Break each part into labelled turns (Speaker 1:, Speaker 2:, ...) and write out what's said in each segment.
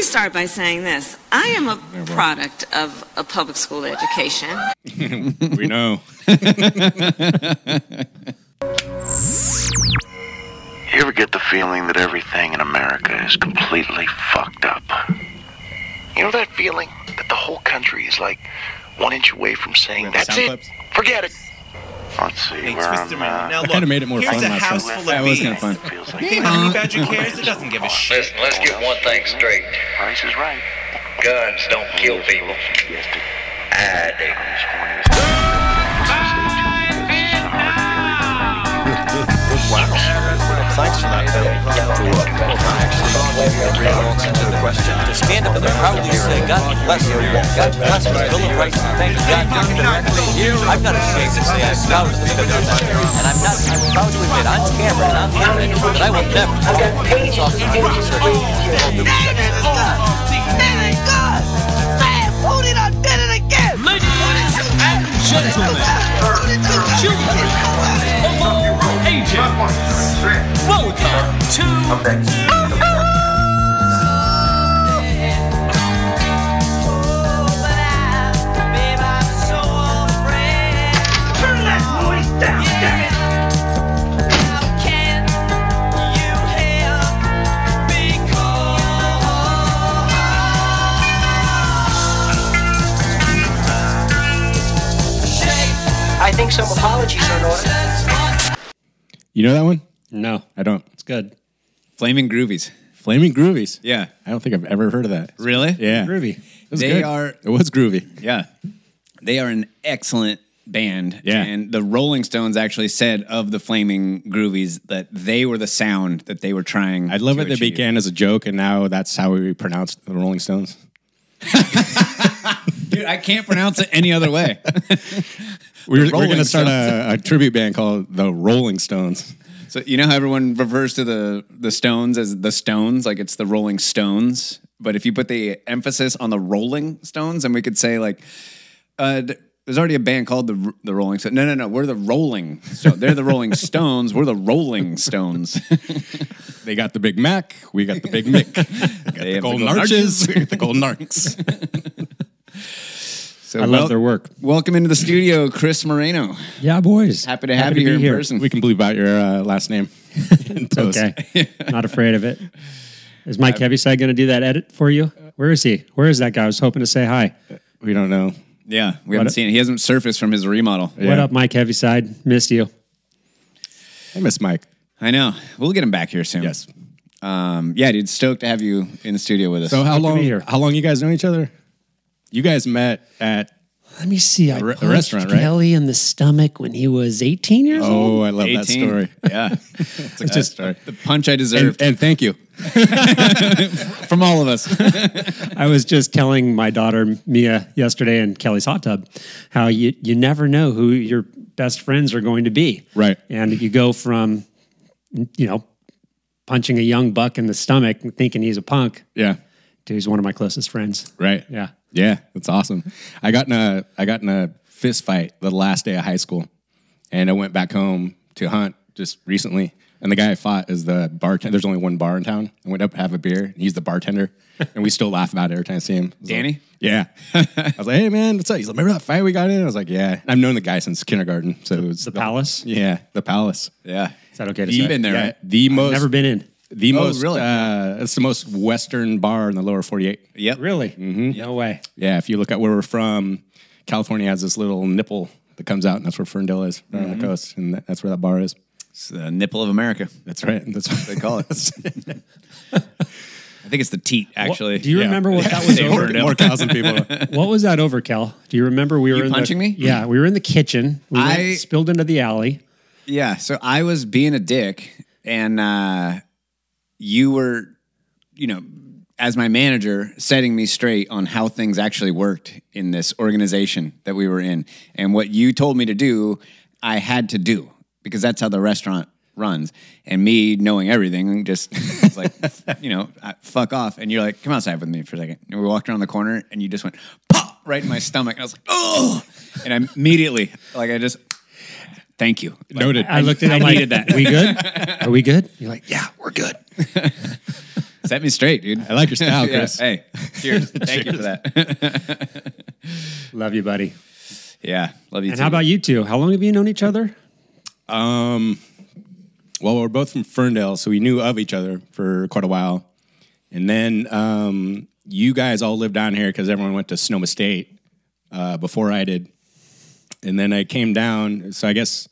Speaker 1: start by saying this. I am a product of a public school education.
Speaker 2: we know.
Speaker 3: You ever get the feeling that everything in America is completely fucked up? You know that feeling that the whole country is like one inch away from saying,
Speaker 4: have
Speaker 3: that's
Speaker 4: sound
Speaker 3: it,
Speaker 4: clips?
Speaker 3: forget it. Let's see, uh,
Speaker 4: They
Speaker 3: where
Speaker 4: twisted
Speaker 3: I'm
Speaker 4: me.
Speaker 3: at.
Speaker 4: Now look,
Speaker 2: kinda made it more
Speaker 4: here's
Speaker 2: fun
Speaker 4: a
Speaker 2: last
Speaker 4: house
Speaker 2: time.
Speaker 4: full of
Speaker 2: That was
Speaker 4: bees.
Speaker 2: kinda fun.
Speaker 3: Feels like
Speaker 4: They ain't honey badger cares. It doesn't give a shit.
Speaker 5: Listen, let's get one thing straight.
Speaker 3: Price is right.
Speaker 5: Guns don't kill people.
Speaker 3: Yes, dude.
Speaker 5: I do.
Speaker 6: Thanks for that, Bill. to the question. To stand up to the crowd and say, God bless you. God bless you. Bill of Rights. Thank God for directly here. I'm not ashamed to say I'm proud of the Bill of Rights. And I'm not, I'm proud to admit on camera and on the internet that I will never take off the
Speaker 7: oh.
Speaker 8: I think some apologies are in order.
Speaker 2: You know that one?
Speaker 9: No,
Speaker 2: I don't.
Speaker 9: it's good.
Speaker 2: Flaming Groovies.
Speaker 4: Flaming Groovies.
Speaker 2: Yeah.
Speaker 4: I don't think I've ever heard of that.
Speaker 2: Really?
Speaker 4: Yeah.
Speaker 9: Groovy.
Speaker 4: It was
Speaker 2: They
Speaker 4: good.
Speaker 2: are-
Speaker 4: It was groovy.
Speaker 2: Yeah. They are an excellent band.
Speaker 4: Yeah.
Speaker 2: And the Rolling Stones actually said of the Flaming Groovies that they were the sound that they were trying.
Speaker 4: I love
Speaker 2: to
Speaker 4: it. They
Speaker 2: achieve.
Speaker 4: began as a joke, and now that's how we pronounce the Rolling Stones.
Speaker 2: Dude, I can't pronounce it any other way.
Speaker 4: We're, we're
Speaker 2: Rolling
Speaker 4: going to start a, a tribute band called the Rolling Stones.
Speaker 2: so you know how everyone refers to the the Stones as the Stones, like it's the Rolling Stones. But if you put the emphasis on the Rolling Stones, then we could say like, uh, d- there's already a band called the R- the Rolling Stones. No, no, no, we're the Rolling. So they're the Rolling Stones. We're the Rolling Stones.
Speaker 4: They got the Big Mac. We got the Big Mick. got
Speaker 2: They
Speaker 4: the
Speaker 2: have the
Speaker 4: Golden
Speaker 2: Golden
Speaker 4: Arches. we got the Golden Arcs.
Speaker 2: So
Speaker 9: I
Speaker 2: wel-
Speaker 9: love their work.
Speaker 2: Welcome into the studio, Chris Moreno.
Speaker 9: Yeah, boys.
Speaker 2: Happy to have you here
Speaker 9: be
Speaker 2: in person.
Speaker 4: we can bleep out your uh, last name. It's
Speaker 9: Okay, not afraid of it. Is
Speaker 2: Uh,
Speaker 9: Mike Heaviside going to do that edit for you? Where is he? Where is that guy? I was hoping to say hi.
Speaker 4: We don't know.
Speaker 2: Yeah, we haven't
Speaker 9: What-
Speaker 2: seen it. He hasn't surfaced from his remodel.
Speaker 9: What
Speaker 4: Yeah.
Speaker 9: up, Mike Heaviside? Missed you.
Speaker 4: I miss Mike.
Speaker 2: I know. We'll get him back here soon.
Speaker 4: Yes.
Speaker 2: Um, yeah, dude, stoked to have you in the studio with us.
Speaker 4: So how
Speaker 9: Good to
Speaker 4: long?
Speaker 9: be here.
Speaker 4: How long you guys know each other? You guys met at
Speaker 9: Let me see. I
Speaker 4: re- a
Speaker 9: punched
Speaker 4: restaurant, right?
Speaker 9: Kelly in the stomach when he was 18 years old.
Speaker 4: Oh, I love that
Speaker 2: 18.
Speaker 4: story.
Speaker 2: Yeah. it's a
Speaker 4: just-
Speaker 2: story. The punch I
Speaker 4: And,
Speaker 2: deserved
Speaker 4: and thank you.
Speaker 2: from all of us.
Speaker 9: I was just telling my daughter Mia yesterday in Kelly's hot tub how you you never know who your best friends are going to be.
Speaker 4: Right.
Speaker 9: And you go from you know punching a young buck in the stomach and thinking he's a punk
Speaker 4: Yeah.
Speaker 9: to he's one of my closest friends.
Speaker 4: Right.
Speaker 9: Yeah.
Speaker 4: Yeah. That's awesome. I got in a I got in a fist fight the last day of high school, and I went back home to hunt just recently. And the guy I fought is the bartender. There's only one bar in town. I went up to have a beer. And he's the bartender, and we still laugh about it every time I see him. I was
Speaker 2: Danny?
Speaker 4: like, yeah. I was like, hey man, what's up? He's like, remember that fight we got in? I was like, yeah. And I've known the guy since kindergarten, so it was
Speaker 9: The Palace.
Speaker 4: Yeah, the palace.
Speaker 2: yeah.
Speaker 9: Is that okay to
Speaker 2: You've
Speaker 9: say?
Speaker 2: been there,
Speaker 4: Yeah,
Speaker 2: right?
Speaker 4: the most
Speaker 9: Never been in.
Speaker 4: the
Speaker 2: Oh,
Speaker 4: most
Speaker 2: really?
Speaker 4: uh, it's the most western bar in the lower 48.
Speaker 2: Yep.
Speaker 9: Really? No way.
Speaker 4: Yeah, if you look at where we're from, California has this little nipple that comes out, and that's where Ferndale is, right on the coast, and that- that's where that bar is.
Speaker 2: It's the nipple of America.
Speaker 4: That's right. That's what they call it.
Speaker 2: I think it's the teat, actually.
Speaker 9: Do you
Speaker 4: Yeah.
Speaker 9: remember what that was
Speaker 2: They
Speaker 9: over?
Speaker 2: were-
Speaker 4: More thousand people.
Speaker 9: What was that over, Kel? Do you remember we were in the-
Speaker 2: punching me?
Speaker 9: Yeah, we were in the kitchen. We went-
Speaker 2: I-
Speaker 9: spilled into the alley.
Speaker 2: Yeah, so I was being a dick, and uh, you were, you know, as my manager, setting me straight on how things actually worked in this organization that we were in, and what you told me to do, I had to do because that's how the restaurant runs. And me knowing everything, just was like, you know, I- fuck off. And you're like, come outside with me for a second. And we walked around the corner, and you just went pop right in my stomach, and I was like, oh, and I immediately like I just. Thank you.
Speaker 4: Noted.
Speaker 9: I looked at him like, that. we good? Are we good? You're like, yeah, we're good.
Speaker 2: Set me straight, dude.
Speaker 4: I like your style,
Speaker 2: Yeah,
Speaker 4: Chris.
Speaker 2: Hey, cheers. Thank you for that.
Speaker 9: Love you, buddy.
Speaker 2: yeah, love you.
Speaker 9: And
Speaker 2: too.
Speaker 9: how about you two? How long have you known each other?
Speaker 4: Well, we're both from Ferndale, so we knew of each other for quite a while. And then um, you guys all lived down here because everyone went to Sonoma State uh, before I did. And then I came down. So I guess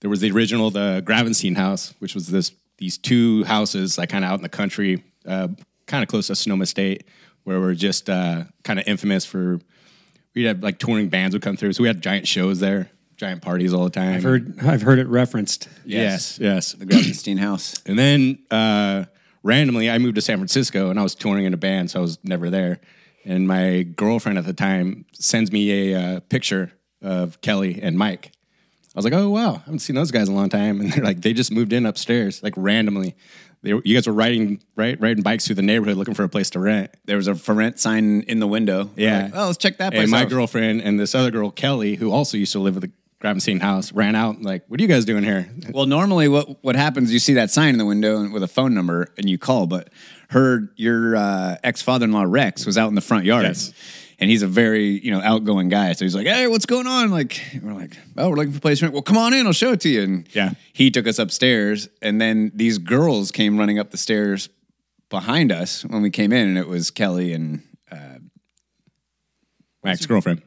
Speaker 4: there was the original, the Gravenstein house, which was this these two houses like kind of out in the country, uh, kind of close to Sonoma State, where we're just uh, kind of infamous for. We'd have like touring bands would come through, so we had giant shows there, giant parties all the time.
Speaker 9: I've heard, I've heard it referenced.
Speaker 4: yes, yes.
Speaker 2: the Gravenstein house?
Speaker 4: And then uh, randomly, I moved to San Francisco and I was touring in a band, so I was never there. And my girlfriend at the time sends me a uh, picture of Kelly and Mike. I was like, oh, wow, I haven't seen those guys in a long time. And they're like, they just moved in upstairs, like randomly. They, were- you guys were riding, right, riding bikes through the neighborhood looking for a place to rent.
Speaker 2: There was a for rent sign in the window. We're
Speaker 4: Yeah.
Speaker 2: like, oh, let's check that place
Speaker 4: And my
Speaker 2: out.
Speaker 4: girlfriend and this other girl, Kelly, who also used to live at the Gravenstein house, ran out, like, what are you guys doing here?
Speaker 2: Well, normally what what happens? You see that sign in the window and- with a phone number, and you call. But her, your uh, ex father in law Rex was out in the front yard,
Speaker 4: Yes.
Speaker 2: and he's a very you know outgoing guy. So he's like, "Hey, what's going on?" Like we're like, "Oh, we're looking for a place to rent." Well, come on in, I'll show it to you. And
Speaker 4: Yeah.
Speaker 2: he took us upstairs, and then these girls came running up the stairs behind us when we came in, and it was Kelly and
Speaker 4: My ex girlfriend.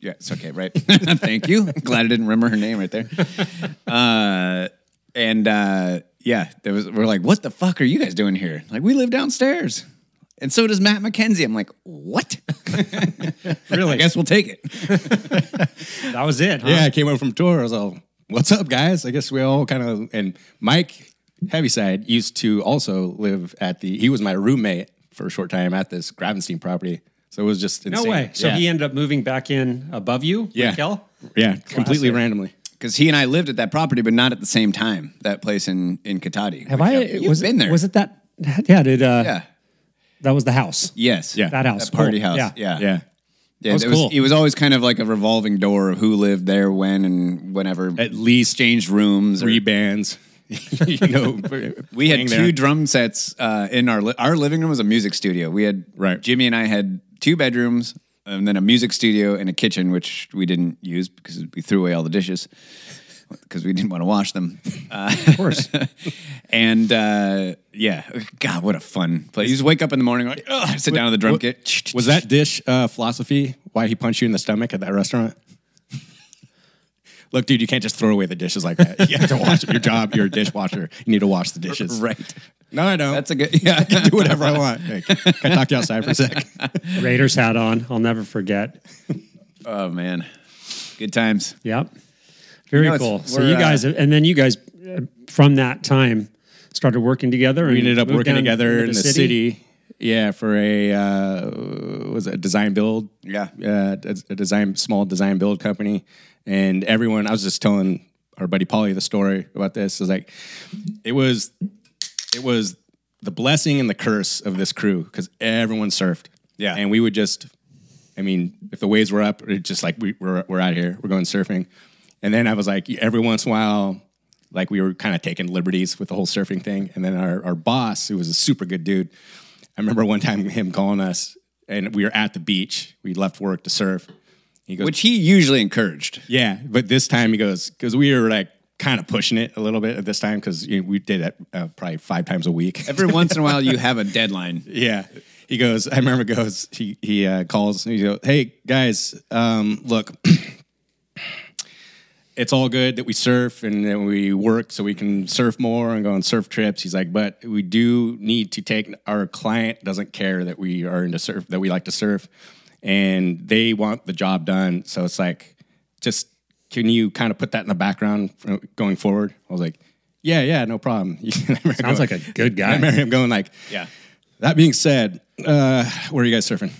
Speaker 2: Yeah, it's okay, right? Thank you. Glad I didn't remember her name right there. Uh, and uh, yeah, there was. We're like, what the fuck are you guys doing here? Like, we live downstairs, and so does Matt McKenzie. I'm like, what?
Speaker 4: Really?
Speaker 2: I guess we'll take it.
Speaker 9: That was it. Huh?
Speaker 4: Yeah, I came over from tour. I was all, "What's up, guys?" I guess we all kind of and Mike Heaviside used to also live at the. He was my roommate for a short time at this Gravenstein property, so it was just
Speaker 9: No
Speaker 4: insane.
Speaker 9: way. So
Speaker 4: yeah.
Speaker 9: he ended up moving back in above you,
Speaker 4: yeah,
Speaker 9: Raquel?
Speaker 4: yeah, completely randomly.
Speaker 2: Because he and I lived at that property, but not at the same time. That place in in Katati.
Speaker 9: Have I?
Speaker 2: You've
Speaker 9: was
Speaker 2: been
Speaker 9: it,
Speaker 2: there?
Speaker 9: Was it that? Yeah. Did uh,
Speaker 2: Yeah.
Speaker 9: that was the house?
Speaker 2: Yes.
Speaker 4: Yeah.
Speaker 9: That house.
Speaker 2: That party
Speaker 9: Cool.
Speaker 2: house.
Speaker 9: Yeah.
Speaker 2: Yeah.
Speaker 4: Yeah,
Speaker 2: Yeah,
Speaker 9: was
Speaker 2: it was,
Speaker 9: cool.
Speaker 2: it was always kind of like a revolving door of who lived there, when, and whenever.
Speaker 4: at least
Speaker 2: Exchanged rooms. or-
Speaker 4: three bands. you know,
Speaker 2: We had
Speaker 4: playing
Speaker 2: two
Speaker 4: there.
Speaker 2: drum sets uh, in our li- our living room was a music studio. We had
Speaker 4: Right.
Speaker 2: Jimmy and I had two bedrooms and then a music studio and a kitchen, which we didn't use because we threw away all the dishes because we didn't want to wash them. Uh,
Speaker 9: Of course.
Speaker 2: and uh, yeah, God, what a fun place! You just wake up in the morning like, oh, sit down at the drum kit.
Speaker 4: Was that dish uh, philosophy why he punched you in the stomach at that restaurant? Look, dude, you can't just throw away the dishes like that. You have to wash your job. You're a dishwasher. You need to wash the dishes.
Speaker 2: right?
Speaker 4: No, I don't.
Speaker 2: That's a good yeah.
Speaker 4: I can do whatever I want. Hey, can I talk to you outside for a sec?
Speaker 9: Raiders hat on. I'll never forget.
Speaker 2: oh man, good times.
Speaker 9: Yep. Very
Speaker 2: You know, it's-
Speaker 9: cool. So
Speaker 2: we're,
Speaker 9: you
Speaker 2: uh,
Speaker 9: guys, and then you guys uh, from that time started working together. And
Speaker 4: We ended up
Speaker 9: moved
Speaker 4: working
Speaker 9: down
Speaker 4: together
Speaker 9: into
Speaker 4: in the city. Yeah, for a uh, was it a design build?
Speaker 2: Yeah.
Speaker 4: uh, a, a design small design build company, and everyone. I was just telling our buddy Polly the story about this. It was like, it was, it was the blessing and the curse of this crew because everyone surfed.
Speaker 2: Yeah.
Speaker 4: and we would just, I mean, if the waves were up, it's just like we, we're we're out here, we're going surfing, and then I was like, every once in a while. Like we were kind of taking liberties with the whole surfing thing, and then our, our boss, who was a super good dude, I remember one time him calling us, and we were at the beach. We left work to surf. He goes,
Speaker 2: Which he usually encouraged.
Speaker 4: yeah, but this time he goes because we were like kind of pushing it a little bit at this time because you know, we did it uh, probably five times a week.
Speaker 2: Every once in a while, you have a deadline.
Speaker 4: yeah, he goes. I remember goes. He he uh, calls. And he goes, "Hey guys, um, look." It's all good that we surf and that we work so we can surf more and go on surf trips. He's like, but we do need to take our client doesn't care that we are into surf that we like to surf, and they want the job done. So it's like, just can you kind of put that in the background for- going forward? I was like, yeah, yeah, no problem.
Speaker 9: Sounds like a good
Speaker 4: I
Speaker 9: guy.
Speaker 4: remember him going like,
Speaker 2: Yeah.
Speaker 4: That being said, uh, where are you guys surfing?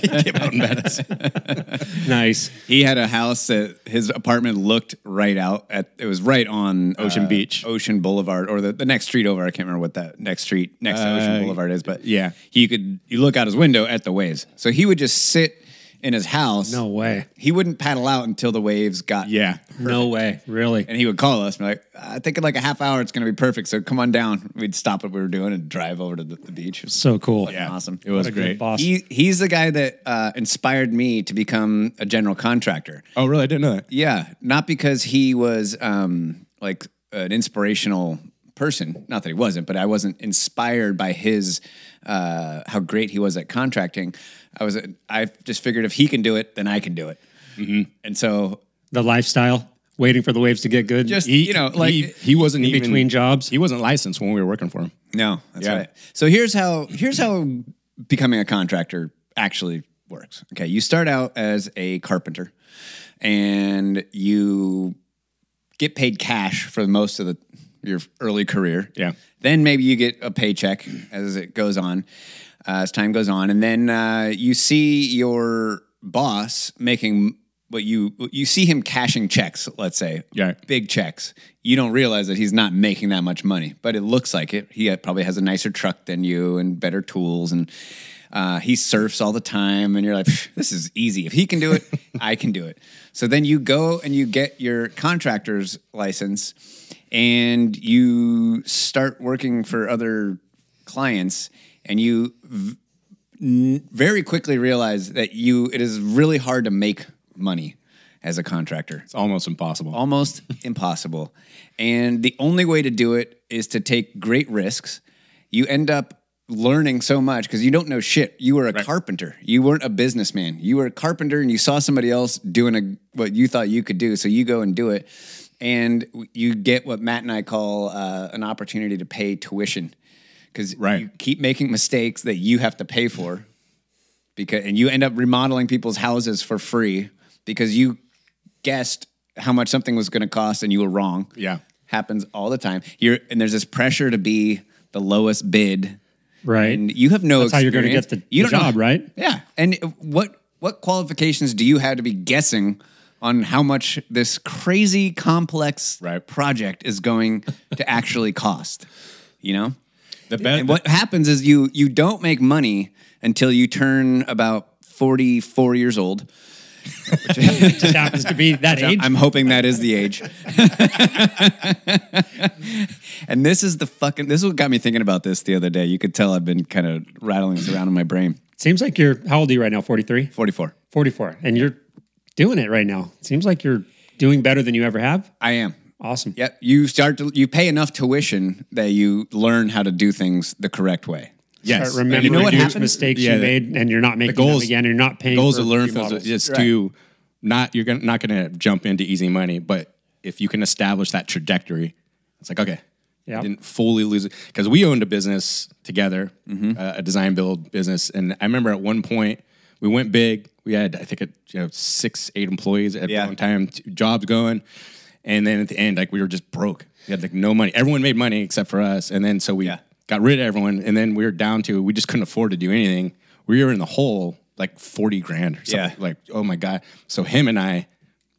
Speaker 4: He came out and met us.
Speaker 9: Nice.
Speaker 2: He had a house that his apartment looked right out at. It was right on
Speaker 4: Ocean Beach.
Speaker 2: Uh, Ocean Boulevard, or the, the next street over. I can't remember what that next street Uh, next to Ocean Boulevard is, but
Speaker 4: yeah.
Speaker 2: he could you look out his window at the waves. So he would just sit in his house.
Speaker 9: No way.
Speaker 2: He wouldn't paddle out until the waves got.
Speaker 4: Yeah.
Speaker 9: No way. Really.
Speaker 2: And he would call us and be like, I think in like a half hour it's going to be perfect. So come on down. We'd stop what we were doing and drive over to the, the beach. It was
Speaker 9: So cool.
Speaker 2: fucking awesome.
Speaker 4: It was
Speaker 9: What a
Speaker 4: great.
Speaker 9: good boss.
Speaker 2: He, he's the guy that uh, inspired me to become a general contractor.
Speaker 4: Oh, really? I didn't know that.
Speaker 2: Yeah, not because he was um, like an inspirational person. Not that he wasn't, but I wasn't inspired by his uh, how great he was at contracting. I was I just figured if he can do it, then I can do it.
Speaker 4: Mm-hmm.
Speaker 2: And so
Speaker 9: the lifestyle, waiting for the waves to get good.
Speaker 2: Just-
Speaker 4: He,
Speaker 2: You know, like-
Speaker 4: he, he wasn't
Speaker 9: In
Speaker 4: even
Speaker 9: between jobs?
Speaker 4: He wasn't licensed when we were working for him.
Speaker 2: no, that's
Speaker 4: Yeah.
Speaker 2: right. So here's how here's how becoming a contractor actually works. Okay, you start out as a carpenter, and you get paid cash for most of the your early career.
Speaker 4: Yeah.
Speaker 2: Then maybe you get a paycheck as it goes on, uh, as time goes on, and then uh, you see your boss making what you you see him cashing checks. Let's say,
Speaker 4: Yeah.
Speaker 2: big checks. You don't realize that he's not making that much money, but it looks like it. He probably has a nicer truck than you and better tools and. Uh, he surfs all the time, and you're like, "Phew, this is easy. If he can do it, I can do it. So then you go and you get your contractor's license, and you start working for other clients, and you v- n- very quickly realize that you it is really hard to make money as a contractor
Speaker 4: It's almost impossible.
Speaker 2: almost impossible. And the only way to do it is to take great risks. You end up learning so much because you don't know shit. You were a carpenter. You weren't a businessman. You were a carpenter and you saw somebody else doing a, what you thought you could do. So you go and do it. And you get what Matt and I call uh, an opportunity to pay tuition because
Speaker 4: Right.
Speaker 2: you keep making mistakes that you have to pay for because and you end up remodeling people's houses for free because you guessed how much something was going to cost and you were wrong.
Speaker 4: Yeah.
Speaker 2: Happens all the time. You're and there's this pressure to be the lowest bid
Speaker 9: right.
Speaker 2: and you have no
Speaker 9: That's how you're gonna
Speaker 2: experience.
Speaker 9: get the-
Speaker 2: you
Speaker 9: the
Speaker 2: don't know-
Speaker 9: job, right?
Speaker 2: Yeah. And what what qualifications do you have to be guessing on how much this crazy complex
Speaker 4: Right.
Speaker 2: project is going to actually cost? You know?
Speaker 4: The best.
Speaker 2: And what happens is you you don't make money until you turn about 44 years old.
Speaker 9: just happens to be that age.
Speaker 2: I'm hoping that is the age. and this is the fucking this is what got me thinking about this the other day. You could tell I've been kind of rattling this around in my brain.
Speaker 9: Seems like you're how old are you right now? 43?
Speaker 2: 44.
Speaker 9: 44. And you're doing it right now. Seems like you're doing better than you ever have.
Speaker 2: I am.
Speaker 9: Awesome.
Speaker 2: Yep. You start to you pay enough tuition that you learn how to do things the correct way.
Speaker 4: yes.
Speaker 9: Start remembering
Speaker 2: You know what
Speaker 9: those
Speaker 2: happens?
Speaker 9: mistakes
Speaker 4: Yeah,
Speaker 9: you
Speaker 4: the-
Speaker 9: made and you're not making
Speaker 4: goals-
Speaker 9: them again. You're not paying
Speaker 4: goals
Speaker 9: for
Speaker 4: to learn from
Speaker 9: remodels.
Speaker 4: those is to not you're gonna, not going to jump into easy money, but if you can establish that trajectory, it's like okay,
Speaker 9: Yeah.
Speaker 4: I didn't fully lose it because we owned a business together, uh, a design build business, and I remember at one point we went big. We had I think a, you know six eight employees at
Speaker 2: Yeah.
Speaker 4: one time, t- jobs going, and then at the end like we were just broke. We had like no money. Everyone made money except for us, and then so we
Speaker 2: Yeah.
Speaker 4: got rid of everyone, and then we were down to we just couldn't afford to do anything. We were in the hole like forty grand or something.
Speaker 2: Yeah.
Speaker 4: Like oh my god. So him and I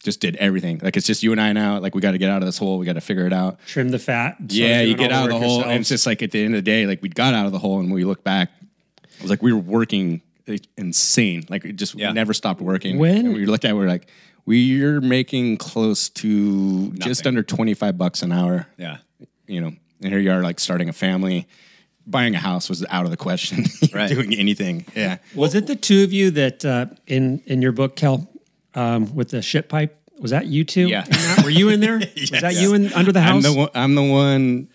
Speaker 4: just did everything. Like it's just you and I now. Like we got to get out of this hole. We got to figure it out.
Speaker 9: Trim the fat. so
Speaker 4: yeah,
Speaker 9: you're
Speaker 4: you
Speaker 9: doing
Speaker 4: get
Speaker 9: all
Speaker 4: out of the
Speaker 9: work
Speaker 4: hole,
Speaker 9: yourself.
Speaker 4: and it's just like at the end of the day, like we got out of the hole, and we look back, it was like we were working like, insane. Like it just
Speaker 2: Yeah.
Speaker 4: never stopped working.
Speaker 9: When-
Speaker 4: and we looked at, it, we were like, we're making close to just under twenty five bucks an hour.
Speaker 2: Yeah.
Speaker 4: you know, and here you are, like starting a family. Buying a house was out of the question.
Speaker 2: Right.
Speaker 4: Doing anything, yeah.
Speaker 9: Was it the two of you that uh, in in your book, Kel, um, with the shit pipe? Was that you two?
Speaker 2: Yeah.
Speaker 9: in that? Were you in there? Was that you in under the
Speaker 4: I'm
Speaker 9: house?
Speaker 4: the one. I'm the one.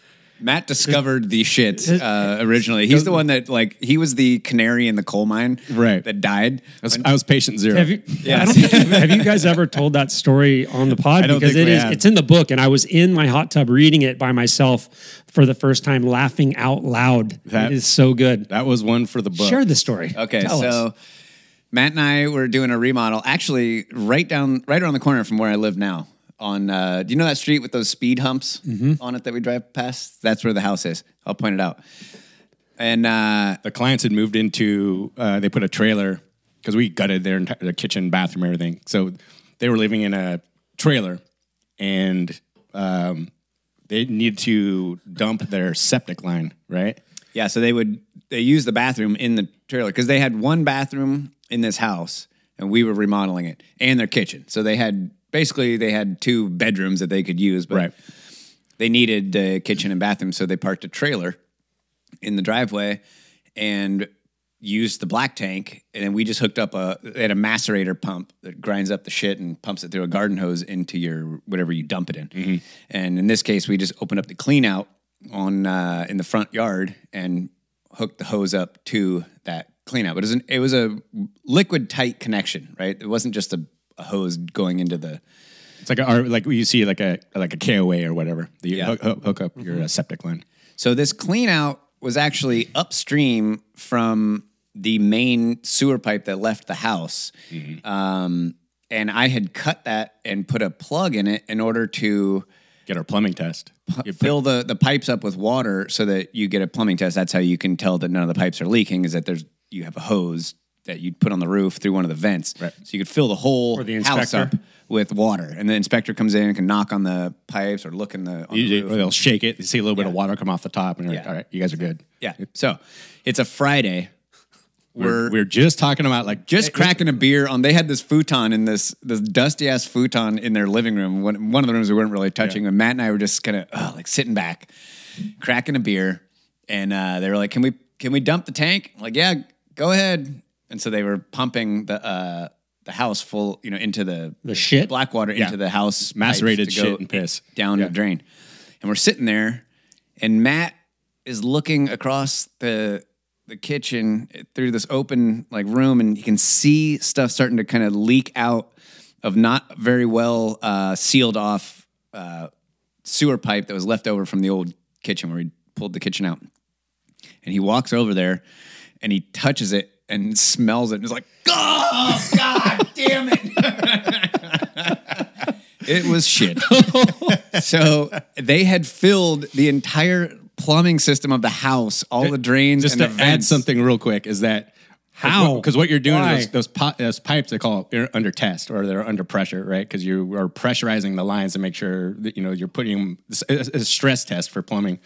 Speaker 2: Matt discovered the shit uh, originally. He's the one that like he was the canary in the coal mine,
Speaker 4: Right.
Speaker 2: That died.
Speaker 4: I was, I was patient zero.
Speaker 9: Have you, I don't think, have you guys ever told that story on the pod?
Speaker 4: I don't
Speaker 9: because
Speaker 4: think
Speaker 9: it
Speaker 4: we
Speaker 9: is,
Speaker 4: have.
Speaker 9: it's in the book, and I was in my hot tub reading it by myself for the first time, laughing out loud.
Speaker 4: That-
Speaker 9: it is so good.
Speaker 4: that was one for the book.
Speaker 9: Share the story.
Speaker 2: Okay,
Speaker 9: Tell us.
Speaker 2: so Matt and I were doing a remodel, actually right down, right around the corner from where I live now. On, uh, do you know that street with those speed humps
Speaker 9: Mm-hmm.
Speaker 2: on it that we drive past? That's where the house is. I'll point it out. And uh,
Speaker 4: the clients had moved into uh, they put a trailer because we gutted their entire their kitchen bathroom everything so they were living in a trailer and um, they needed to dump their septic line right
Speaker 2: yeah, so they would they use the bathroom in the trailer because they had one bathroom in this house. and we were remodeling it and their kitchen. So they had basically they had two bedrooms that they could use, but
Speaker 4: Right.
Speaker 2: they needed a kitchen and bathroom, so they parked a trailer in the driveway and used the black tank. And then we just hooked up a they had a macerator pump that grinds up the shit and pumps it through a garden hose into your whatever you dump it in. And in this case, we just opened up the clean out on uh, in the front yard and hooked the hose up to that clean out. But it was, an, it was a liquid tight connection, right? It wasn't just a, a hose going into the
Speaker 4: It's like a, or like you see like a like a KOA or whatever. that You
Speaker 2: Yeah. Mm-hmm.
Speaker 4: hook, hook, hook up your uh, septic line.
Speaker 2: So this clean out was actually upstream from the main sewer pipe that left the house. Um, and I had cut that and put a plug in it in order to
Speaker 4: Get our plumbing test. You put-
Speaker 2: fill the, the pipes up with water so that you get a plumbing test. That's how you can tell that none of the pipes are leaking is that there's you have a hose that you'd put on the roof through one of the vents.
Speaker 4: Right.
Speaker 2: So you could fill the whole
Speaker 9: Or the
Speaker 2: house up
Speaker 9: inspector.
Speaker 2: with water. And the inspector comes in and can knock on the pipes or look in the, on the
Speaker 4: you-
Speaker 2: roof.
Speaker 4: or they'll shake it. You see a little bit of water come off the top, and you're like,
Speaker 2: Yeah.
Speaker 4: all right, you guys are good.
Speaker 2: Yeah. So it's a Friday.
Speaker 4: We're,
Speaker 2: We're,
Speaker 4: we're just talking about like
Speaker 2: just cracking a beer on. They had this futon in this this dusty ass futon in their living room. One, one of the rooms we weren't really touching. And Matt and I were just kind of uh, like sitting back, cracking a beer, and uh, they were like, "Can we can we dump the tank?" I'm like, yeah, go ahead. And so they were pumping the uh, the house full, you know, into the
Speaker 9: The shit?
Speaker 2: black water
Speaker 4: Yeah.
Speaker 2: into the house
Speaker 4: Macerated
Speaker 2: pipes to go
Speaker 4: shit and piss.
Speaker 2: down
Speaker 4: Yeah.
Speaker 2: the drain. And we're sitting there, and Matt is looking across the the kitchen through this open like room, and he can see stuff starting to kind of leak out of not very well uh, sealed off uh, sewer pipe that was left over from the old kitchen where we pulled the kitchen out. And he walks over there, and he touches it and smells it, and is like, "Oh God, damn it!" It was shit. so they had filled the entire plumbing system of the house, all the drains,
Speaker 4: just
Speaker 2: and
Speaker 4: to
Speaker 2: the
Speaker 4: add
Speaker 2: vents.
Speaker 4: something real quick is that
Speaker 9: How?
Speaker 4: because what you're doing
Speaker 9: Why?
Speaker 4: is those those, pi- those pipes they call it, are under test or they're under pressure, right? Because you are pressurizing the lines to make sure that you know you're putting them. It's it's a stress test for plumbing.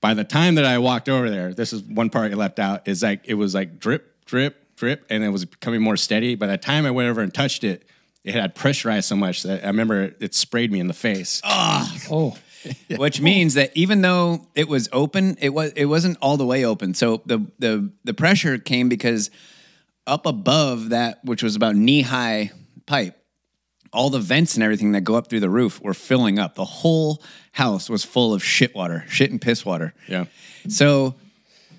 Speaker 4: By the time that I walked over there, this is one part you left out. Is like it was like drip, drip, drip, and it was becoming more steady. By the time I went over and touched it, it had pressurized so much that I remember it, sprayed me in the face.
Speaker 9: Oh,
Speaker 2: which means that even though it was open, it was it wasn't all the way open. So the the the pressure came because up above that, which was about knee high pipe, all the vents and everything that go up through the roof were filling up. The whole house was full of shit water, shit and piss water.
Speaker 4: Yeah.
Speaker 2: So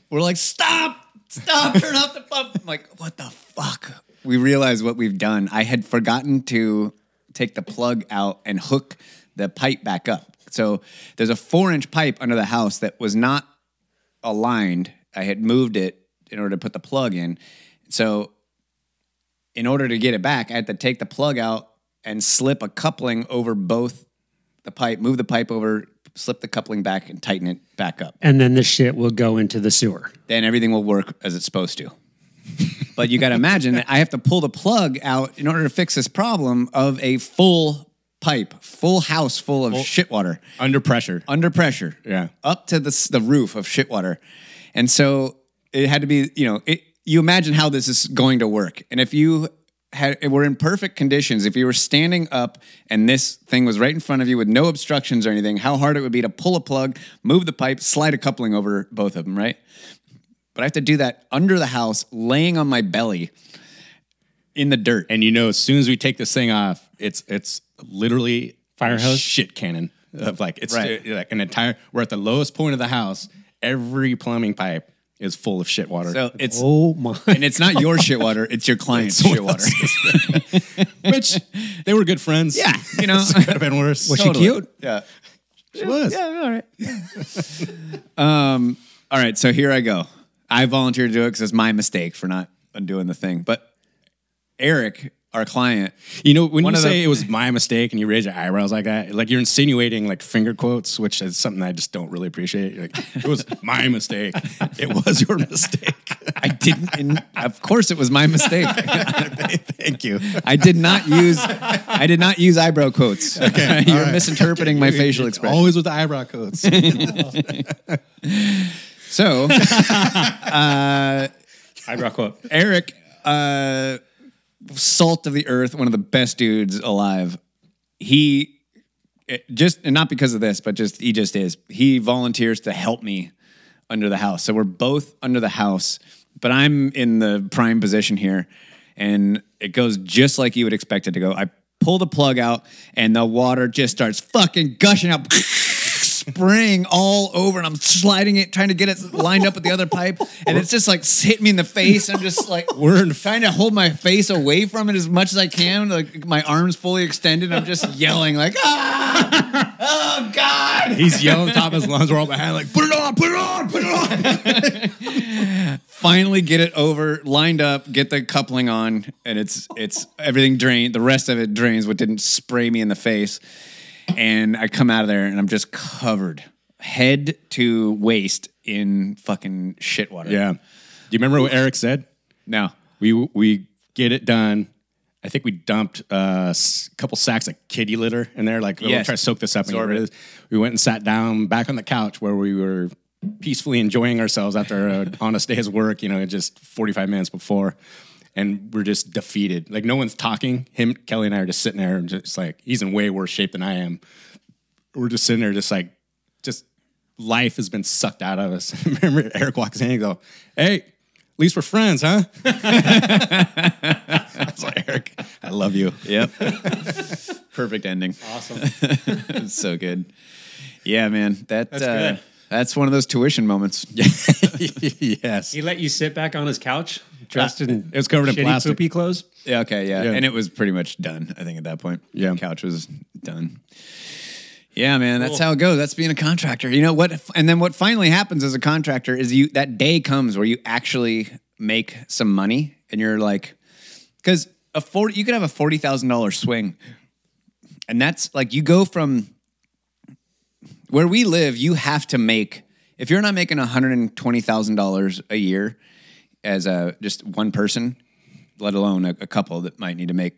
Speaker 2: we're like, stop, stop, turn off the pump. I'm like, what the fuck? We realize what we've done. I had forgotten to take the plug out and hook the pipe back up. So there's a four inch pipe under the house that was not aligned. I had moved it in order to put the plug in. So in order to get it back, I had to take the plug out and slip a coupling over both the pipe, move the pipe over, slip the coupling back, and tighten it back up
Speaker 9: and then the shit will go into the sewer.
Speaker 2: then everything will work as it's supposed to. but you got to imagine that I have to pull the plug out in order to fix this problem of a full pipe, full house full of shit water
Speaker 4: Under pressure.
Speaker 2: under pressure.
Speaker 4: Yeah.
Speaker 2: Up to the s- the roof of shit water. And so it had to be, you know, it you imagine how this is going to work. And if you had if we're in perfect conditions, if you were standing up and this thing was right in front of you with no obstructions or anything, how hard it would be to pull a plug, move the pipe, slide a coupling over both of them, right? But I have to do that under the house, laying on my belly in the dirt.
Speaker 4: and you know as soon as we take this thing off it's it's literally
Speaker 9: Fire hose?
Speaker 4: shit cannon of like it's
Speaker 2: Right.
Speaker 4: uh, like an entire we're at the lowest point of the house every plumbing pipe is full of shit water
Speaker 2: so it's
Speaker 9: Oh my!
Speaker 2: and it's not your shit water, it's your client's
Speaker 4: Someone
Speaker 2: shit water.
Speaker 4: else's. which they were good friends
Speaker 2: Yeah, you know.
Speaker 4: could have been worse
Speaker 9: Was she
Speaker 4: Totally.
Speaker 9: cute?
Speaker 2: yeah.
Speaker 4: she was
Speaker 9: all right.
Speaker 2: All right, so here I go. I volunteered to do it because it's my mistake for not undoing the thing. But Eric, our client,
Speaker 4: you know when
Speaker 2: One
Speaker 4: you
Speaker 2: of the-
Speaker 4: say it was my mistake and you raise your eyebrows like that like you're insinuating like finger quotes which is something i just don't really appreciate You're like it was my mistake it was your mistake
Speaker 2: I didn't. In, of course, it was my mistake.
Speaker 4: thank you
Speaker 2: I did not use. I did not use eyebrow quotes. Okay, you're misinterpreting my facial expression.
Speaker 4: Always with the eyebrow coats.
Speaker 2: So,
Speaker 9: Eyebrow quote.
Speaker 2: Eric uh, salt of the earth, one of the best dudes alive. He it- just and not because of this, but just he just is. He volunteers to help me under the house. So we're both under the house, but I'm in the prime position here, and it goes just like you would expect it to go. I pull the plug out, and the water just starts fucking gushing out. Spraying all over, and I'm sliding it, trying to get it lined up with the other pipe, and it's just like hit me in the face. I'm just like, we're trying to hold my face away from it as much as I can, like my arms fully extended. I'm just yelling like, ah, oh god,
Speaker 4: He's yelling top of his lungs. We're all behind, like, put it on, put it on, put it on.
Speaker 2: finally get it over, lined up, get the coupling on, and it's it's everything drained. The rest of it drains. What didn't spray me in the face, and I come out of there and I'm just covered head to waist in fucking shit water.
Speaker 4: Yeah. Do you remember what Eric said?
Speaker 2: Now
Speaker 4: We we get it done. I think we dumped uh, s- a couple sacks of kitty litter in there. Like, oh, we'll
Speaker 2: Yes.
Speaker 4: try to soak this up. And get
Speaker 2: Absorb
Speaker 4: rid
Speaker 2: it.
Speaker 4: of this. We went and sat down back on the couch where we were peacefully enjoying ourselves after an honest day's work, you know, just 45 minutes before. And we're just defeated. Like, no one's talking. Him, Kelly, and I are just sitting there, and just like, he's in way worse shape than I am. We're just sitting there, just like, just life has been sucked out of us. Remember, Eric walks in and goes, Hey, at least we're friends, huh? I was like, Eric, I love you.
Speaker 2: Yep. Perfect ending. Awesome. it's so good. Yeah, man. That that's, uh,
Speaker 9: good.
Speaker 2: that's one of those tuition moments.
Speaker 4: yes.
Speaker 9: He let you sit back on his couch, dressed in
Speaker 4: it was covered in
Speaker 9: shitty,
Speaker 4: plastic.
Speaker 9: poopy clothes.
Speaker 2: Yeah, okay, yeah.
Speaker 4: Yeah.
Speaker 2: And it was pretty much done, I think, at that point.
Speaker 4: Yeah.
Speaker 2: Couch was done. Yeah, man, that's how it goes. That's being a contractor. You know what? And then what finally happens as a contractor is you that day comes where you actually make some money and you're like, because a 40, you could have a $40,000 swing. And that's like you go from where we live, you have to make if you're not making $120,000 a year as a just one person, let alone a, a couple that might need to make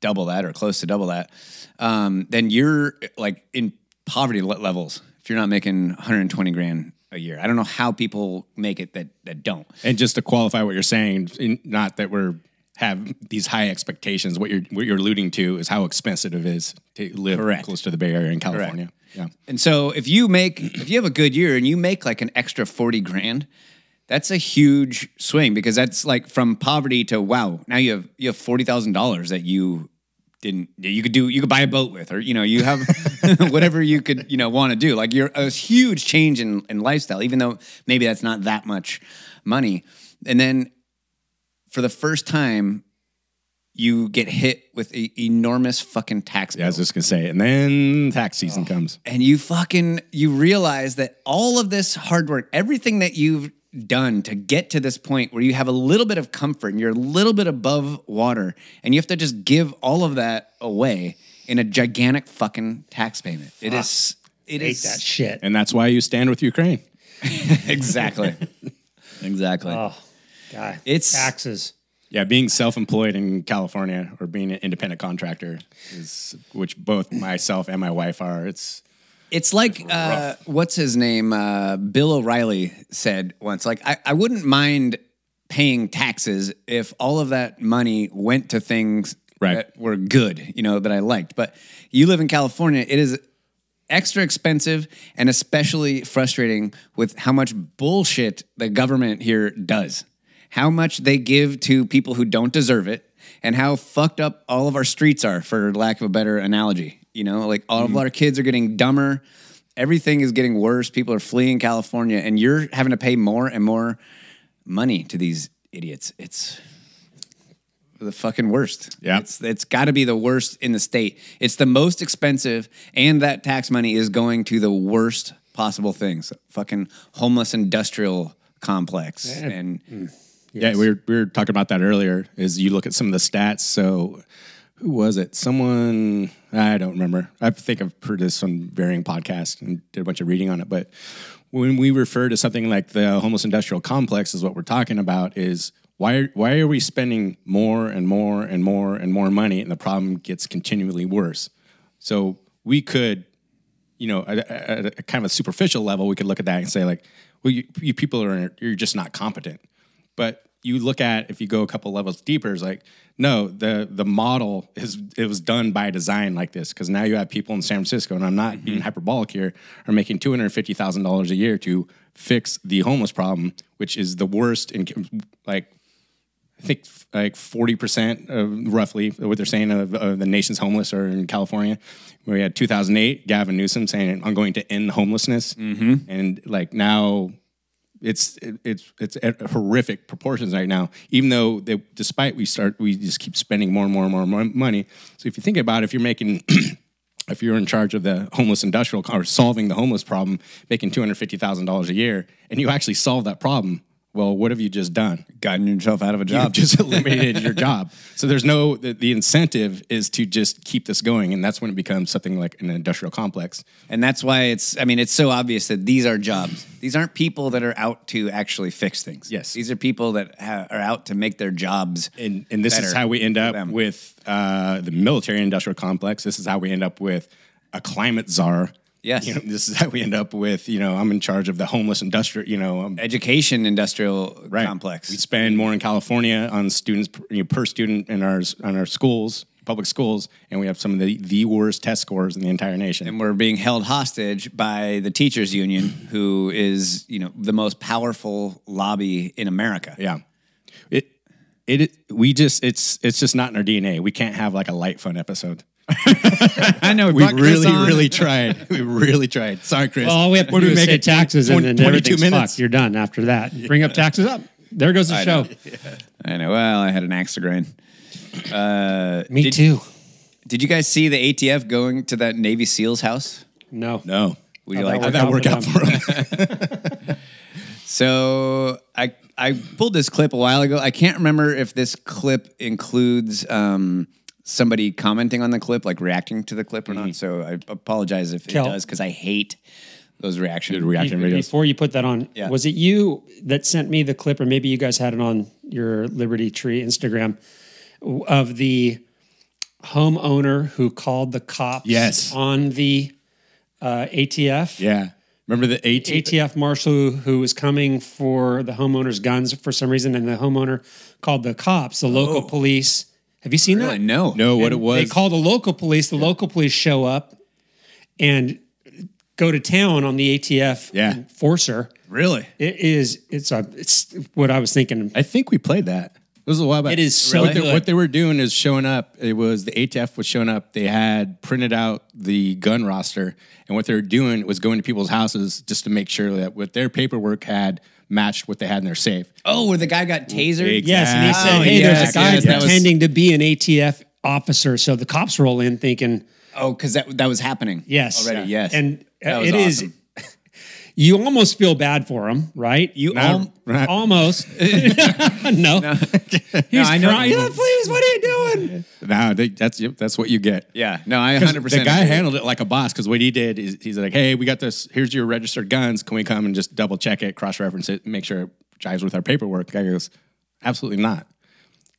Speaker 2: double that or close to double that, um, then you're like in poverty le- levels if you're not making 120 grand a year. I don't know how people make it that that don't.
Speaker 4: And just to qualify what you're saying, in- not that we're have these high expectations. What you're what you're alluding to is how expensive it is to live
Speaker 2: Correct.
Speaker 4: close to the Bay Area in California. Yeah.
Speaker 2: And so if you make if you have a good year and you make like an extra 40 grand, that's a huge swing because that's like from poverty to wow, now you have you have $40,000 that you didn't that you could do you could buy a boat with or you know you have whatever you could you know want to do like you're a huge change in, in lifestyle even though maybe that's not that much money and then for the first time you get hit with an enormous fucking tax bill
Speaker 4: Yeah, I was just gonna say, and then tax
Speaker 2: Oh.
Speaker 4: season comes.
Speaker 2: and you fucking you realize that all of this hard work, everything that you've done to get to this point where you have a little bit of comfort and you're a little bit above water, and you have to just give all of that away in a gigantic fucking tax payment. It is it
Speaker 9: Hate
Speaker 2: is
Speaker 9: that shit.
Speaker 4: And that's why you stand with Ukraine.
Speaker 2: exactly. exactly.
Speaker 9: Oh, God.
Speaker 2: It's-
Speaker 9: taxes.
Speaker 4: Yeah, being self-employed in California or being an independent contractor is which both myself and my wife are. It's
Speaker 2: It's like uh, what's his name? Uh, Bill O'Reilly said once, like I, I wouldn't mind paying taxes if all of that money went to things
Speaker 4: Right.
Speaker 2: that were good, you know, that I liked. But you live in California, it is extra expensive and especially frustrating with how much bullshit the government here does. How much they give to people who don't deserve it and how fucked up all of our streets are for lack of a better analogy. You know, like all of our kids are getting dumber. Everything is getting worse. People are fleeing California and you're having to pay more and more money to these idiots. It's the fucking worst.
Speaker 4: Yeah.
Speaker 2: It's it's got to be the worst in the state. It's the most expensive and that tax money is going to the worst possible things. Fucking homeless industrial complex and
Speaker 4: Yeah, we were, we were talking about that earlier. Is you look at some of the stats. So, who was it? Someone I don't remember. I think I've heard this on varying podcasts and did a bunch of reading on it. But when we refer to something like the homeless industrial complex, is what we're talking about. Is why why are we spending more and more and more and more money, and the problem gets continually worse? So we could you know, at, at a kind of a superficial level, we could look at that and say like, well, you, you people are you're just not competent. But you look at if you go a couple levels deeper is like no the the model is it was done by design like this because now you have people in San Francisco and I'm not being hyperbolic here are making two hundred fifty thousand dollars a year to fix the homeless problem which is the worst in like I think f- like forty percent of roughly what they're saying of, of the nation's homeless are in California. We had 2008, Gavin Newsom saying, "I'm going to end homelessness," and like now, it's it, it's it's at horrific proportions right now. Even though they, despite we start, we just keep spending more and more and more and more money. So if you think about, it, if you're making if you're in charge of the homeless industrial co- or solving the homeless problem, making two hundred fifty thousand dollars a year, and you actually solve that problem, well, what have you just done?
Speaker 2: Gotten yourself out of a job.
Speaker 4: You've just eliminated your job. So there's no the, the incentive is to just keep this going, and that's when it becomes something like an industrial complex.
Speaker 2: And that's why it's, I mean, it's so obvious that these are jobs. These aren't people that are out to actually fix things.
Speaker 4: Yes.
Speaker 2: These are people that ha- are out to make their jobs.
Speaker 4: And and this is
Speaker 2: better
Speaker 4: how we end
Speaker 2: for
Speaker 4: up
Speaker 2: them.
Speaker 4: with uh, the military industrial complex. This is how we end up with a climate czar.
Speaker 2: Yes.
Speaker 4: You know, this is how we end up with you know I'm in charge of the homeless industrial. You know, I'm
Speaker 2: education industrial complex.
Speaker 4: We spend more in California on students you know, per student in our on our schools, public schools, and we have some of the the worst test scores in the entire nation.
Speaker 2: and we're being held hostage by the teachers union who is you know the most powerful lobby in america
Speaker 4: Yeah. It it we just it's it's just not in our DNA. We can't have like a light fun episode.
Speaker 2: i know
Speaker 4: We really really tried. We really tried. Sorry, Chris.
Speaker 9: Well, all we have to
Speaker 4: What
Speaker 9: do
Speaker 4: we
Speaker 9: is
Speaker 4: make
Speaker 9: say
Speaker 4: it 20
Speaker 9: taxes, and then
Speaker 4: 22
Speaker 9: everything's
Speaker 4: minutes?
Speaker 9: fucked. You're done after that. Bring up taxes up. There goes the show.
Speaker 2: i know well i had an axe to grind
Speaker 9: Me too.
Speaker 2: did you guys see the atf going to that navy seals house
Speaker 9: No.
Speaker 4: No.
Speaker 2: would you
Speaker 9: How'd
Speaker 2: like
Speaker 9: that
Speaker 4: Oh. How'd that work out for him?
Speaker 2: So I I pulled this clip a while ago. I can't remember if this clip includes um, somebody commenting on the clip, like reacting to the clip or
Speaker 4: Mm-hmm.
Speaker 2: not. So I apologize if
Speaker 9: Kel-
Speaker 2: it does because I hate those reaction
Speaker 4: reaction
Speaker 9: Be-
Speaker 4: videos.
Speaker 9: Before you put that on,
Speaker 2: Yeah.
Speaker 9: was it you that sent me the clip, or maybe you guys had it on your Liberty Tree Instagram w- of the homeowner who called the cops
Speaker 4: Yes.
Speaker 9: on the uh, ATF?
Speaker 4: Yeah. Remember the AT?
Speaker 9: ATF marshal who was coming for the homeowner's guns for some reason, and the homeowner called the cops, the local
Speaker 2: Oh.
Speaker 9: police. Have you seen
Speaker 2: Really?
Speaker 9: that?
Speaker 2: No,
Speaker 4: No, what it
Speaker 9: They
Speaker 4: was.
Speaker 9: call the local police. The local police show up and go to town on the ATF
Speaker 4: Yeah.
Speaker 9: enforcer.
Speaker 2: really.
Speaker 9: It is. It's a. It's what I was thinking.
Speaker 4: I think we played that. It was a while back.
Speaker 9: It is so
Speaker 4: what, they,
Speaker 9: good.
Speaker 4: what they were doing is showing up. It was the ATF was showing up. They had printed out the gun roster, and what they were doing was going to people's houses just to make sure that what their paperwork had matched what they had in their safe.
Speaker 2: Oh, where the guy got tasered.
Speaker 4: Exactly.
Speaker 9: Yes, and he said,
Speaker 2: Oh,
Speaker 9: "Hey, there's
Speaker 2: yes,
Speaker 9: a guy
Speaker 2: yes, that was-
Speaker 9: pretending to be an ATF officer." So the cops roll in, thinking,
Speaker 2: Oh, because that that was happening.
Speaker 9: "Yes,
Speaker 2: already. Yes,
Speaker 9: and uh,
Speaker 2: That was
Speaker 9: it is.
Speaker 2: awesome.
Speaker 9: You almost feel bad for him, right?
Speaker 2: You
Speaker 4: Not-
Speaker 2: al-
Speaker 4: not-
Speaker 9: almost. no,
Speaker 2: no,
Speaker 9: he's
Speaker 2: I know.
Speaker 9: crying. "Oh, please, what are you doing?
Speaker 4: No, they, that's yep, that's what you get.
Speaker 2: Yeah, no, I
Speaker 4: 'Cause
Speaker 2: hundred percent.
Speaker 4: The guy handled it like a boss because what he did is he's like, "Hey, we got this. Here's your registered guns. Can we come and just double check it, cross reference it, make sure it jives with our paperwork?" The guy goes, "Absolutely not."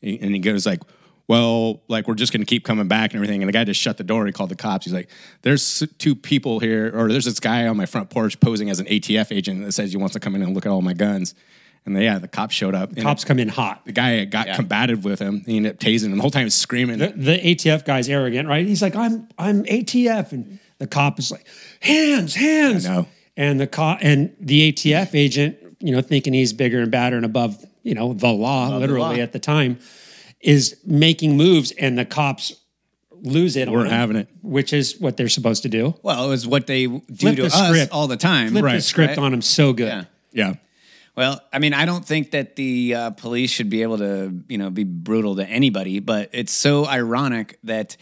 Speaker 4: And he goes like, "Well, like we're just going to keep coming back and everything." And the guy just shut the door. He called the cops. He's like, "There's two people here, or there's this guy on my front porch posing as an ATF agent that says he wants to come in and look at all my guns." And they, yeah, the cops showed up. And
Speaker 9: Cops come in hot.
Speaker 4: The guy got combative with him. He ended up tasing him the whole time, he's screaming.
Speaker 9: The, the ATF guy's arrogant, right? He's like, "I'm I'm ATF," and the cop is like, "Hands, hands!"
Speaker 4: I know.
Speaker 9: And the cop and the ATF agent, you know, thinking he's bigger and badder and above, you know, the law, literally
Speaker 2: law.
Speaker 9: at the time, is making moves, and the cops lose it. on
Speaker 4: We're
Speaker 9: him,
Speaker 4: having it.
Speaker 9: which is what they're supposed to do.
Speaker 2: Well, it was what they do
Speaker 9: Flip
Speaker 2: to
Speaker 9: the
Speaker 2: us
Speaker 9: script.
Speaker 2: all the time.
Speaker 9: Flip the script
Speaker 2: right?
Speaker 9: on him so good.
Speaker 2: Yeah.
Speaker 4: Yeah.
Speaker 2: Well, I mean, I don't think that the uh, police should be able to, you know, be brutal to anybody, but it's so ironic that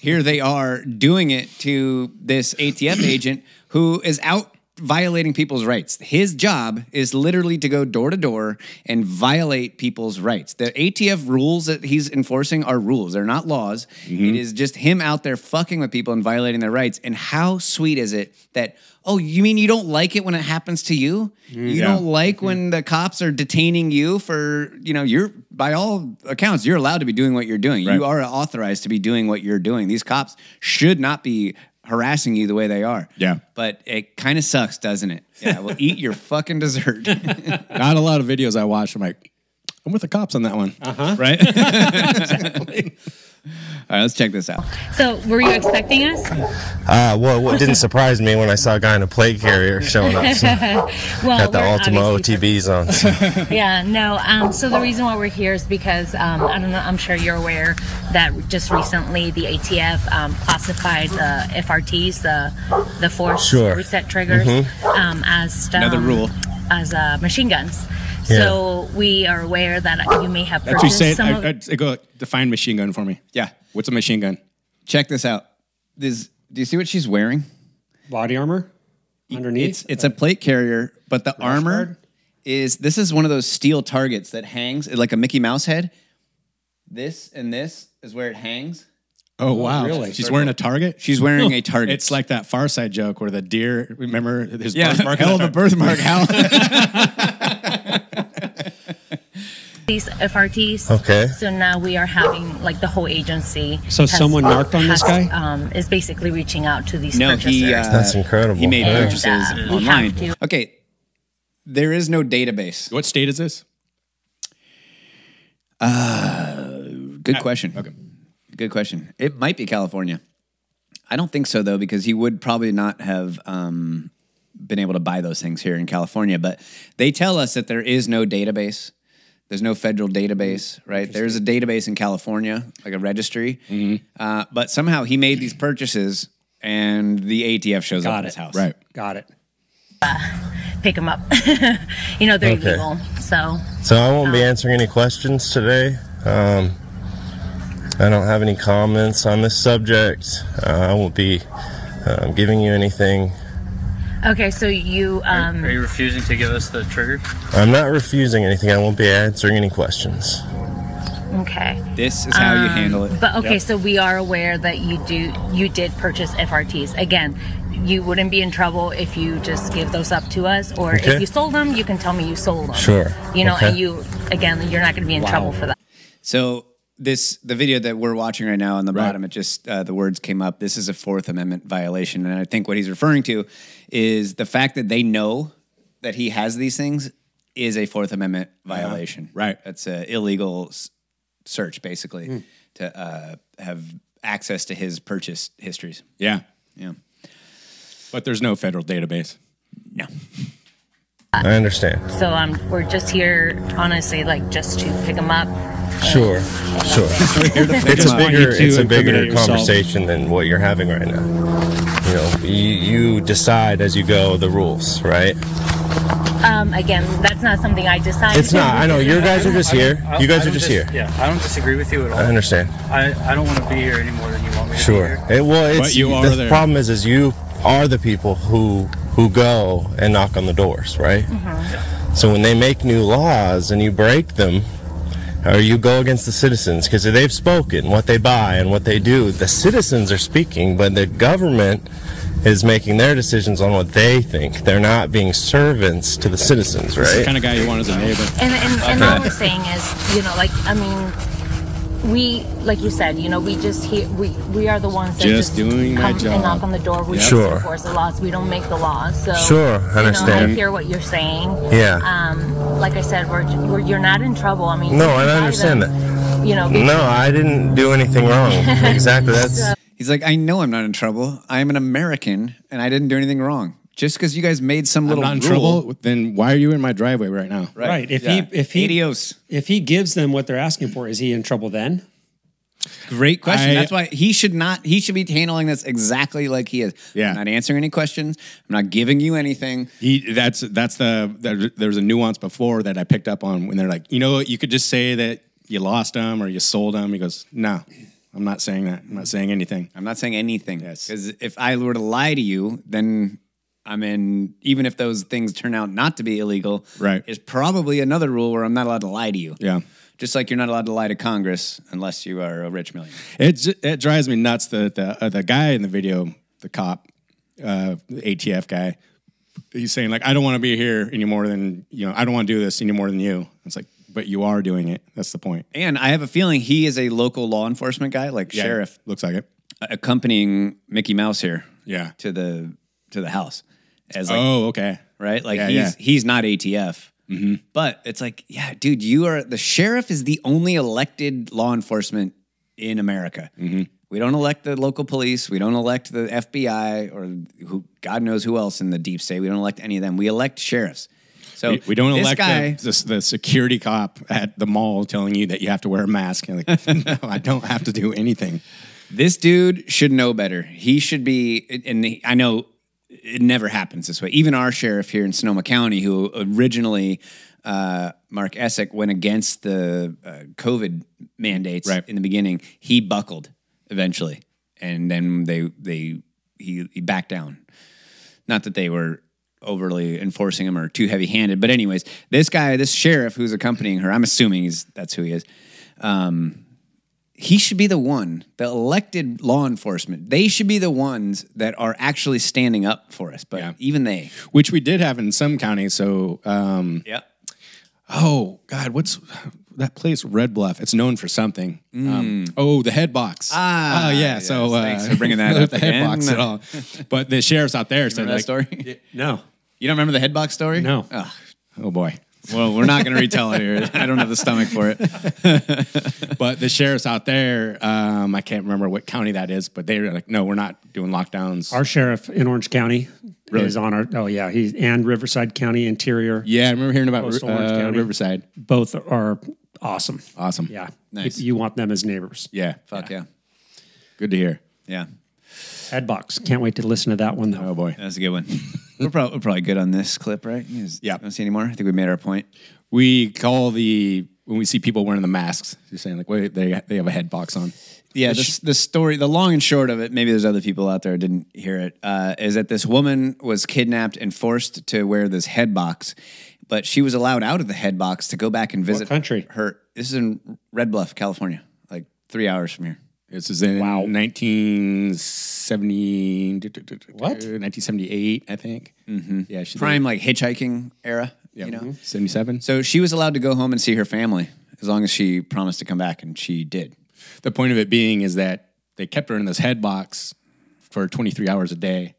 Speaker 2: here they are doing it to this ATF agent who is out violating people's rights. His job is literally to go door to door and violate people's rights. The ATF rules that he's enforcing are rules, they're not laws. It is just him out there fucking with people and violating their rights. And how sweet is it that, oh, you mean you don't like it when it happens to you? You
Speaker 4: Yeah.
Speaker 2: don't like when the cops are detaining you for you know you're by all accounts you're allowed to be doing what you're doing
Speaker 4: Right.
Speaker 2: you are authorized to be doing what you're doing these cops should not be harassing you the way they are
Speaker 4: Yeah.
Speaker 2: but it kind of sucks doesn't it yeah well eat your fucking dessert
Speaker 4: not a lot of videos I watch. I'm like, I'm with the cops on that one.
Speaker 2: right? All right, let's check this out.
Speaker 10: So, were you expecting us?
Speaker 11: Uh, well, what didn't surprise me when I saw a guy in a plate carrier showing up. So
Speaker 10: Well,
Speaker 11: got the
Speaker 10: we're
Speaker 11: Ultima
Speaker 10: obviously-
Speaker 11: OTBs on. so.
Speaker 10: Yeah, no. Um, so the reason why we're here is because um, I don't know. I'm sure you're aware that just recently the ATF um, classified the FRTs, the the force
Speaker 11: Sure. Mm-hmm.
Speaker 10: reset triggers, um, as um,
Speaker 2: Another rule.
Speaker 10: as uh, machine guns. So we are aware that you may have
Speaker 4: That's what you
Speaker 10: purchased
Speaker 4: said.
Speaker 10: some
Speaker 4: I,
Speaker 10: of.
Speaker 4: I, I go define machine gun for me.
Speaker 2: Yeah.
Speaker 4: What's a machine gun?
Speaker 2: Check this out. This do you see what she's wearing?
Speaker 9: Body armor underneath.
Speaker 2: It's it's a plate carrier, but the armor is this is one of those steel targets that hangs like a Mickey Mouse head. This and this is where it hangs.
Speaker 4: Oh wow!
Speaker 9: really?
Speaker 4: She's wearing a target.
Speaker 2: She's wearing a target.
Speaker 4: It's like that Far Side joke where the deer. Remember his
Speaker 2: yeah,
Speaker 4: birthmark.
Speaker 2: hell of a birthmark. How
Speaker 10: these FRTs.
Speaker 11: Okay.
Speaker 10: So now we are having like the whole agency.
Speaker 9: So someone narked on this
Speaker 10: has,
Speaker 9: guy?
Speaker 10: Um, is basically reaching out to these
Speaker 2: no,
Speaker 10: purchasers.
Speaker 2: he uh,
Speaker 11: That's incredible.
Speaker 2: He made
Speaker 11: And, uh,
Speaker 2: purchases
Speaker 10: we
Speaker 2: online.
Speaker 10: have to-
Speaker 2: Okay, there is no database.
Speaker 4: What state is this?
Speaker 2: Good question. Okay. Good question. It might be California. I don't think so though, because he would probably not have um, been able to buy those things here in California. But they tell us that there is no database. There's no federal database, right? There's a database in California, like a registry. Uh, but somehow he made these purchases, and the ATF shows up
Speaker 9: Got
Speaker 2: at his
Speaker 9: it.
Speaker 2: house.
Speaker 4: Right.
Speaker 9: Got it.
Speaker 10: pick them up. you know, they're
Speaker 11: Okay.
Speaker 10: illegal. So
Speaker 11: So I won't be answering any questions today. Um, I don't have any comments on this subject. Uh, I won't be um, giving you anything.
Speaker 10: okay, so you um
Speaker 6: you refusing to give us the trigger?
Speaker 11: I'm not refusing anything. I won't be answering any questions.
Speaker 10: okay.
Speaker 2: This is how you handle it.
Speaker 10: But okay, so we are aware that you do you did purchase FRTs. Again, you wouldn't be in trouble if you just give those up to us or
Speaker 11: Okay.
Speaker 10: if you sold them, you can tell me you sold them.
Speaker 11: Sure.
Speaker 10: You know, and
Speaker 11: Okay.
Speaker 10: you again, you're not going to be in trouble for that.
Speaker 2: So this the video that we're watching right now on the
Speaker 4: Right.
Speaker 2: bottom. It just uh, the words came up. This is a Fourth Amendment violation, and I think what he's referring to is the fact that they know that he has these things is a Fourth Amendment violation.
Speaker 4: Uh-huh. Right. Hmm.
Speaker 2: That's an illegal s- search, basically, to uh, have access to his purchase histories.
Speaker 4: Yeah.
Speaker 2: Yeah.
Speaker 4: But there's no federal database.
Speaker 2: No.
Speaker 11: I understand.
Speaker 10: So um we're just here honestly like just to pick them up.
Speaker 11: Sure. Sure. it's a
Speaker 9: just want
Speaker 11: bigger
Speaker 9: you to
Speaker 11: it's a
Speaker 9: incriminate
Speaker 11: bigger
Speaker 9: yourself.
Speaker 11: conversation than what you're having right now you know you, you decide as you go the rules right
Speaker 10: Um again, that's not something I decided.
Speaker 11: it's not i know your guys are just here you guys are just here
Speaker 6: Yeah, I don't disagree with you at
Speaker 11: i
Speaker 6: all.
Speaker 11: understand
Speaker 6: I, I don't want to be here any more than you want me
Speaker 11: sure it, well it's
Speaker 4: But you are
Speaker 11: the
Speaker 4: there.
Speaker 11: problem is is you are the people who who go and knock on the doors right so when they make new laws and you break them or you go against the citizens because they've spoken what they buy and what they do the citizens are speaking but the government is making their decisions on what they think they're not being servants to the
Speaker 4: It's
Speaker 11: citizens
Speaker 4: the
Speaker 11: right
Speaker 4: kind of guy you want as a neighbor.
Speaker 10: And, and, and all we're saying is, you know, like I mean, we, like you said, you know, we just hear, we we are the ones that
Speaker 4: Just
Speaker 10: just,
Speaker 4: doing my
Speaker 10: come
Speaker 4: job.
Speaker 10: and knock on the door. We just
Speaker 11: Sure.
Speaker 10: enforce the laws. We don't make the laws. So
Speaker 11: Sure, I
Speaker 10: You know,
Speaker 11: understand.
Speaker 10: I hear what you're saying.
Speaker 11: Yeah.
Speaker 10: Um, like I said, we're, we're you're not in trouble. I mean,
Speaker 11: No,
Speaker 10: you can
Speaker 11: and I
Speaker 10: buy
Speaker 11: understand
Speaker 10: them, You know,
Speaker 11: no i didn't do anything wrong exactly that's
Speaker 2: He's like, I know I'm not in trouble. I'm an American, and I didn't do anything wrong. Just because you guys made some
Speaker 4: I'm
Speaker 2: little
Speaker 4: not in
Speaker 2: rule-
Speaker 4: trouble. Then why are you in my driveway right now?
Speaker 2: Right.
Speaker 9: Right, if he- if he-
Speaker 2: adios.
Speaker 9: If he gives them what they're asking for, is he in trouble then?
Speaker 2: Great question.
Speaker 4: I-
Speaker 2: That's why he should not. He should be handling this exactly like he is.
Speaker 4: Yeah.
Speaker 2: I'm not answering any questions. I'm not giving you anything.
Speaker 4: He, E, that's that's the there, there was a nuance before that I picked up on when they're like, you know, what, you could just say that you lost them or you sold them. He goes, no, I'm not saying that. I'm not saying anything.
Speaker 2: I'm not saying anything.
Speaker 4: Yes.
Speaker 2: Because if I were to lie to you, then I'm in. Even if those things turn out not to be illegal,
Speaker 4: Right.
Speaker 2: is probably another rule where I'm not allowed to lie to you.
Speaker 4: Yeah,
Speaker 2: Just like you're not allowed to lie to Congress unless you are a rich millionaire.
Speaker 4: it j- it drives me nuts that the uh, the guy in the video, the cop, uh, the ATF guy, he's saying like, I don't want to be here any more than you know, I don't want to do this any more than you. It's like, but you are doing it. That's the point.
Speaker 2: And I have a feeling he is a local law enforcement guy, like
Speaker 4: Yeah,
Speaker 2: sheriff,
Speaker 4: looks like it.
Speaker 2: accompanying Mickey Mouse here.
Speaker 4: Yeah.
Speaker 2: To the to the house as like
Speaker 4: oh, okay.
Speaker 2: right? Like
Speaker 4: Yeah, Mm-hmm.
Speaker 2: he's
Speaker 4: yeah.
Speaker 2: he's not ATF. But it's like, yeah, dude, you are the sheriff is the only elected law enforcement in America.
Speaker 4: Mm-hmm.
Speaker 2: We don't elect the local police. We don't elect the FBI or who God knows who else in the deep state. We don't elect any of them. We elect sheriffs. So
Speaker 4: we, we don't
Speaker 2: this
Speaker 4: elect
Speaker 2: guy-
Speaker 4: the, the, the security cop at the mall telling you that you have to wear a mask. You're like, no, I don't have to do anything.
Speaker 2: This dude should know better. He should be, and he- I know it never happens this way. Even our sheriff here in Sonoma County, who originally uh, Mark Essex went against the uh, COVID mandates
Speaker 4: Right.
Speaker 2: in the beginning, he buckled eventually, and then they they he, he backed down. Not that they were overly enforcing him or too heavy handed, but anyways, this guy, this sheriff who's accompanying her, I'm assuming he's that's who he is. Um, he should be the one, the elected law enforcement. They should be the ones that are actually standing up for us. But even they,
Speaker 4: Which we did have in some counties. So, um,
Speaker 2: yeah,
Speaker 4: oh God, what's that place? Red Bluff. It's known for something. Um, oh, the head box.
Speaker 2: Mm. Ah,
Speaker 4: oh yeah.
Speaker 2: yes,
Speaker 4: so uh,
Speaker 2: thanks for bringing that
Speaker 4: not
Speaker 2: up
Speaker 4: the head
Speaker 2: again.
Speaker 4: box at all. But the sheriff's out there said
Speaker 2: remember
Speaker 4: like,
Speaker 2: that story?
Speaker 9: No.
Speaker 2: You don't remember the head box story?
Speaker 9: No.
Speaker 2: Ugh.
Speaker 4: oh boy.
Speaker 2: well, we're not going to retell it here. I don't have the stomach for it.
Speaker 4: But the sheriff's out there. Um, I can't remember what county that is, but they're like, no, we're not doing lockdowns.
Speaker 9: Our sheriff in Orange County
Speaker 4: Really?
Speaker 9: is on our. Oh yeah, he's and Riverside County Interior.
Speaker 4: yeah, I remember hearing about
Speaker 9: Coastal Orange
Speaker 4: uh,
Speaker 9: County.
Speaker 4: Riverside.
Speaker 9: Both are awesome.
Speaker 4: Awesome.
Speaker 9: Yeah,
Speaker 2: Nice.
Speaker 9: If you want them as neighbors.
Speaker 4: Yeah.
Speaker 2: Fuck yeah,
Speaker 4: Good to hear.
Speaker 2: yeah.
Speaker 9: Headbox. Can't wait to listen to that one though.
Speaker 4: Oh boy.
Speaker 2: That was a good one. we're, prob- we're probably good on this clip, right? You guys
Speaker 4: Yeah.
Speaker 2: Don't see any more. I think we made our point.
Speaker 4: We call the when we see people wearing the masks. You're saying like, wait, they they have a head box on.
Speaker 2: yeah, this, the story, the long and short of it, maybe there's other people out there who didn't hear it, uh, is that this woman was kidnapped and forced to wear this head box, but she was allowed out of the head box to go back and visit
Speaker 9: country?
Speaker 2: her. This is in Red Bluff, California, like three hours from here.
Speaker 4: This is in
Speaker 9: Wow.
Speaker 4: 1970.
Speaker 9: What?
Speaker 4: 1978, I think. Mm-hmm. Yeah, she's
Speaker 2: Prime, like hitchhiking era,
Speaker 4: Yeah, Mm-hmm.
Speaker 2: you know?
Speaker 4: 77. So
Speaker 2: So she was allowed to go home and see her family as long as she promised to come back, and she did.
Speaker 4: the point of it being is that they kept her in this head box for 23 hours a day,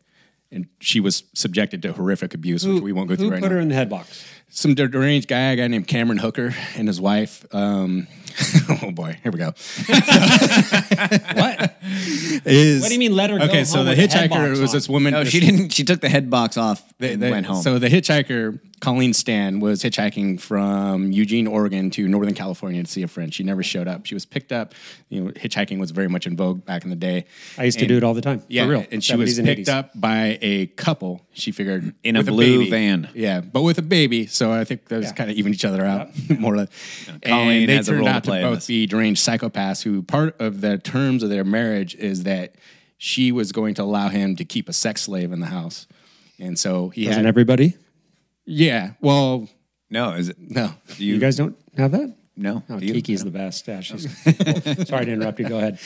Speaker 4: and she was subjected to horrific abuse, which we won't go
Speaker 9: Who
Speaker 4: through right
Speaker 9: put
Speaker 4: now.
Speaker 9: her in the headbox?
Speaker 4: Some der- deranged guy, a guy named Cameron Hooker, and his wife. Um, oh boy, here we go.
Speaker 9: What?
Speaker 4: Is
Speaker 9: What do you mean let her go
Speaker 4: Okay, so
Speaker 9: home
Speaker 4: the
Speaker 9: with a head
Speaker 4: hitchhiker
Speaker 9: box
Speaker 4: was
Speaker 9: on?
Speaker 4: this woman.
Speaker 2: No,
Speaker 4: this-
Speaker 2: she didn't. She took the head box off
Speaker 4: They-
Speaker 2: and
Speaker 4: they-
Speaker 2: went home.
Speaker 4: So the hitchhiker, Colleen Stan, was hitchhiking from Eugene, Oregon to Northern California to see a friend. She never showed up. She was picked up. You know, hitchhiking was very much in vogue back in the day.
Speaker 9: I used to do it all the time.
Speaker 4: Yeah,
Speaker 9: for real.
Speaker 4: and she was
Speaker 9: 70s and
Speaker 4: picked
Speaker 9: 80s.
Speaker 4: up by a couple. She figured
Speaker 2: In a
Speaker 4: with
Speaker 2: blue
Speaker 4: baby.
Speaker 2: van.
Speaker 4: Yeah, but with a baby. So I think those
Speaker 9: Yeah.
Speaker 4: kind of even each other out more or less.
Speaker 2: Colleen
Speaker 4: and they
Speaker 2: has a
Speaker 4: turned
Speaker 2: role to
Speaker 4: out to
Speaker 2: play in
Speaker 4: both
Speaker 2: this.
Speaker 4: be deranged psychopaths. Who part of the terms of their marriage is that she was going to allow him to keep a sex slave in the house, and so he
Speaker 9: Doesn't
Speaker 4: had
Speaker 9: everybody?
Speaker 4: yeah. Well,
Speaker 2: no, is it?
Speaker 4: no.
Speaker 9: You, guys don't have that?
Speaker 2: No,
Speaker 9: No,
Speaker 2: do you?
Speaker 9: Kiki's Oh, the best. Yeah, she's cool. Sorry to interrupt you. Go ahead.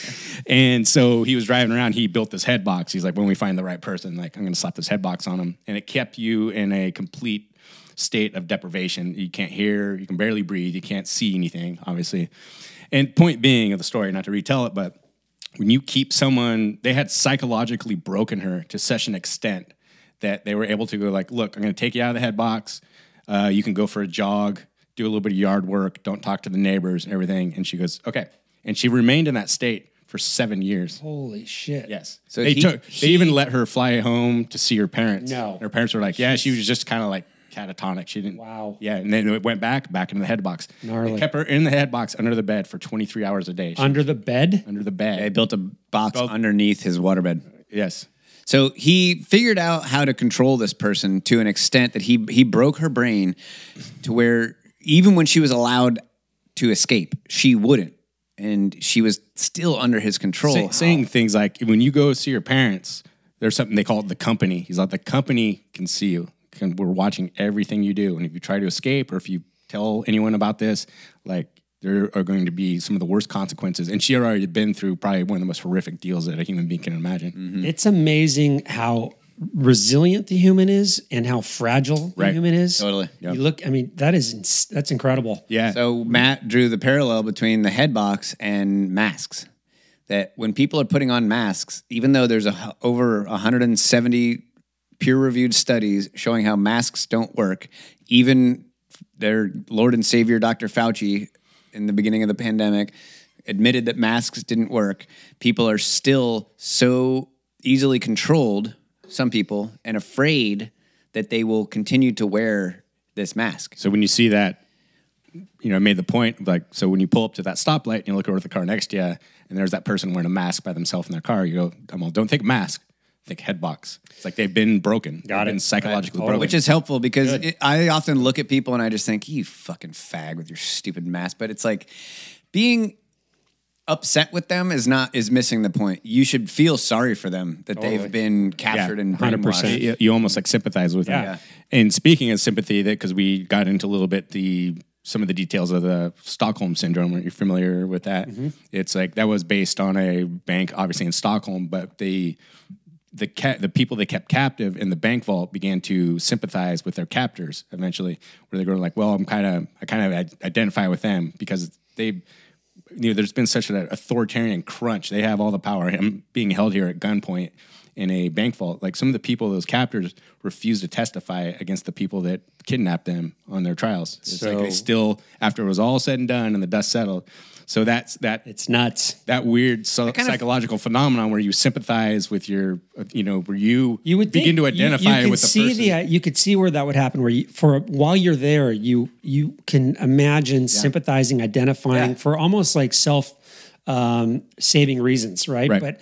Speaker 4: And so he was driving around. He built this head box. He's like, when we find the right person, like I'm going to slap this head box on him. And it kept you in a complete state of deprivation. You can't hear. You can barely breathe. You can't see anything, obviously. And point being of the story, not to retell it, but when you keep someone, they had psychologically broken her to such an extent that they were able to go like, look, I'm going to take you out of the head box. Uh, you can go for a jog, do a little bit of yard work, don't talk to the neighbors and everything. And she goes, okay. And she remained in that state for seven years.
Speaker 9: Holy shit.
Speaker 4: Yes.
Speaker 2: So
Speaker 4: So they
Speaker 2: he-
Speaker 4: took. They
Speaker 2: he-
Speaker 4: even let her fly home to see her parents.
Speaker 9: No.
Speaker 4: her parents were like, "Yeah, she was just kind of like catatonic. She didn't."
Speaker 9: Wow.
Speaker 4: Yeah, and then it went back, back into the head box.
Speaker 9: Gnarly.
Speaker 4: They kept her in the head box under the bed for 23 hours a day. She-
Speaker 9: Under the bed?
Speaker 4: under the
Speaker 2: They
Speaker 4: bed.
Speaker 2: built a box underneath his waterbed.
Speaker 4: yes.
Speaker 2: So he figured out how to control this person to an extent that he he broke her brain to where even when she was allowed to escape, she wouldn't. And she was still under his control.
Speaker 4: Say- saying things like, "When you go see your parents, there's something they call it the company." He's like, "The company can see you. Can, we're watching everything you do, and if you try to escape or if you tell anyone about this, like." There are going to be some of the worst consequences, and she had already been through probably one of the most horrific deals that a human being can imagine.
Speaker 2: Mm-hmm.
Speaker 9: It's amazing how resilient the human is and how fragile the
Speaker 4: Right.
Speaker 9: human is.
Speaker 2: Totally. Yep.
Speaker 9: You look, I mean, that is ins- that's incredible.
Speaker 4: Yeah.
Speaker 2: So Matt drew the parallel between the head box and masks. That when people are putting on masks, even though there's a, h- over 170 peer-reviewed studies showing how masks don't work, even their Lord and Savior, Dr. Fauci, in the beginning of the pandemic, admitted that masks didn't work. People are still so easily controlled, some people, and afraid that they will continue to wear this mask.
Speaker 4: So when you see that, you know, I made the point of, like, so when you pull up to that stoplight and you look over at the car next to you, and there's that person wearing a mask by themselves in their car, you go, come on, don't think mask, think head box. It's like they've been broken. Got it. Been psychologically broken.
Speaker 2: Which is helpful because it, I often look at people and I just think, you fucking fag with your stupid mask. But it's like being upset with them is not is missing the point. You should feel sorry for them that
Speaker 4: Totally.
Speaker 2: they've been captured and brainwashed.
Speaker 4: You, you almost like sympathize with
Speaker 2: Yeah.
Speaker 4: them. And speaking of sympathy, that because we got into a little bit the some of the details of the Stockholm syndrome. Are you familiar with that? It's like that was based on a bank, obviously in Stockholm, but the the ca- the people they kept captive in the bank vault began to sympathize with their captors eventually, where they go like, "Well, I'm kind of I kind of identify with them because they." You know, there's been such an authoritarian crunch. They have all the power. I'm being held here at gunpoint in a bank vault. Like some of the people, those captors refused to testify against the people that kidnapped them on their trials. It's like they
Speaker 9: So-
Speaker 4: still, after it was all said and done and the dust settled. So that's that.
Speaker 9: It's nuts.
Speaker 4: That weird so-
Speaker 9: kind of-
Speaker 4: psychological phenomenon where you sympathize with your, you know, where you
Speaker 9: You would
Speaker 4: begin
Speaker 9: think-
Speaker 4: to
Speaker 9: you-
Speaker 4: identify
Speaker 9: you could
Speaker 4: with the
Speaker 9: see
Speaker 4: person.
Speaker 9: The, you could see where that would happen. Where you, for while you're there, you you can imagine sympathizing, identifying for almost like self um, saving reasons, right?
Speaker 4: Right.
Speaker 9: But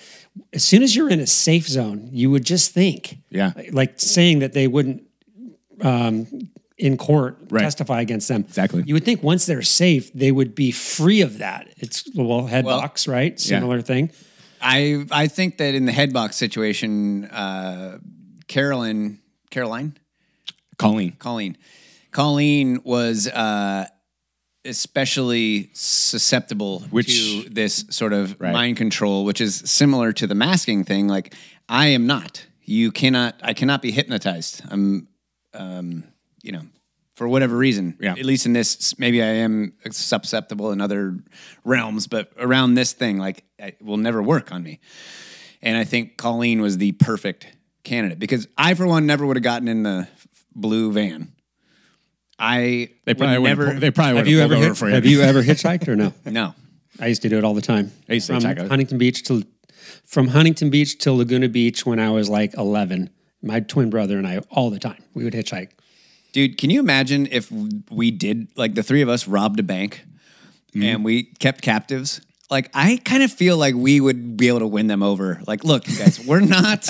Speaker 9: as soon as you're in a safe zone, you would just think,
Speaker 4: yeah,
Speaker 9: like saying that they wouldn't um, in court
Speaker 4: Right.
Speaker 9: testify against them.
Speaker 4: exactly.
Speaker 9: You would think once they're safe, they would be free of that. It's well, head box, right?
Speaker 2: yeah.
Speaker 9: Similar thing.
Speaker 2: I I think that in the headbox situation, uh, Carolyn, Caroline,
Speaker 4: Colleen.
Speaker 2: Colleen, Colleen was uh, especially susceptible
Speaker 4: Which-
Speaker 2: to this sort of
Speaker 4: Right.
Speaker 2: mind control, which is similar to the masking thing. Like I am not. You cannot. I cannot be hypnotized. I'm, um, you know, for whatever reason.
Speaker 4: Yeah.
Speaker 2: At least in this, maybe I am susceptible in other realms, but around this thing, like it will never work on me. And I think Colleen was the perfect candidate because I, for one, never would have gotten in the blue van. I
Speaker 4: They probably
Speaker 2: would
Speaker 4: would've
Speaker 2: never.
Speaker 4: pulled- they probably
Speaker 9: Have
Speaker 4: would've
Speaker 9: you
Speaker 4: pulled
Speaker 9: ever
Speaker 4: over
Speaker 9: hit-
Speaker 4: for
Speaker 9: have you ever hitchhiked or no?
Speaker 2: no.
Speaker 9: I used to do it all the time.
Speaker 4: I used to
Speaker 9: from
Speaker 4: hitchhike out.
Speaker 9: Huntington Beach to from Huntington Beach to Laguna Beach when I was like 11. My twin brother and I all the time. We would hitchhike.
Speaker 2: Dude, can you imagine if we did like the three of us robbed a bank
Speaker 4: Mm-hmm.
Speaker 2: and we kept captives? Like I kind of feel like we would be able to win them over. Like, look, you guys, we're not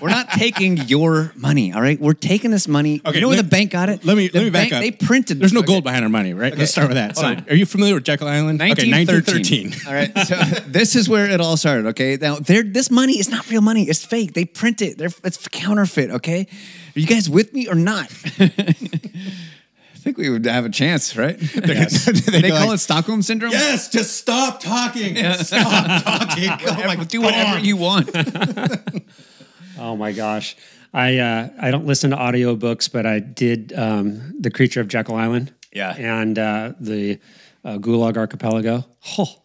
Speaker 2: we're not taking your money, all right? We're taking this money.
Speaker 4: Okay,
Speaker 2: you know where
Speaker 4: let-
Speaker 2: the bank got it?
Speaker 4: Let me
Speaker 2: The
Speaker 4: let me back
Speaker 2: bank-
Speaker 4: up.
Speaker 2: They printed.
Speaker 4: There's no
Speaker 2: okay.
Speaker 4: gold behind our money, right? Let's start with that.
Speaker 2: Hold
Speaker 4: So,
Speaker 2: on.
Speaker 4: are you familiar with Jekyll Island? Okay,
Speaker 2: 1913. All right, so this is where it all started. Okay, now they're, this money is not real money; it's fake. They print it; they're, it's counterfeit. Okay, are you guys with me or not? I think we would have a chance, right? they
Speaker 4: go
Speaker 2: call
Speaker 4: like-
Speaker 2: it Stockholm syndrome.
Speaker 4: Yes, just stop talking. Stop talking. Oh my
Speaker 2: do whatever
Speaker 4: God.
Speaker 2: you want.
Speaker 9: Oh my gosh. I uh, I don't listen to audiobooks, but I did um, The Creature of Jekyll Island.
Speaker 2: Yeah.
Speaker 9: And uh, the uh, Gulag Archipelago. Oh,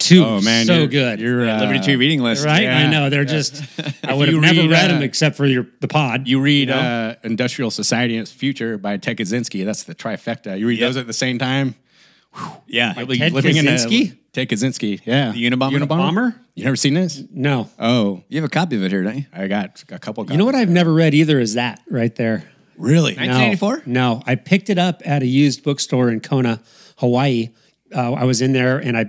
Speaker 9: two
Speaker 4: Oh man,
Speaker 9: so
Speaker 4: you're,
Speaker 9: good.
Speaker 4: You're uh,
Speaker 2: Liberty Tree reading list,
Speaker 9: right?
Speaker 4: yeah.
Speaker 9: I know. They're just I would have
Speaker 4: you
Speaker 9: never
Speaker 4: read,
Speaker 9: read
Speaker 4: uh,
Speaker 9: them except for your the pod.
Speaker 4: You read
Speaker 9: know?
Speaker 2: um,
Speaker 4: uh, Industrial Society and Its Future by Ted Kaczynski. That's the trifecta. You read those at the same time.
Speaker 2: Yeah,
Speaker 4: You'll be
Speaker 9: Ted Kaczynski?
Speaker 4: A, Ted Kaczynski. Yeah.
Speaker 2: The Unabomber?
Speaker 9: Bomber?
Speaker 4: You never seen this?
Speaker 9: No.
Speaker 4: Oh,
Speaker 2: you have a copy of it here, don't you?
Speaker 4: I got a couple.
Speaker 9: You know what I've never read either is that right there.
Speaker 4: really?
Speaker 9: No.
Speaker 2: 1984?
Speaker 9: No, I picked it up at a used bookstore in Kona, Hawaii. Uh, I was in there, and I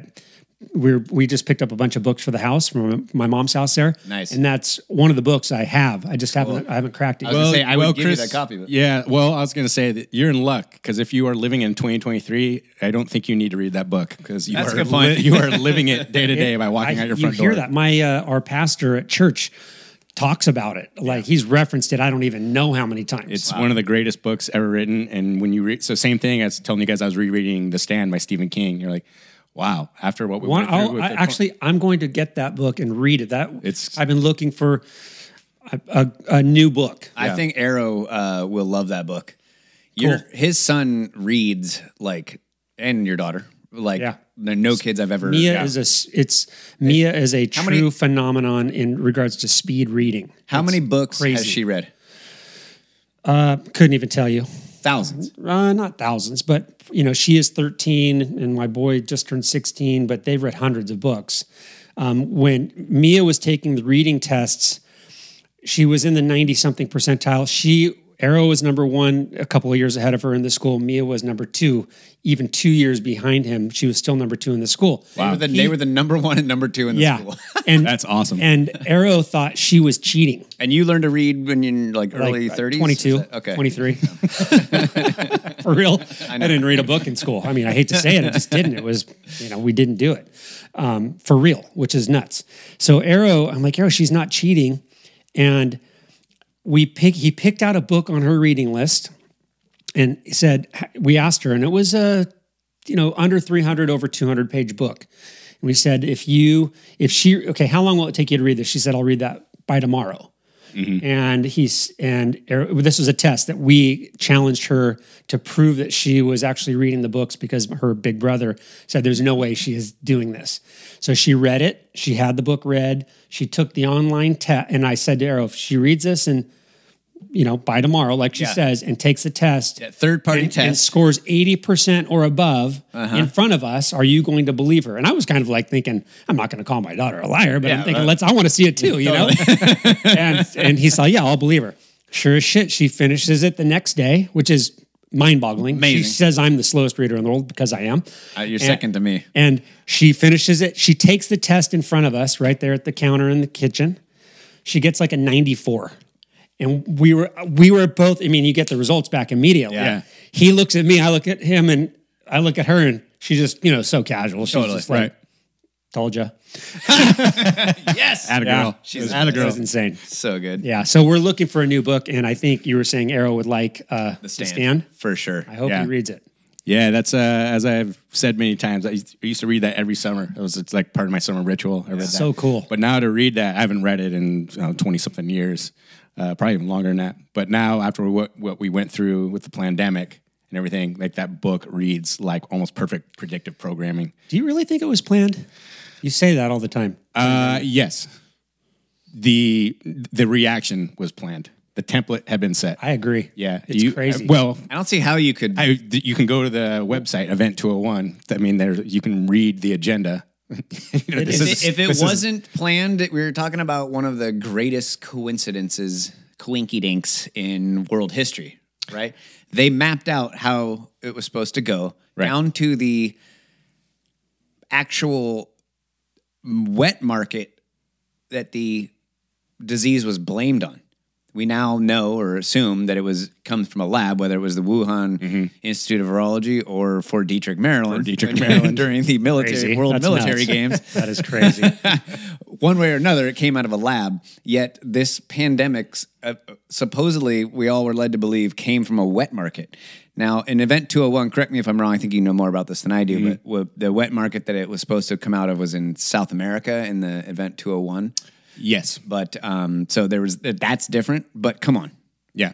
Speaker 9: we were, we just picked up a bunch of books for the house from my mom's house there.
Speaker 2: Nice.
Speaker 9: and that's one of the books I have. I just haven't I haven't cracked it.
Speaker 2: I was gonna
Speaker 9: yet.
Speaker 2: say I would give you that copy, but-
Speaker 4: Yeah. Well, I was going to say that you're in luck because if you are living in 2023, I don't think you need to read that book because you
Speaker 2: That's
Speaker 4: are
Speaker 2: a good point.
Speaker 4: you are living it day to day by walking
Speaker 9: I-
Speaker 4: out your
Speaker 9: you
Speaker 4: front
Speaker 9: hear
Speaker 4: door.
Speaker 9: that? My uh, our pastor at church talks about it. Like he's referenced it. I don't even know how many times.
Speaker 4: It's one of the greatest books ever written. And when you read, so same thing as telling you guys I was rereading The Stand by Stephen King. You're like, wow, after what we
Speaker 9: One,
Speaker 4: went through
Speaker 2: oh,
Speaker 9: I'll-
Speaker 4: with
Speaker 9: I,
Speaker 4: the-
Speaker 9: actually, I'm going to get that book and read it. That
Speaker 4: It's-
Speaker 9: I've been looking for a, a, a new book.
Speaker 2: I think Arrow uh, will love that book. Your his son reads like, and your daughter like.
Speaker 9: Yeah.
Speaker 2: there are no kids I've ever.
Speaker 9: Mia
Speaker 2: Yeah.
Speaker 9: is a s- it's Mia is a true
Speaker 2: many-
Speaker 9: phenomenon in regards to speed reading.
Speaker 2: How
Speaker 9: It's-
Speaker 2: many books
Speaker 9: crazy.
Speaker 2: has she read?
Speaker 9: Couldn't even tell you.
Speaker 2: Thousands.
Speaker 9: Uh, not thousands, but you know, she is 13 and my boy just turned 16, but they've read hundreds of books. Um, when Mia was taking the reading tests, she was in the 90 something percentile. She, Arrow was number one a couple of years ahead of her in the school. Mia was number two, even two years behind him. She was still number two in the school.
Speaker 2: They, were the, they
Speaker 9: He-
Speaker 2: were the number one and number two in the
Speaker 9: yeah.
Speaker 2: school.
Speaker 9: And,
Speaker 4: That's awesome.
Speaker 9: and Arrow thought she was cheating.
Speaker 2: And you learned to read when you're like early
Speaker 9: Like, uh,
Speaker 2: 30s?
Speaker 9: 22,
Speaker 2: Okay.
Speaker 9: 23. For real. I, didn't read a book in school. I mean, I hate to say it, I just didn't. It was, you know, we didn't do it um, for real, which is nuts. So Arrow, I'm like, Arrow, she's not cheating. And we pick, he picked out a book on her reading list and said, we asked her, and it was a, you know, under 300, over 200 page book. And we said, if you, if she, okay, how long will it take you to read this? She said, I'll read that by tomorrow and he's and er, this was a test that we challenged her to prove that she was actually reading the books because her big brother said there's no way she is doing this so she read it she had the book read she took the online test and i said to arrow if she reads this and you know by tomorrow like she
Speaker 2: Yeah.
Speaker 9: says and takes the test
Speaker 2: That third party
Speaker 9: and, and
Speaker 2: test.
Speaker 9: scores 80% or above
Speaker 2: Uh-huh.
Speaker 9: in front of us are you going to believe her and i was kind of like thinking i'm not going to call my daughter a liar but i'm
Speaker 2: Yeah, uh,
Speaker 9: thinking
Speaker 2: but-
Speaker 9: let's i want to see it too you know and, and he's like yeah i'll believe her sure as shit she finishes it the next day which is mind-boggling
Speaker 2: Amazing.
Speaker 9: she says i'm the slowest reader in the world because i am
Speaker 2: Uh, you're second to me.
Speaker 9: and she finishes it she takes the test in front of us right there at the counter in the kitchen she gets like a 94 and we were we were both i mean you get the results back immediately
Speaker 2: Yeah.
Speaker 9: he looks at me i look at him and i look at her and she's just you know so casual she's
Speaker 2: Totally,
Speaker 9: just like
Speaker 2: right.
Speaker 9: told you
Speaker 2: Yes.
Speaker 4: At a
Speaker 9: Yeah.
Speaker 4: girl.
Speaker 2: She's-
Speaker 4: She's at a
Speaker 9: it
Speaker 4: girl.
Speaker 9: was insane
Speaker 2: So good.
Speaker 9: yeah so we're looking for a new book and i think you were saying arrow would like uh
Speaker 2: The stand.
Speaker 9: the stand
Speaker 2: For sure.
Speaker 9: i hope
Speaker 4: Yeah.
Speaker 9: he reads it
Speaker 4: Yeah, that's uh, as I've said many times. I used I used to read that every summer. It was it's like part of my summer ritual. I read that.
Speaker 9: So cool.
Speaker 4: But now to read that, I haven't read it in twenty something years, uh, probably even longer than that. But now after what what we went through with the pandemic and everything, like that book reads like almost perfect predictive programming.
Speaker 9: do you really think it was planned you say that all the time
Speaker 4: Uh, yes, the the reaction was planned. The template had been set.
Speaker 9: i agree
Speaker 4: yeah,
Speaker 9: it's
Speaker 4: you- uh,
Speaker 9: crazy
Speaker 4: well,
Speaker 2: I don't see how you could.
Speaker 4: I, th- you can go to the website event 201 i mean there you can read the agenda You know, this
Speaker 2: if
Speaker 4: is-
Speaker 2: it, if it
Speaker 4: this is-
Speaker 2: wasn't planned, we were talking about one of the greatest coincidences, coinky dinks in world history, right? They mapped out how it was supposed to go
Speaker 4: Right.
Speaker 2: down to the actual wet market that the disease was blamed on. We now know or assume that it was comes from a lab, whether it was the Wuhan Institute of Virology or Fort Detrick, Maryland,
Speaker 4: Mm-hmm. Detrick, Maryland.
Speaker 2: during the military
Speaker 9: Crazy.
Speaker 2: world
Speaker 9: That's
Speaker 2: military
Speaker 9: nuts.
Speaker 2: games
Speaker 9: that is crazy
Speaker 2: one way or another, it came out of a lab. Yet this pandemic, uh, supposedly, we all were led to believe came from a wet market. Now, in Event 201, correct me if I'm wrong, I think you know more about this than I do,
Speaker 4: Mm-hmm.
Speaker 2: but wa- the wet market that it was supposed to come out of was in South America in the Event 201.
Speaker 4: yes
Speaker 2: But um, so there was that's different, but come on.
Speaker 4: yeah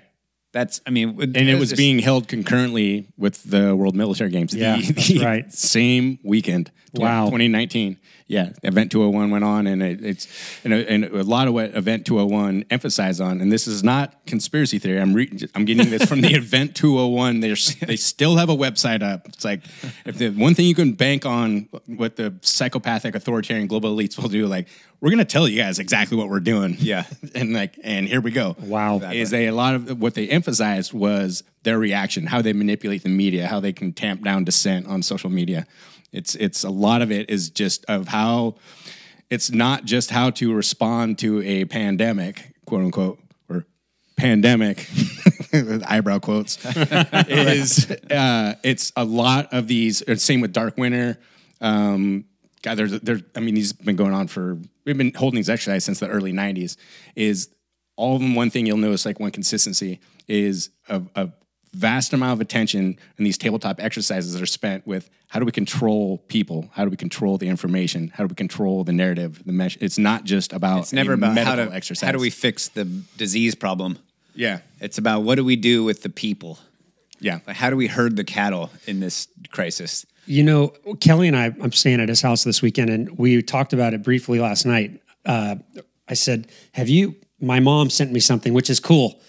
Speaker 2: That's, I mean,
Speaker 4: and it was being held concurrently with the world military games
Speaker 9: Yeah,
Speaker 4: the,
Speaker 9: that's
Speaker 4: the
Speaker 9: right.
Speaker 4: same weekend tw-
Speaker 9: Wow.
Speaker 4: 2019 yeah event 201 went on and it, it's and a, and a lot of what event 201 emphasized on and this is not conspiracy theory i'm re- i'm getting this from the event 201 they they still have a website up it's like if the one thing you can bank on what the psychopathic authoritarian global elites will do like we're going to tell you guys exactly what we're doing yeah and like and here we go
Speaker 9: Wow.
Speaker 4: is they a lot of what they emphasized was their reaction, how they manipulate the media, how they can tamp down dissent on social media. It's it's a lot of it is just of how it's not just how to respond to a pandemic, quote unquote, or pandemic with eyebrow quotes. it is uh, it's a lot of these. and Same with Dark Winter. Um, God, there's there's I mean, these have been going on for we've been holding these exercises since the early '90s. Is all of them one thing you'll notice like one consistency is a, a vast amount of attention in these tabletop exercises that are spent with how do we control people how do we control the information how do we control the narrative the mesh it's not just about
Speaker 2: it's never about how, to,
Speaker 4: exercise
Speaker 2: how do we fix the disease problem.
Speaker 4: yeah
Speaker 2: It's about what do we do with the people?
Speaker 4: yeah
Speaker 2: Like, how do we herd the cattle in this crisis?
Speaker 9: You know, Kelly and I, I'm staying at his house this weekend, and we talked about it briefly last night. Uh, I said, Have you? My mom sent me something, which is cool.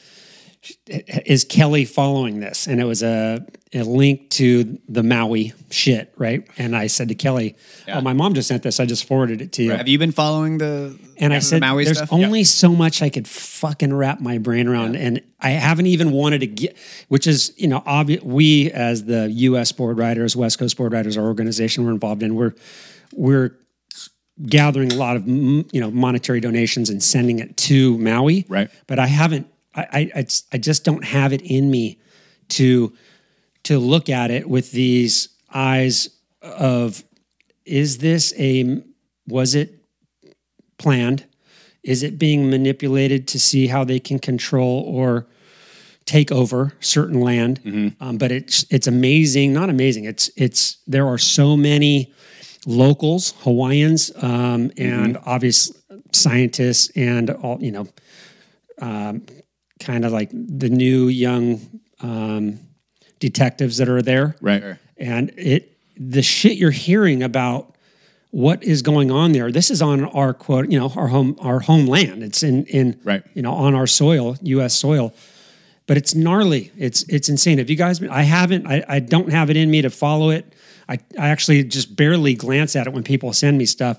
Speaker 9: is Kelly following this? And it was a, a link to the Maui shit, right? And I said to Kelly, Oh, my mom just sent this. I just forwarded it to you.
Speaker 2: Have you been following the
Speaker 9: And I
Speaker 2: the
Speaker 9: said,
Speaker 2: Maui
Speaker 9: there's
Speaker 2: stuff?
Speaker 9: only so much I could fucking wrap my brain around. And I haven't even wanted to get, which is, you know, obvi- we as the US board riders, West Coast board riders, our organization we're involved in, we're, we're gathering a lot of, mm, you know, monetary donations and sending it to Maui.
Speaker 4: Right.
Speaker 9: But I haven't, I, I, I just- I just don't have it in me to, to look at it with these eyes of, is this a, was it planned? Is it being manipulated to see how they can control or take over certain land? Um, but it's it's amazing, not amazing. It's it's there are so many locals, Hawaiians, um, and obvious scientists, and all you know, um, kind of like the new young um, detectives that are there,
Speaker 4: Right.
Speaker 9: and it the shit you're hearing about what is going on there this is on our quote you know our home our homeland it's in in
Speaker 4: Right.
Speaker 9: you know on our soil us soil but it's gnarly it's it's insane have you guys been i haven't i, I don't have it in me to follow it I, I actually just barely glance at it when people send me stuff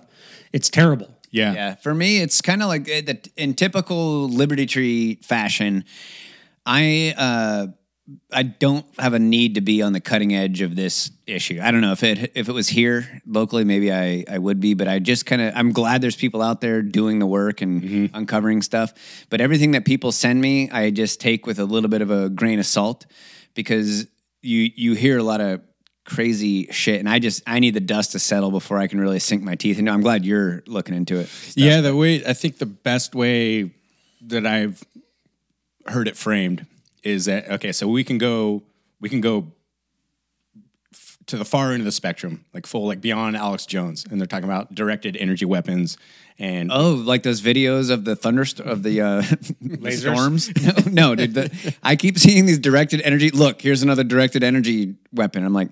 Speaker 9: it's terrible
Speaker 4: Yeah.
Speaker 2: Yeah, for me, it's kind of like eh, the- in typical Liberty Tree fashion. I uh, I don't have a need to be on the cutting edge of this issue. I don't know if it if it was here locally, maybe I I would be, but I just kind of I'm glad there's people out there doing the work and uncovering stuff. But everything that people send me, I just take with a little bit of a grain of salt because you you hear a lot of crazy shit and i just i need the dust to settle before i can really sink my teeth into it. i'm glad you're looking into it
Speaker 4: Yeah, the way I think the best way that I've heard it framed is that okay, so we can go we can go f- to the far end of the spectrum, like full like beyond Alex Jones, and they're talking about directed energy weapons and
Speaker 2: Oh, like those videos of the thunderstorm of the uh, the storms? No, no, dude. The, I keep seeing these directed energy. Look, here's another directed energy weapon. I'm like,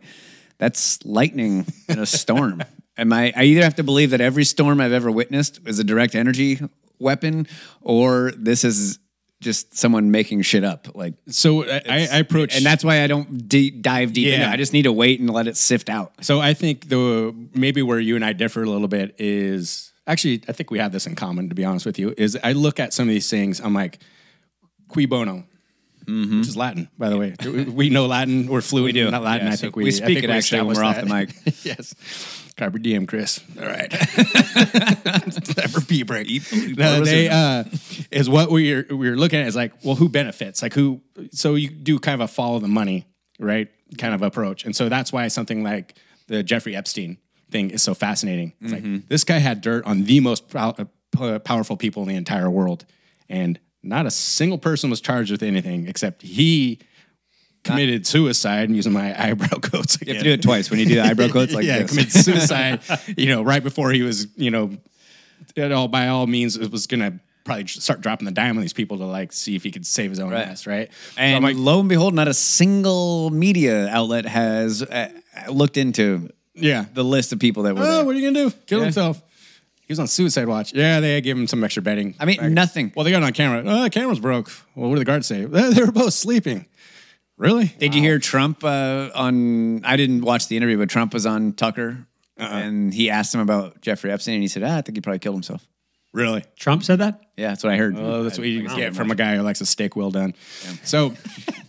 Speaker 2: that's lightning in a storm. Am I? I either have to believe that every storm I've ever witnessed is a direct energy weapon, or this is just someone making shit up. Like,
Speaker 4: so I, I, I approach
Speaker 2: and that's why I don't de- dive deep. into
Speaker 4: Yeah.
Speaker 2: it. I just need to wait and let it sift out.
Speaker 4: So I think the maybe where you and I differ a little bit is actually I think we have this in common to be honest with you is I look at some of these things I'm like qui bono which is Latin by the way we, we know Latin we're fluent we not Latin
Speaker 2: Yeah,
Speaker 4: I
Speaker 2: so
Speaker 4: think
Speaker 2: Mm-hmm. we
Speaker 4: we, I
Speaker 2: speak
Speaker 4: think
Speaker 2: it actually when we're
Speaker 4: established
Speaker 2: off the
Speaker 4: that. yes carpe diem Chris all right never pee break no they uh, is what we're we're looking at is like well who benefits like who so you do kind of a follow the money right kind of approach and so that's why something like the Jeffrey Epstein thing is so fascinating it's
Speaker 2: Mm-hmm.
Speaker 4: like this guy had dirt on the most pow- uh, p- powerful people in the entire world and not a single person was charged with anything except he committed suicide using my eyebrow coats again
Speaker 2: You have to do it twice when you do the eyebrow quotes like
Speaker 4: yeah,
Speaker 2: this.
Speaker 4: commit suicide. you know, right before he was, you know, at all by all means, it was gonna probably just start dropping the dime on these people to like see if he could save his own ass, right? So
Speaker 2: And
Speaker 4: I'm like,
Speaker 2: lo and behold, not a single media outlet has uh, looked into
Speaker 4: yeah,
Speaker 2: the list of people that were.
Speaker 4: oh,
Speaker 2: there.
Speaker 4: what are you gonna do? Kill himself. He was on suicide watch. Yeah, they gave him some extra betting.
Speaker 2: I mean, nothing.
Speaker 4: well, they got it on camera. Oh, the camera's broke. Well, what did the guards say? "Eh, They were both sleeping. Really?
Speaker 2: Did you hear Trump uh, on? I didn't watch the interview, but Trump was on Tucker,
Speaker 4: Uh-huh.
Speaker 2: and he asked him about Jeffrey Epstein, and he said, "Ah, I think he probably killed himself."
Speaker 4: Really?
Speaker 9: trump said that
Speaker 2: Yeah, that's what I heard.
Speaker 4: Oh, that's what you
Speaker 2: I-
Speaker 4: get from a guy who likes a steak well done. So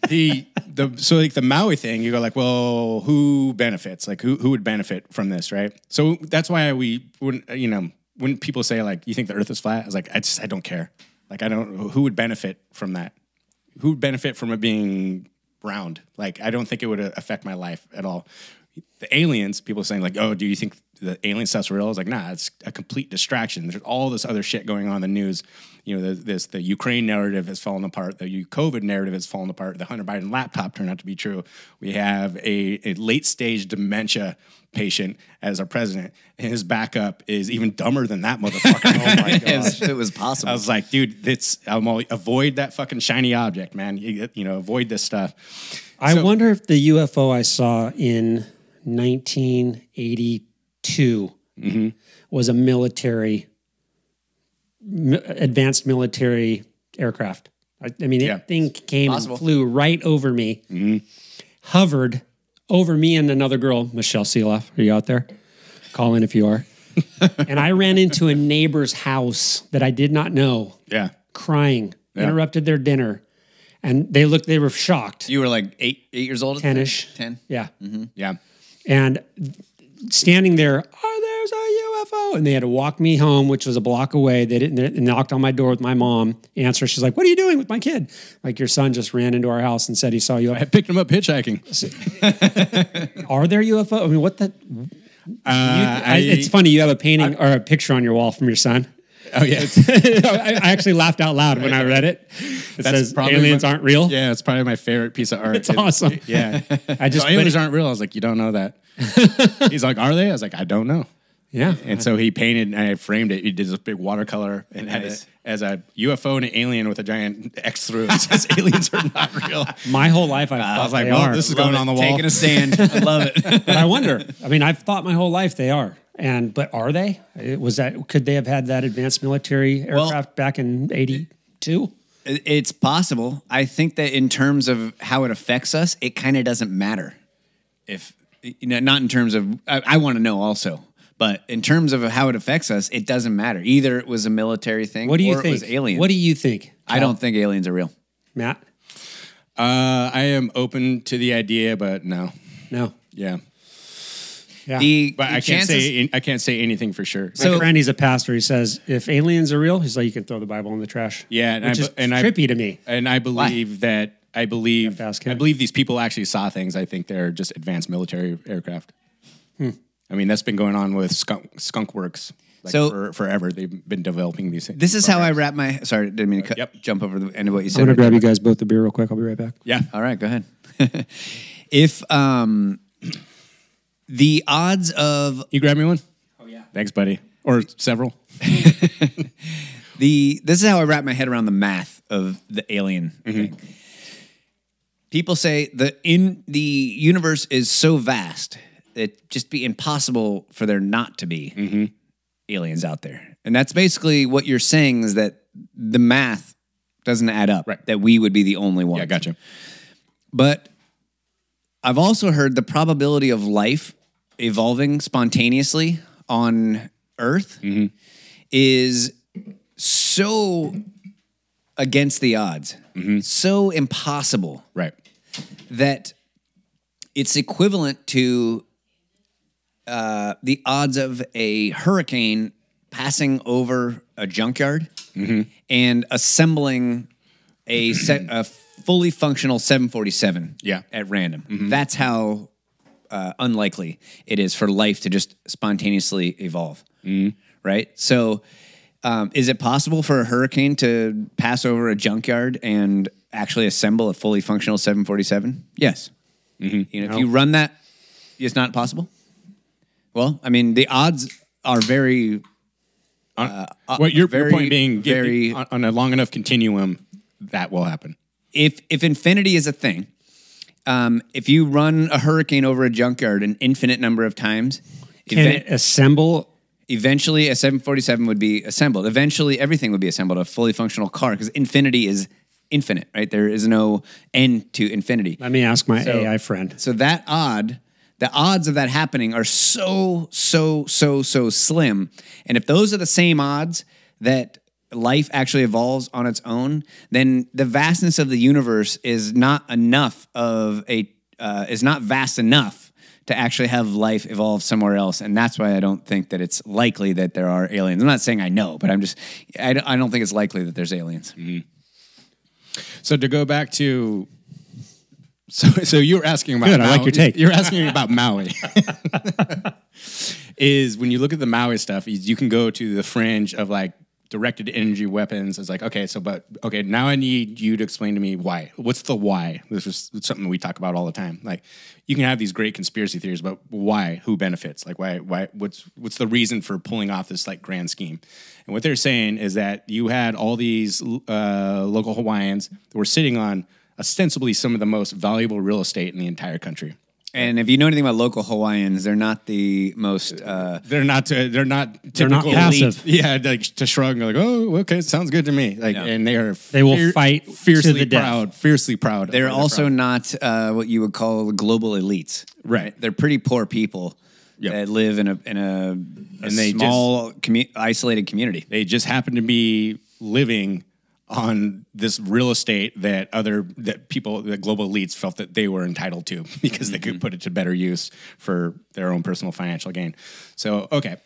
Speaker 4: the the so like the Maui thing, you go like, well, who benefits? Like who who would benefit from this, right? So that's why we when you know when people say like you think the Earth is flat, I was like, I just I don't care. Like I don't who would benefit from that? Who would benefit from it being round? Like I don't think it would uh, affect my life at all. The aliens, people saying like, oh, do you think the alien stuff's real? I was like, nah, it's a complete distraction. There's all this other shit going on in the news. You know, the, this the Ukraine narrative has fallen apart. The U- COVID narrative has fallen apart. The Hunter Biden laptop turned out to be true. We have a, a late stage dementia patient as our president, and his backup is even dumber than that motherfucker. oh my gosh.
Speaker 2: if it was possible.
Speaker 4: I was like, dude, it's I'm all, avoid that fucking shiny object, man. You, you know, avoid this stuff.
Speaker 9: I
Speaker 4: So-
Speaker 9: wonder if the UFO I saw in 1982
Speaker 4: Mm-hmm.
Speaker 9: was a military, mi- advanced military aircraft. I, I mean,
Speaker 4: Yeah.
Speaker 9: that thing came
Speaker 4: Possible. Mm-hmm.
Speaker 9: and flew right over me, hovered over me and another girl, Michelle Seeloff. Are you out there? Call in if you are. and I ran into a neighbor's house that I did not know,
Speaker 4: Yeah.
Speaker 9: crying,
Speaker 2: Yeah.
Speaker 9: interrupted their dinner. And they looked, they were shocked.
Speaker 2: You were like eight, eight years old. at the time?
Speaker 9: 10-ish.
Speaker 2: Ten.
Speaker 9: Yeah.
Speaker 4: Yeah.
Speaker 9: And standing there, oh, there's a UFO. And they had to walk me home, which was a block away. They didn't they knocked on my door with my mom. Answer. She's like, What are you doing with my kid? Like, your son just ran into our house and said he saw you.
Speaker 4: I picked him up hitchhiking.
Speaker 9: Are there UFO? I mean, what the?
Speaker 4: Uh,
Speaker 9: I, it's funny. You have a painting or a picture on your wall from your son.
Speaker 4: Oh yeah.
Speaker 9: I, I actually laughed out loud when I read it. It says aliens
Speaker 4: my-
Speaker 9: aren't real.
Speaker 4: Yeah, it's probably my favorite piece of art.
Speaker 9: It's awesome.
Speaker 4: Yeah.
Speaker 9: I just
Speaker 4: So
Speaker 9: put
Speaker 4: aliens
Speaker 9: it-
Speaker 4: aren't real. I was like, you don't know that. He's like, are they? I was like, I don't know.
Speaker 9: yeah.
Speaker 4: And so he painted and I framed it. He did this big watercolor and had it as a UFO and an alien with a giant X through it. It says aliens are not real.
Speaker 9: My whole life I've
Speaker 4: I
Speaker 9: thought
Speaker 4: was like,
Speaker 9: they
Speaker 4: well,
Speaker 9: are.
Speaker 4: this is
Speaker 2: Love
Speaker 4: going
Speaker 2: it.
Speaker 4: on the wall.
Speaker 2: Taking a stand. I love it.
Speaker 9: but I wonder. I mean, I've thought my whole life they are, and but are they? It- Was that could they have had that advanced military aircraft back in '82?
Speaker 2: It- It's possible. I think that in terms of how it affects us, it kind of doesn't matter. If you know, not in terms of I, I want to know also, but in terms of how it affects us, it doesn't matter. Either it was a military thing,
Speaker 9: What do you
Speaker 2: or
Speaker 9: think?
Speaker 2: It was alien.
Speaker 9: What do you think?
Speaker 2: I don't think aliens are real.
Speaker 9: Matt.
Speaker 4: Uh, I am open to the idea, but no.
Speaker 9: No.
Speaker 4: Yeah.
Speaker 9: Yeah.
Speaker 2: The,
Speaker 4: But
Speaker 2: the
Speaker 4: I can't
Speaker 2: chances-
Speaker 4: say I can't say anything for sure.
Speaker 9: My friend, he's a pastor. He says if aliens are real, he's like you can throw the Bible in the trash.
Speaker 4: Yeah, and
Speaker 9: which
Speaker 4: I-
Speaker 9: is
Speaker 4: and I-
Speaker 9: trippy to me.
Speaker 4: and I believe that I believe
Speaker 9: to ask
Speaker 4: I
Speaker 9: him.
Speaker 4: believe these people actually saw things. I think they're just advanced military aircraft.
Speaker 9: Hmm.
Speaker 4: I mean, that's been going on with Skunk, skunk Works like
Speaker 2: So-
Speaker 4: for, forever. They've been developing these.
Speaker 2: This is how I wrap my. Sorry, didn't mean to cut,
Speaker 4: Yep.
Speaker 2: jump over the end of what you
Speaker 9: I'm
Speaker 2: said.
Speaker 9: gonna grab you guys both a beer real quick. I'll be right back.
Speaker 4: Yeah,
Speaker 2: All right, go ahead. if um, the odds of
Speaker 4: you grab me one. Oh yeah, thanks, buddy. Or several.
Speaker 2: the this is how I wrap my head around the math of the alien
Speaker 4: Mm-hmm.
Speaker 2: thing. People say the in the universe is so vast it just be impossible for there not to be
Speaker 4: Mm-hmm.
Speaker 2: aliens out there, and that's basically what you're saying is that the math doesn't add up.
Speaker 4: Right.
Speaker 2: That we would be the only ones.
Speaker 4: Yeah, gotcha.
Speaker 2: But I've also heard the probability of life evolving spontaneously on Earth is so against the odds, so impossible
Speaker 4: Right.
Speaker 2: that it's equivalent to uh, the odds of a hurricane passing over a junkyard and assembling a set a fully functional 747
Speaker 4: Yeah.
Speaker 2: at random that's how uh, unlikely it is for life to just spontaneously evolve right so um, is it possible for a hurricane to pass over a junkyard and actually assemble a fully functional 747 yes you know if you run that it's not possible well i mean the odds are very
Speaker 4: well, your,
Speaker 2: very,
Speaker 4: your point being, get-
Speaker 2: very-
Speaker 4: on, on a long enough continuum, that will happen.
Speaker 2: if if infinity is a thing, um, if you run a hurricane over a junkyard an infinite number of times,
Speaker 9: Can
Speaker 2: even-
Speaker 9: it assemble?
Speaker 2: eventually a 747 would be assembled. Eventually, everything would be assembled a fully functional car because infinity is infinite, right? There is no end to infinity.
Speaker 9: Let me ask my
Speaker 2: So-
Speaker 9: AI friend.
Speaker 2: So that odd, the odds of that happening are so, so, so, so slim. And if those are the same odds that life actually evolves on its own, then the vastness of the universe is not enough of a uh, is not vast enough to actually have life evolve somewhere else and that's why i don't think that it's likely that there are aliens i'm not saying i know but i'm just i don't, I don't think it's likely that there's aliens
Speaker 4: Mm-hmm. So to go back to, so so you were asking about
Speaker 9: Good, I like
Speaker 4: Maui-
Speaker 9: your take.
Speaker 4: You're asking about Maui. is when you look at the Maui stuff, is you can go to the fringe of like directed energy weapons. It's like okay, so but okay, now I need you to explain to me why. What's the why? This is something we talk about all the time. Like you can have these great conspiracy theories, but why? Who benefits? Like why? Why? What's what's the reason for pulling off this like grand scheme? And what they're saying is that you had all these uh, local Hawaiians that were sitting on ostensibly some of the most valuable real estate in the entire country
Speaker 2: And if you know anything about local Hawaiians, they're not the most. Uh,
Speaker 4: they're not. To, they're not.
Speaker 2: They're not
Speaker 4: typical
Speaker 2: passive.
Speaker 4: elite. Yeah, like to shrug and go like, oh, okay, sounds good to me. Like, and they are.
Speaker 2: They will
Speaker 4: fight fiercely proud. Fiercely proud. of
Speaker 2: They're
Speaker 4: their
Speaker 2: also not uh, what you would call global elites. Right. They're pretty poor people that live in a in a, a
Speaker 4: they just-
Speaker 2: small commu- isolated community.
Speaker 4: They just happen to be living on this real estate that other that people that global elites felt that they were entitled to because they could put it to better use for their own personal financial gain. So okay,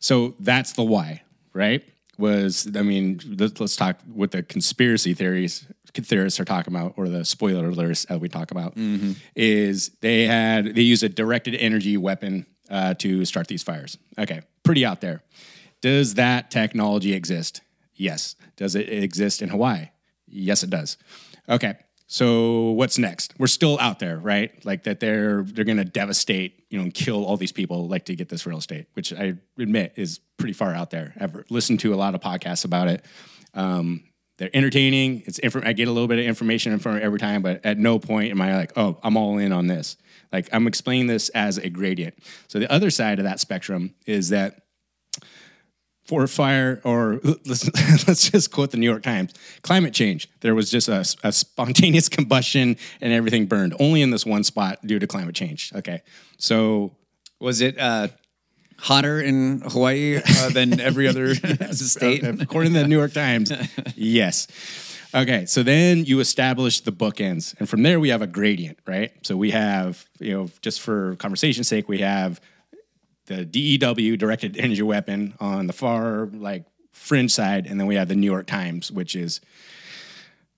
Speaker 4: so that's the why, right? Was I mean let's, let's talk what the conspiracy theories theorists are talking about or the spoiler alerts that we talk about is they had they used a directed energy weapon uh, to start these fires. Okay, pretty out there. Does that technology exist? Yes. Does it exist in Hawaii? Yes, it does. Okay. So what's next? We're still out there, right? Like that they're they're going to devastate, you know, and kill all these people like to get this real estate, which I admit is pretty far out there. I've listened to a lot of podcasts about it. Um, they're entertaining. It's infor- I get a little bit of information in front of every time, but at no point am I like, oh, I'm all in on this. Like I'm explaining this as a gradient. So the other side of that spectrum is that for fire or let's, let's just quote the New York Times climate change. There was just a, a spontaneous combustion and everything burned only in this one spot due to climate change. Okay. So was it uh,
Speaker 2: hotter in Hawaii uh, than every other state?
Speaker 4: According to the New York Times, yes. Okay, so then you establish the bookends, and from there we have a gradient, right? So we have, you know, just for conversation's sake, we have the DEW directed energy weapon on the far like fringe side, and then we have the New York Times, which is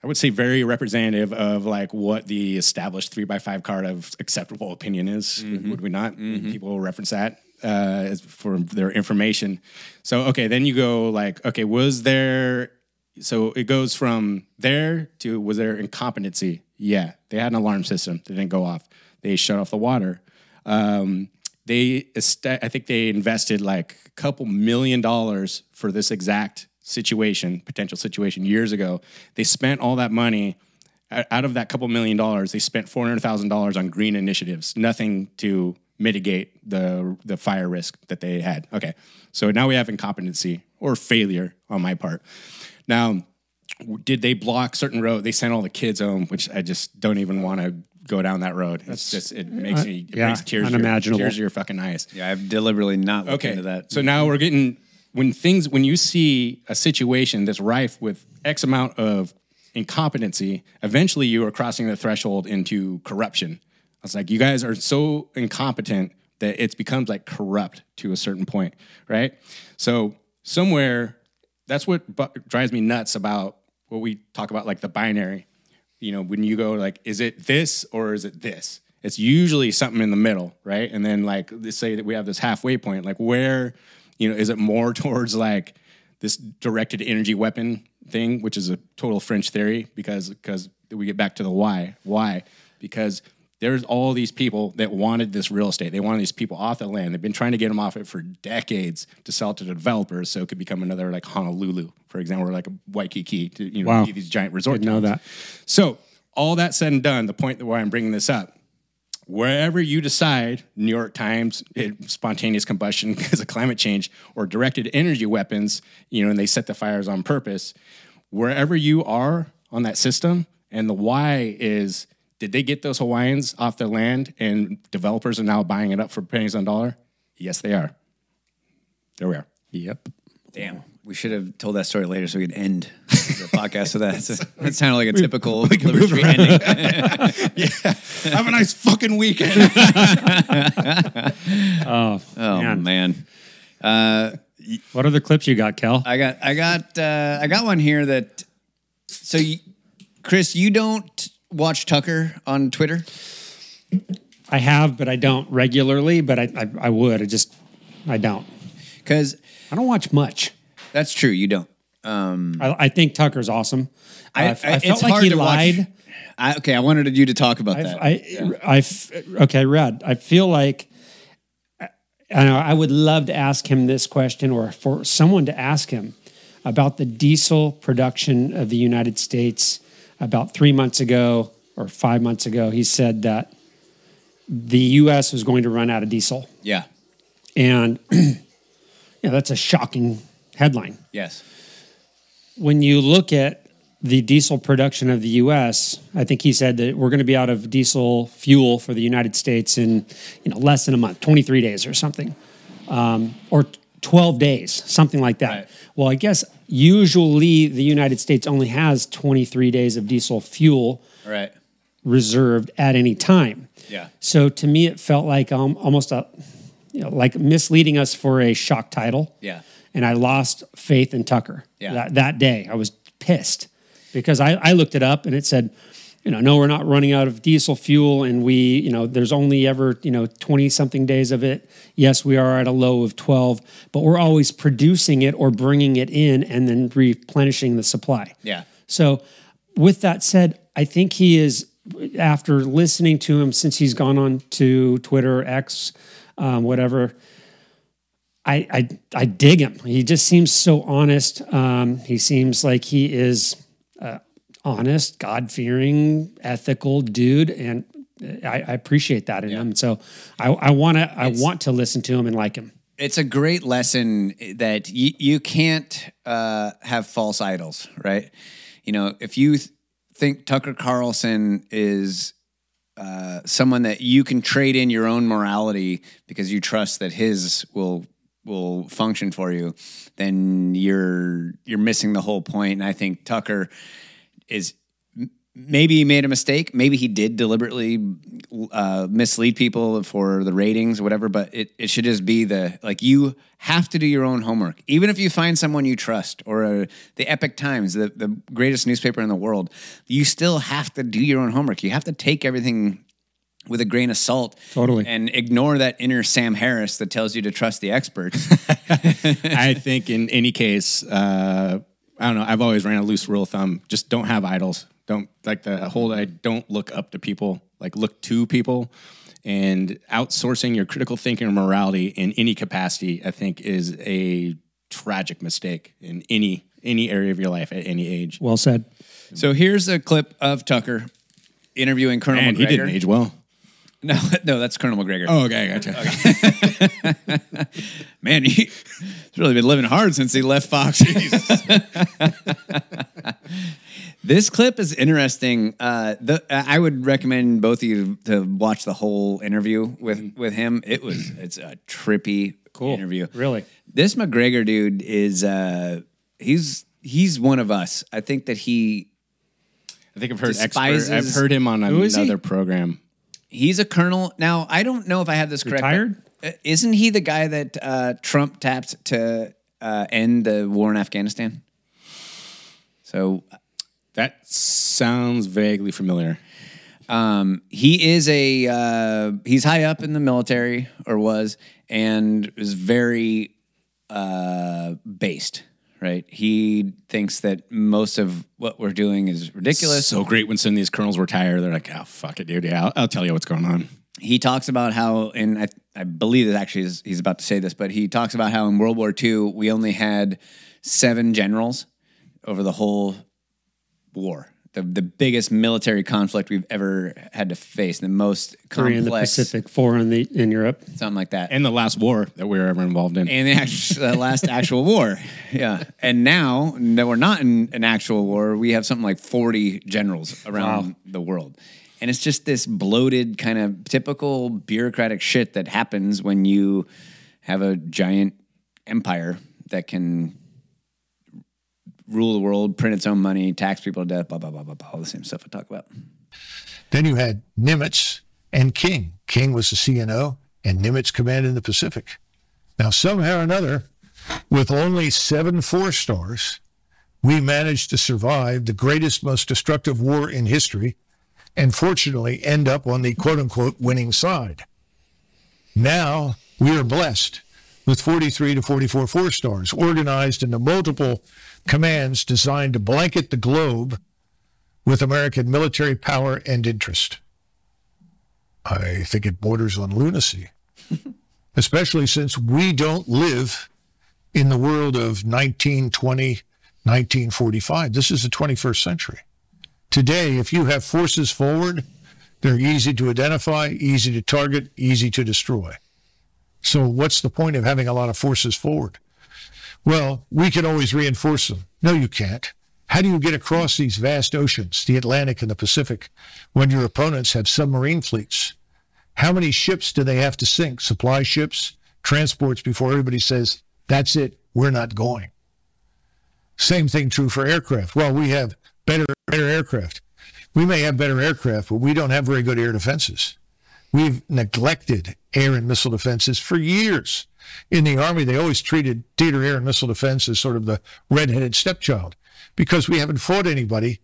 Speaker 4: I would say very representative of like what the established three by five card of acceptable opinion is. Would we not? People will reference that uh, as for their information. So okay, then you go like okay, was there? So it goes from there to was there incompetency? Yeah, they had an alarm system. They didn't go off. They shut off the water. Um, they est- I think they invested like a couple million dollars for this exact situation, potential situation years ago. They spent all that money o- out of that couple million dollars, they spent four hundred thousand dollars on green initiatives, nothing to mitigate the the fire risk that they had. Okay, so now we have incompetency or failure on my part. Now, w- did they block certain road? They sent all the kids home, which I just don't even want to go down that road. it's just it makes
Speaker 9: uh,
Speaker 4: me it
Speaker 9: yeah,
Speaker 4: brings tears to your-
Speaker 9: unimaginable.
Speaker 4: tears to your fucking eyes.
Speaker 2: Yeah, I've deliberately not looked
Speaker 4: Okay.
Speaker 2: into that.
Speaker 4: So now we're getting when things when you see a situation that's rife with X amount of incompetency, eventually you are crossing the threshold into corruption. I was like, you guys are so incompetent that it becomes like corrupt to a certain point, right? So somewhere, that's what bu- drives me nuts about what we talk about, like the binary. You know, when you go like, is it this or is it this? It's usually something in the middle, right? And then like, let's say that we have this halfway point, like where, you know, is it more towards like this directed energy weapon thing, which is a total French theory because because we get back to the why why because there's all these people that wanted this real estate. They wanted these people off the land. They've been trying to get them off it for decades to sell to developers, so it could become another like Honolulu, for example, or like a Waikiki, to, you know,
Speaker 9: Wow.
Speaker 4: be these giant resort.
Speaker 9: Didn't know
Speaker 4: towns. So all that said and done, the point that why I'm bringing this up wherever you decide, New York Times, it, spontaneous combustion because of climate change, or directed energy weapons, you know, and they set the fires on purpose. Wherever you are on that system, and the why is did they get those Hawaiians off their land and developers are now buying it up for pennies on dollar? Yes, they are. There we are. Yep.
Speaker 2: Damn. We should have told that story later so we could end the podcast with that. That sounded like a typical Liberty Tree ending.
Speaker 4: yeah. Have a nice fucking weekend.
Speaker 2: oh, man.
Speaker 9: man. what other clips you got, Cal?
Speaker 2: I got I got uh, I got one here that so you, Chris, you don't watch Tucker on Twitter?
Speaker 9: I have, but I don't regularly. But I, I, I would. I just, I don't.
Speaker 2: Because
Speaker 9: I don't watch much.
Speaker 2: That's true. You don't. Um,
Speaker 9: I, I think Tucker's awesome. I, I, felt
Speaker 2: it's
Speaker 9: like
Speaker 2: hard
Speaker 9: he
Speaker 2: to watch.
Speaker 9: lied.
Speaker 2: I, okay, I wanted you to talk about that.
Speaker 9: I, I f- okay, Rod. I feel like I, I know I would love to ask him this question, or for someone to ask him about the diesel production of the United States. About three months ago or five months ago, he said that the U.S. was going to run out of diesel,
Speaker 2: Yeah.
Speaker 9: and yeah, that's a shocking headline.
Speaker 2: Yes.
Speaker 9: When you look at the diesel production of the U.S., I think he said that we're going to be out of diesel fuel for the United States in you know less than a month, 23 days or something, um, or 12 days, something like that. Well, I guess usually the United States only has 23 days of diesel fuel
Speaker 2: Right.
Speaker 9: reserved at any time.
Speaker 2: Yeah.
Speaker 9: So to me, it felt like um, almost a, you know, like misleading us for a shock title.
Speaker 2: Yeah.
Speaker 9: And I lost faith in Tucker
Speaker 2: Yeah.
Speaker 9: that, that day. I was pissed because I, I looked it up and it said, you know, no, we're not running out of diesel fuel and we, you know, there's only ever, you know, 20 something days of it. Yes, we are at a low of 12, but we're always producing it or bringing it in and then replenishing the supply.
Speaker 2: Yeah.
Speaker 9: So, with that said, I think he is, after listening to him since he's gone on to Twitter, X, um, whatever, I, I I dig him. He just seems so honest. Um, he seems like he is uh, honest, God fearing, ethical dude, and I, I appreciate that in him. So I, I want to I want to listen to him and like him.
Speaker 2: It's a great lesson that you, you can't uh, have false idols, right? You know, if you th- think Tucker Carlson is uh, someone that you can trade in your own morality because you trust that his will will function for you, then you're you're missing the whole point. And I think Tucker is m- maybe he made a mistake. Maybe he did deliberately uh, mislead people for the ratings or whatever. But it, it should just be the like you have to do your own homework, even if you find someone you trust or uh, the Epic Times, the the greatest newspaper in the world. You still have to do your own homework. You have to take everything with a grain of salt
Speaker 9: Totally.
Speaker 2: and ignore that inner sam harris that tells you to trust the experts
Speaker 4: I think in any case, uh, I don't know. I've always ran a loose rule of thumb: just don't have idols. Don't like the whole. I don't look up to people. Like look to people, and outsourcing your critical thinking or morality in any capacity, I think, is a tragic mistake in any any area of your life at any age.
Speaker 9: Well said.
Speaker 2: so here's a clip of tucker interviewing colonel
Speaker 4: And
Speaker 2: mcgregor
Speaker 4: he didn't age well.
Speaker 2: no no that's colonel mcgregor
Speaker 4: Oh, okay, gotcha.
Speaker 2: Man, he- he's really been living hard since he left Fox. this clip is interesting. Uh, the, I would recommend both of you to watch the whole interview with,
Speaker 4: Mm-hmm.
Speaker 2: with him. It was it's a trippy interview.
Speaker 9: Really.
Speaker 2: This McGregor dude is uh, he's he's one of us. I think that he
Speaker 4: I think I've heard
Speaker 2: Despises-
Speaker 4: expert. I've heard him on
Speaker 9: Who is he?
Speaker 4: another program.
Speaker 2: he's a colonel. Now I don't know if I have this correct. but-
Speaker 9: Retired?
Speaker 2: Uh, Isn't he the guy that uh, Trump tapped to uh, end the war in Afghanistan? So
Speaker 4: That sounds vaguely familiar.
Speaker 2: um, he is a uh, he's high up in the military or was and is very uh, based. Right, he thinks that most of what we're doing is ridiculous.
Speaker 4: So great when some of these colonels retire, they're like, "Oh fuck it, dude. Yeah, I'll, I'll tell you what's going on."
Speaker 2: he talks about how, and I, I believe that actually is, he's about to say this, but he talks about how in World War II we only had seven generals over the whole war, the the biggest military conflict we've ever had to face, the most
Speaker 9: Three
Speaker 2: complex,
Speaker 9: in the Pacific, four in the in Europe.
Speaker 2: something like that, and,
Speaker 4: And the last war that we were ever involved in.
Speaker 2: the actual, the last actual war, yeah. And now that we're not in an actual war, we have something like forty generals around the world. And it's just this bloated kind of typical bureaucratic shit that happens when you have a giant empire that can rule the world, print its own money, tax people to death, blah, blah, blah, blah, blah, all the same stuff I talk about.
Speaker 12: Then you had Nimitz and King. King was the CNO, and Nimitz commanded the Pacific. Now, somehow or another, with only seven four stars, we managed to survive the greatest, most destructive war in history, and fortunately end up on the quote unquote winning side. Now we are blessed with 43 to 44 four stars, organized into multiple commands designed to blanket the globe with American military power and interest. I think it borders on lunacy, especially since we don't live in the world of 1920, 1945. This is the 21st century. Today, if you have forces forward, They're easy to identify, easy to target, easy to destroy. So, what's the point of having a lot of forces forward? Well, we can always reinforce them. No, you can't. How do you get across these vast oceans, the Atlantic and the Pacific, when your opponents have submarine fleets? How many ships do they have to sink? Supply ships, transports, before everybody says, that's it, we're not going. Same thing true for aircraft. Well, we have better, better aircraft. We may have better aircraft, but we don't have very good air defenses. We've neglected air and missile defenses for years. In the Army, they always treated theater air and missile defense as sort of the redheaded stepchild because we haven't fought anybody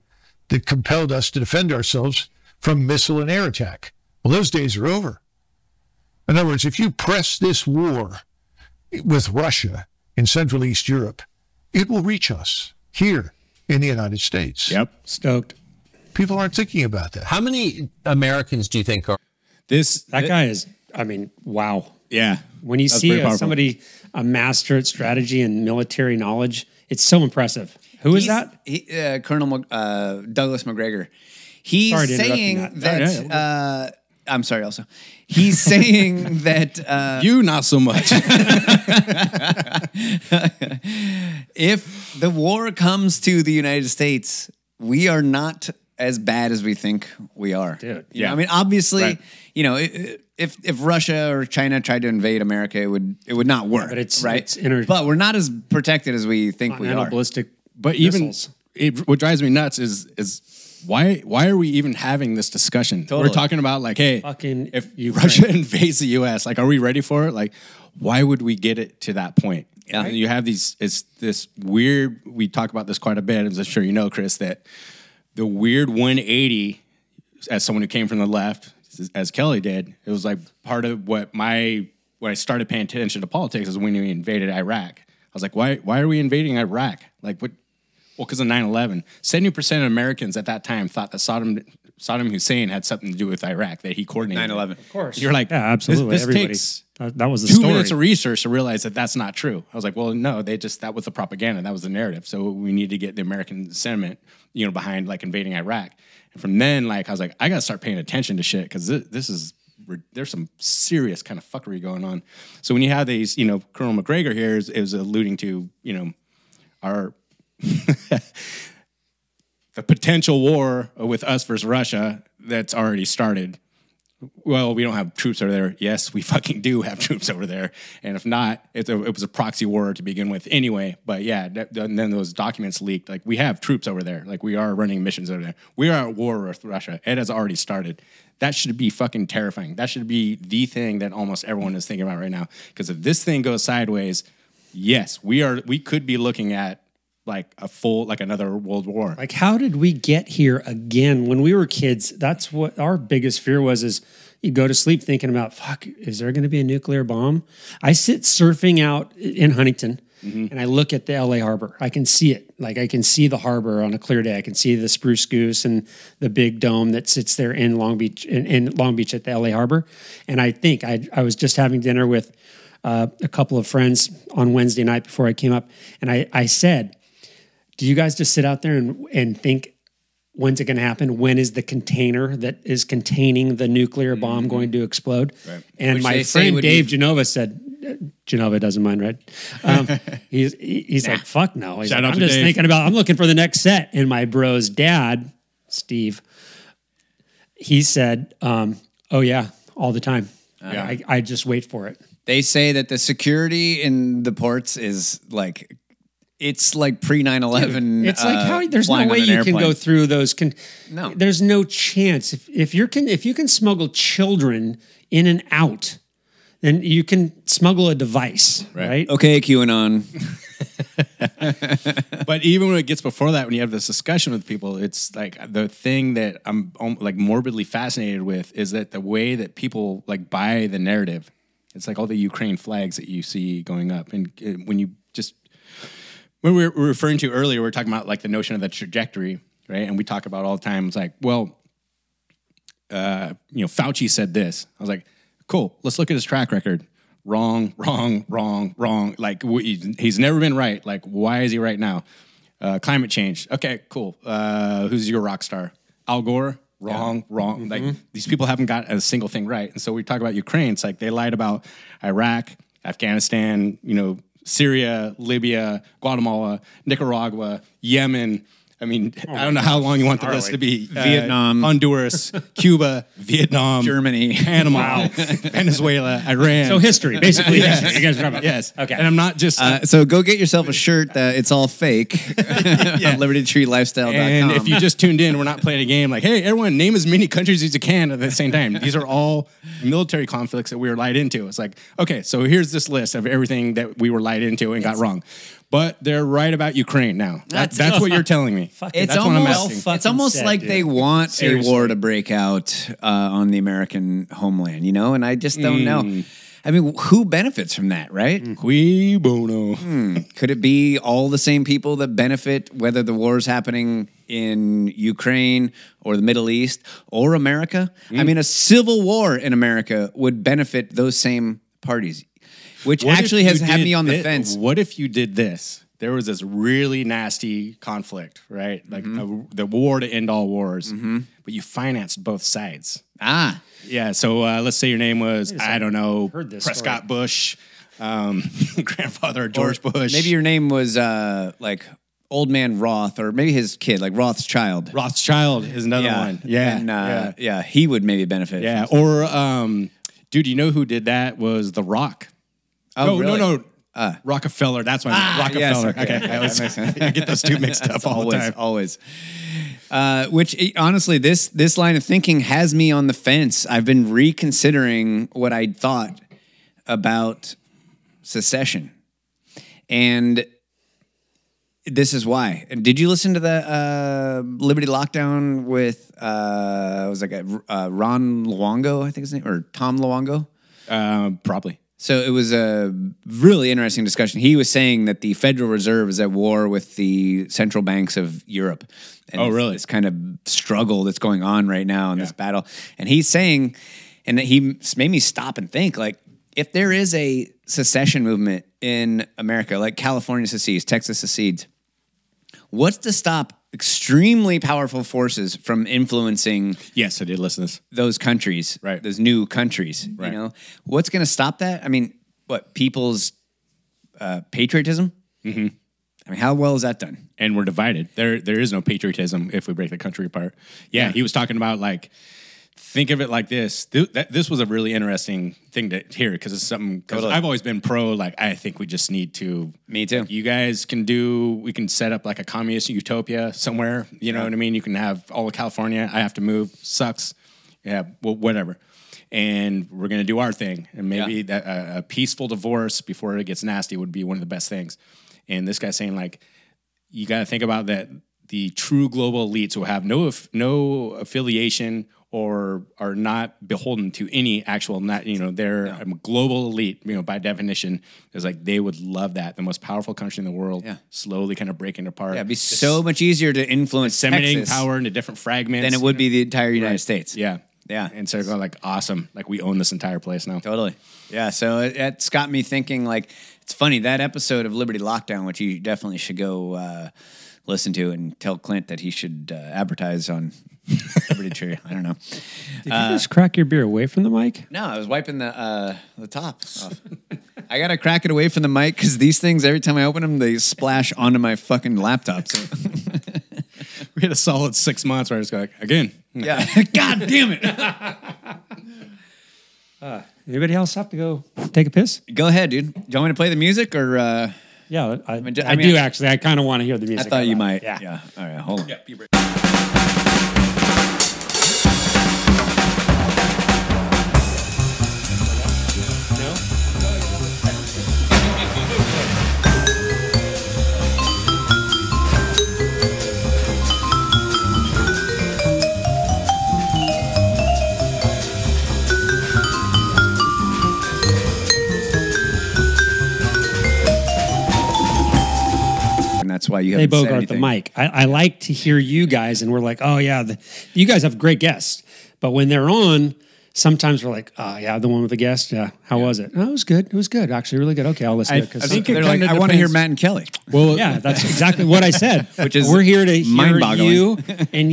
Speaker 12: that compelled us to defend ourselves from missile and air attack. Well, those days are over. In other words, if you press this war with Russia in Central East Europe, it will reach us here in the United States.
Speaker 4: Yep. Stoked.
Speaker 12: People aren't thinking about that.
Speaker 13: How many Americans do you think are
Speaker 4: this?
Speaker 9: That guy is. I mean, wow.
Speaker 4: Yeah.
Speaker 9: When you
Speaker 4: That's
Speaker 9: see
Speaker 4: pretty
Speaker 9: a,
Speaker 4: powerful.
Speaker 9: somebody a master at strategy and military knowledge, it's so impressive. Who is
Speaker 2: He's-
Speaker 9: that?
Speaker 2: He, uh, Colonel Mc- uh, Douglas McGregor. He's
Speaker 9: Sorry to interrupt you,
Speaker 2: saying
Speaker 9: Matt.
Speaker 2: that.
Speaker 9: No, no, no.
Speaker 2: uh, I'm sorry. Also, he's saying that uh,
Speaker 4: you not so much.
Speaker 2: if the war comes to the United States, we are not as bad as we think we are.
Speaker 9: Dude.
Speaker 2: You know,
Speaker 4: Yeah.
Speaker 2: I mean, obviously,
Speaker 4: Right.
Speaker 2: you know, i- i- if if Russia or China tried to invade America, it would it would not work.
Speaker 9: but it's-
Speaker 2: right.
Speaker 9: it's inter-
Speaker 2: but we're not as protected as we think we
Speaker 9: Continental
Speaker 2: are.
Speaker 9: ballistic.
Speaker 4: But even
Speaker 9: missiles.
Speaker 4: it, what drives me nuts is is why why are we even having this discussion?
Speaker 2: Totally.
Speaker 4: We're talking about like, hey,
Speaker 9: Fucking
Speaker 4: if
Speaker 9: Ukraine.
Speaker 4: Russia invades the U.S., like, are we ready for it? Like, why would we get it to that point?
Speaker 2: Yeah.
Speaker 4: You have these. It's this weird. We talk about this quite a bit. As I'm sure you know, Chris, that the weird 180 as someone who came from the left, as Kelly did, it was like part of what my when I started paying attention to politics is when we invaded Iraq. I was like, why why are we invading Iraq? Like what? Well, because of 9-11. 70% of Americans at that time thought that Saddam, Saddam Hussein had something to do with Iraq, that he coordinated.
Speaker 2: 9/11. Of
Speaker 9: course.
Speaker 4: You're like,
Speaker 9: Yeah, absolutely.
Speaker 4: This, this
Speaker 9: Everybody-
Speaker 4: takes
Speaker 9: That, that was the
Speaker 4: two
Speaker 9: story.
Speaker 4: minutes of research to realize that that's not true. I was like, well, no, they just that was the propaganda, that was the narrative. So we need to get the American sentiment, you know, behind like invading Iraq. And from then, like, I was like, I gotta start paying attention to shit because this, this is there's some serious kind of fuckery going on. So when you have these, you know, Colonel McGregor here is, is alluding to, you know, our the potential war with us versus Russia that's already started. Well, we don't have troops over there. Yes, we fucking do have troops over there. And if not, it's a, it was a proxy war to begin with anyway. But yeah, that, and then those documents leaked. Like, we have troops over there. Like, we are running missions over there. We are at war with Russia. It has already started. That should be fucking terrifying. That should be the thing that almost everyone is thinking about right now. Because if this thing goes sideways, yes, we are. We could be looking at like a full, like another world war.
Speaker 9: Like, how did we get here again? When we were kids, that's what our biggest fear was: is you go to sleep thinking about, "Fuck, is there going to be a nuclear bomb?" I sit surfing out in Huntington, and I look at the LA Harbor. I can see it. Like, I can see the harbor on a clear day. I can see the spruce goose and the big dome that sits there in Long Beach, in, in Long Beach at the LA Harbor. And I think I, I was just having dinner with uh, a couple of friends on Wednesday night before I came up, and I, I said do you guys just sit out there and, and think when's it going to happen when is the container that is containing the nuclear bomb going to explode and
Speaker 2: Mm-hmm. Which
Speaker 9: my
Speaker 2: they say
Speaker 9: friend
Speaker 2: would
Speaker 9: dave
Speaker 2: be-
Speaker 9: genova said uh, genova doesn't mind right um, he's he- he's like fuck no He's
Speaker 4: Shout
Speaker 9: like,
Speaker 4: out
Speaker 9: i'm
Speaker 4: to
Speaker 9: just
Speaker 4: Dave.
Speaker 9: thinking about i'm looking for the next set and my bro's dad steve he said um, oh yeah all the time I, I just wait for it
Speaker 2: They say that the security in the ports is like it's like pre 9/11.
Speaker 9: It's like
Speaker 2: uh,
Speaker 9: how there's no
Speaker 2: flying
Speaker 9: way
Speaker 2: on an
Speaker 9: you can go
Speaker 2: airplane.
Speaker 9: through those. Con-
Speaker 2: No.
Speaker 9: there's no chance. If, if you can, if you can smuggle children in and out, then you can smuggle a device, right?
Speaker 2: Okay, QAnon.
Speaker 4: but even when it gets before that, when you have this discussion with people, it's like the thing that I'm um, like morbidly fascinated with is that the way that people like buy the narrative. It's like all the Ukraine flags that you see going up, and uh, when you just when we were referring to earlier, we were talking about like the notion of the trajectory, right? And we talk about all the time. It's like, well, uh, you know, Fauci said this. I was like, cool. Let's look at his track record. Wrong, wrong, wrong, wrong. Like we, he's never been right. Like why is he right now? Uh, climate change. Okay, cool. Uh, who's your rock star? Al Gore. wrong, wrong. Like these people haven't got a single thing right. And so we talk about Ukraine. It's like they lied about Iraq, Afghanistan, you know, Syria, Libya, Guatemala, Nicaragua, Yemen. I mean, I don't know how long you want the list to be. Uh,
Speaker 2: Vietnam.
Speaker 4: Honduras, Cuba, Vietnam, Germany, Panama, Venezuela, Iran.
Speaker 2: So history, basically history. You guys are talking about-
Speaker 4: Yes. Okay. And I'm not just
Speaker 2: Uh, so go get yourself a shirt that it's all fake. yeah. LibertyTreeLifestyle.com.
Speaker 4: And if you just tuned in, we're not playing a game like, hey, everyone, name as many countries as you can at the same time. These are all military conflicts that we were lied into. It's like, okay, so here's this list of everything that we were lied into and got wrong. But they're right about Ukraine now. That,
Speaker 2: That's-
Speaker 4: that's what you're telling me.
Speaker 2: it's
Speaker 4: that's what
Speaker 2: almost,
Speaker 4: I'm asking.
Speaker 2: it's almost like they want
Speaker 4: Seriously.
Speaker 2: a war to break out uh, on the American homeland, you know? And I just don't know.
Speaker 4: Mm.
Speaker 2: I mean, who benefits from that, right?
Speaker 4: Qui bono.
Speaker 2: Could it be all the same people that benefit, whether the war's happening in Ukraine or the Middle East or America?
Speaker 4: Mm.
Speaker 2: I mean, a civil war in America would benefit those same parties, which
Speaker 4: What if
Speaker 2: actually
Speaker 4: you
Speaker 2: has had
Speaker 4: did
Speaker 2: me on the
Speaker 4: thi-
Speaker 2: fence.
Speaker 4: What if you did this? There was this really nasty conflict, right? Like
Speaker 2: Mm-hmm.
Speaker 4: a- the war to end all wars, but you financed both sides.
Speaker 2: Ah,
Speaker 4: yeah. So uh, let's say your name was I don't know
Speaker 2: Heard this
Speaker 4: Prescott Bush, um, grandfather George
Speaker 2: Or
Speaker 4: Bush.
Speaker 2: Maybe your name was uh, like Old Man Roth, or maybe his kid, like Roth's child.
Speaker 4: Roth's child is another one. Yeah,
Speaker 2: and, uh, yeah, he would maybe benefit.
Speaker 4: yeah. Or um, dude, you know who did that? Was The Rock.
Speaker 2: Oh,
Speaker 4: no,
Speaker 2: really? Uh.
Speaker 4: no, no. Rockefeller. That's my
Speaker 2: Ah, yes,
Speaker 4: Rockefeller.
Speaker 2: okay.
Speaker 4: okay, I, always,
Speaker 2: That makes sense.
Speaker 4: I get those two mixed up all
Speaker 2: Always,
Speaker 4: the time.
Speaker 2: Always. Uh, which eh, honestly, this this line of thinking has me on the fence. I've been reconsidering what I thought about secession, and this is why. And did you listen to the uh, Liberty Lockdown with uh, was like a, uh, Ron Luongo, I think his name, or Tom Luongo?
Speaker 4: Um, probably.
Speaker 2: So it was a really interesting discussion. He was saying that the Federal Reserve is at war with the central banks of Europe. And
Speaker 4: Oh, really?
Speaker 2: This kind of struggle that's going on right now in this battle. And he's saying, and that he s- made me stop and think, like, if there is a secession movement in America, like California secedes, Texas secedes, what's to stop extremely powerful forces from influencing
Speaker 4: yes i did listen to this
Speaker 2: those countries right those new countries
Speaker 4: Right.
Speaker 2: you know what's going to stop that i mean what people's uh, patriotism
Speaker 4: Mm-hmm.
Speaker 2: I mean, how well is that done?
Speaker 4: And we're divided. There, there is no patriotism if we break the country apart. Yeah, he was talking about like, think of it like this. Th- that, this was a really interesting thing to hear because it's something. Because
Speaker 2: Totally.
Speaker 4: I've always been pro. Like, I think we just need to.
Speaker 2: Me too.
Speaker 4: you guys can do. We can set up like a communist utopia somewhere. You know what I mean? You can have all of California. I have to move. Sucks. Yeah. Well, whatever. And we're gonna do our thing. And maybe that a, a peaceful divorce before it gets nasty would be one of the best things. And this guy's saying like you got to think about that the true global elites who have no aff- no affiliation or are not beholden to any actual not you know they're a global elite you know by definition is like they would love that the most powerful country in the world slowly kind of breaking apart
Speaker 2: Yeah, it'd be so much easier to influence
Speaker 4: disseminating
Speaker 2: Texas
Speaker 4: power into different fragments
Speaker 2: than it would be the entire United States.
Speaker 4: yeah
Speaker 2: yeah
Speaker 4: and so they're like awesome like we own this entire place now
Speaker 2: totally Yeah, so it, it's got me thinking. Like, it's funny that episode of Liberty Lockdown, which you definitely should go uh, listen to and tell Clint that he should uh, advertise on Liberty Tree. I don't know.
Speaker 9: Did
Speaker 2: Uh,
Speaker 9: you just crack your beer away from the mic?
Speaker 2: No, I was wiping the uh, the top. Off. I gotta crack it away from the mic because these things, every time I open them, they splash onto my fucking laptop. So
Speaker 4: we had a solid six months where I was like again
Speaker 2: yeah, god damn it.
Speaker 9: Anybody else have to go take a piss?
Speaker 2: Go ahead, dude. Do you want me to play the music or? Uh,
Speaker 9: yeah, I,
Speaker 2: mean,
Speaker 9: I do actually. I kind of want to hear the music.
Speaker 2: I thought you
Speaker 9: out
Speaker 2: might.
Speaker 9: loud.
Speaker 2: Yeah. All right, hold on. And that's why you
Speaker 9: Hey
Speaker 2: haven't said
Speaker 9: Bogart, the
Speaker 2: anything.
Speaker 9: mic. I, I like to hear you guys, and we're like, oh yeah, the, you guys have great guests. But when they're on, Sometimes we're like, oh, yeah, the one with the guest. Yeah. How was it? Oh, it was good. It was good. Actually, really good. Okay, I'll listen
Speaker 2: I,
Speaker 9: to it. 'cause
Speaker 2: I think
Speaker 9: they're
Speaker 2: they're
Speaker 9: like,
Speaker 2: like, I want to hear Matt and Kelly.
Speaker 9: Well, yeah, that's exactly what I said.
Speaker 2: Which is
Speaker 9: we're here to hear
Speaker 2: mind-boggling.
Speaker 9: you and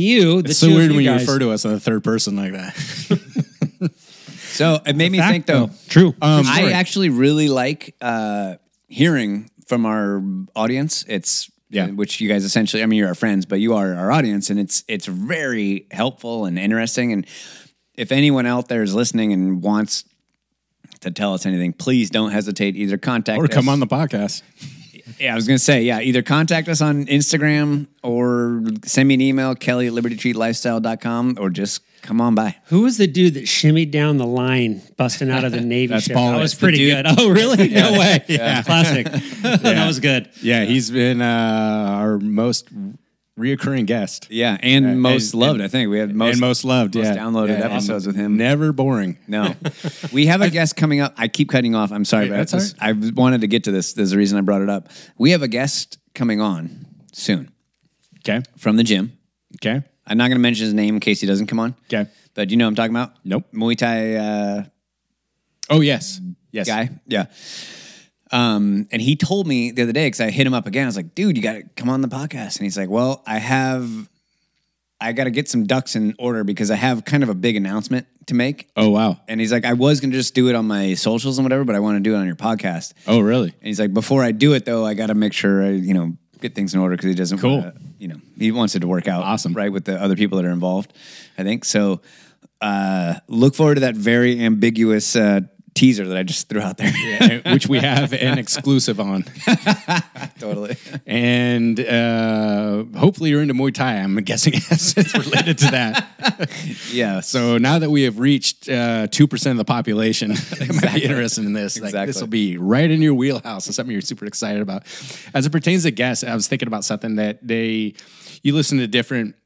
Speaker 9: you. The
Speaker 4: It's so
Speaker 9: two of
Speaker 4: weird when you
Speaker 9: guys.
Speaker 4: refer to us in the third person like that.
Speaker 2: So it made me
Speaker 4: fact,
Speaker 2: think, though.
Speaker 4: though. True.
Speaker 2: Um,
Speaker 4: True
Speaker 2: I
Speaker 4: story.
Speaker 2: actually really like uh, hearing from our audience. It's yeah, which you guys essentially. I mean, you're our friends, but you are our audience, and it's it's very helpful and interesting. And if anyone out there is listening and wants to tell us anything, please don't hesitate. Either contact
Speaker 4: or come
Speaker 2: us.
Speaker 4: on the podcast.
Speaker 2: Yeah, I was gonna say, yeah, either contact us on Instagram or send me an email, Kelly at libertytreatlifestyle.com, or just come on by.
Speaker 9: Who was the dude that shimmied down the line, busting out of the Navy
Speaker 2: That's
Speaker 9: ship?
Speaker 2: Paul
Speaker 9: That
Speaker 2: Witt,
Speaker 9: was
Speaker 2: the
Speaker 9: pretty
Speaker 2: dude-
Speaker 9: good. Oh, really? No
Speaker 2: Yeah.
Speaker 9: way.
Speaker 2: Yeah.
Speaker 9: Classic. that was good.
Speaker 4: Yeah, he's been uh, our most reoccurring guest.
Speaker 2: Yeah, and most loved, I think. We had most-
Speaker 4: and most loved,
Speaker 2: most
Speaker 4: yeah.
Speaker 2: downloaded
Speaker 4: Yeah, and
Speaker 2: episodes with him.
Speaker 4: Never boring.
Speaker 2: No, we have a guest coming up. I keep cutting you off. I'm sorry,
Speaker 4: Hey,
Speaker 2: but
Speaker 4: that's
Speaker 2: this- I wanted to get to this. There's a reason I brought it up. We have a guest coming on soon.
Speaker 4: Okay.
Speaker 2: From the gym.
Speaker 4: Okay.
Speaker 2: I'm not going to mention his name in case he doesn't come on.
Speaker 4: Okay.
Speaker 2: But you know what I'm talking about?
Speaker 4: Nope.
Speaker 2: Muay Thai. Uh,
Speaker 4: oh, yes. Yes.
Speaker 2: Guy. Yeah. Um, and he told me the other day because I hit him up again. I was like, dude, you got to come on the podcast. And he's like, well, I have, I got to get some ducks in order because I have kind of a big announcement to make.
Speaker 4: Oh wow.
Speaker 2: And he's like, I was gonna just do it on my socials and whatever, but I want to do it on your podcast.
Speaker 4: Oh really?
Speaker 2: And he's like, before I do it though, I got to make sure I, you know, get things in order because he doesn't.
Speaker 4: Cool.
Speaker 2: wanna- you know, he wants it to work out. Awesome. Right with the other people that are involved, I think. So, uh, look forward to that very ambiguous uh, teaser that I just threw out there,
Speaker 4: which we have an exclusive on.
Speaker 2: totally.
Speaker 4: And uh, hopefully you're into Muay Thai. I'm guessing yes, it's related to that.
Speaker 2: yeah.
Speaker 4: So now that we have reached uh, two percent of the population, they might be interested in this. Like,
Speaker 2: Exactly.
Speaker 4: this will be right in your wheelhouse and something you're super excited about. As it pertains to guests, I was thinking about something that they you listen to different.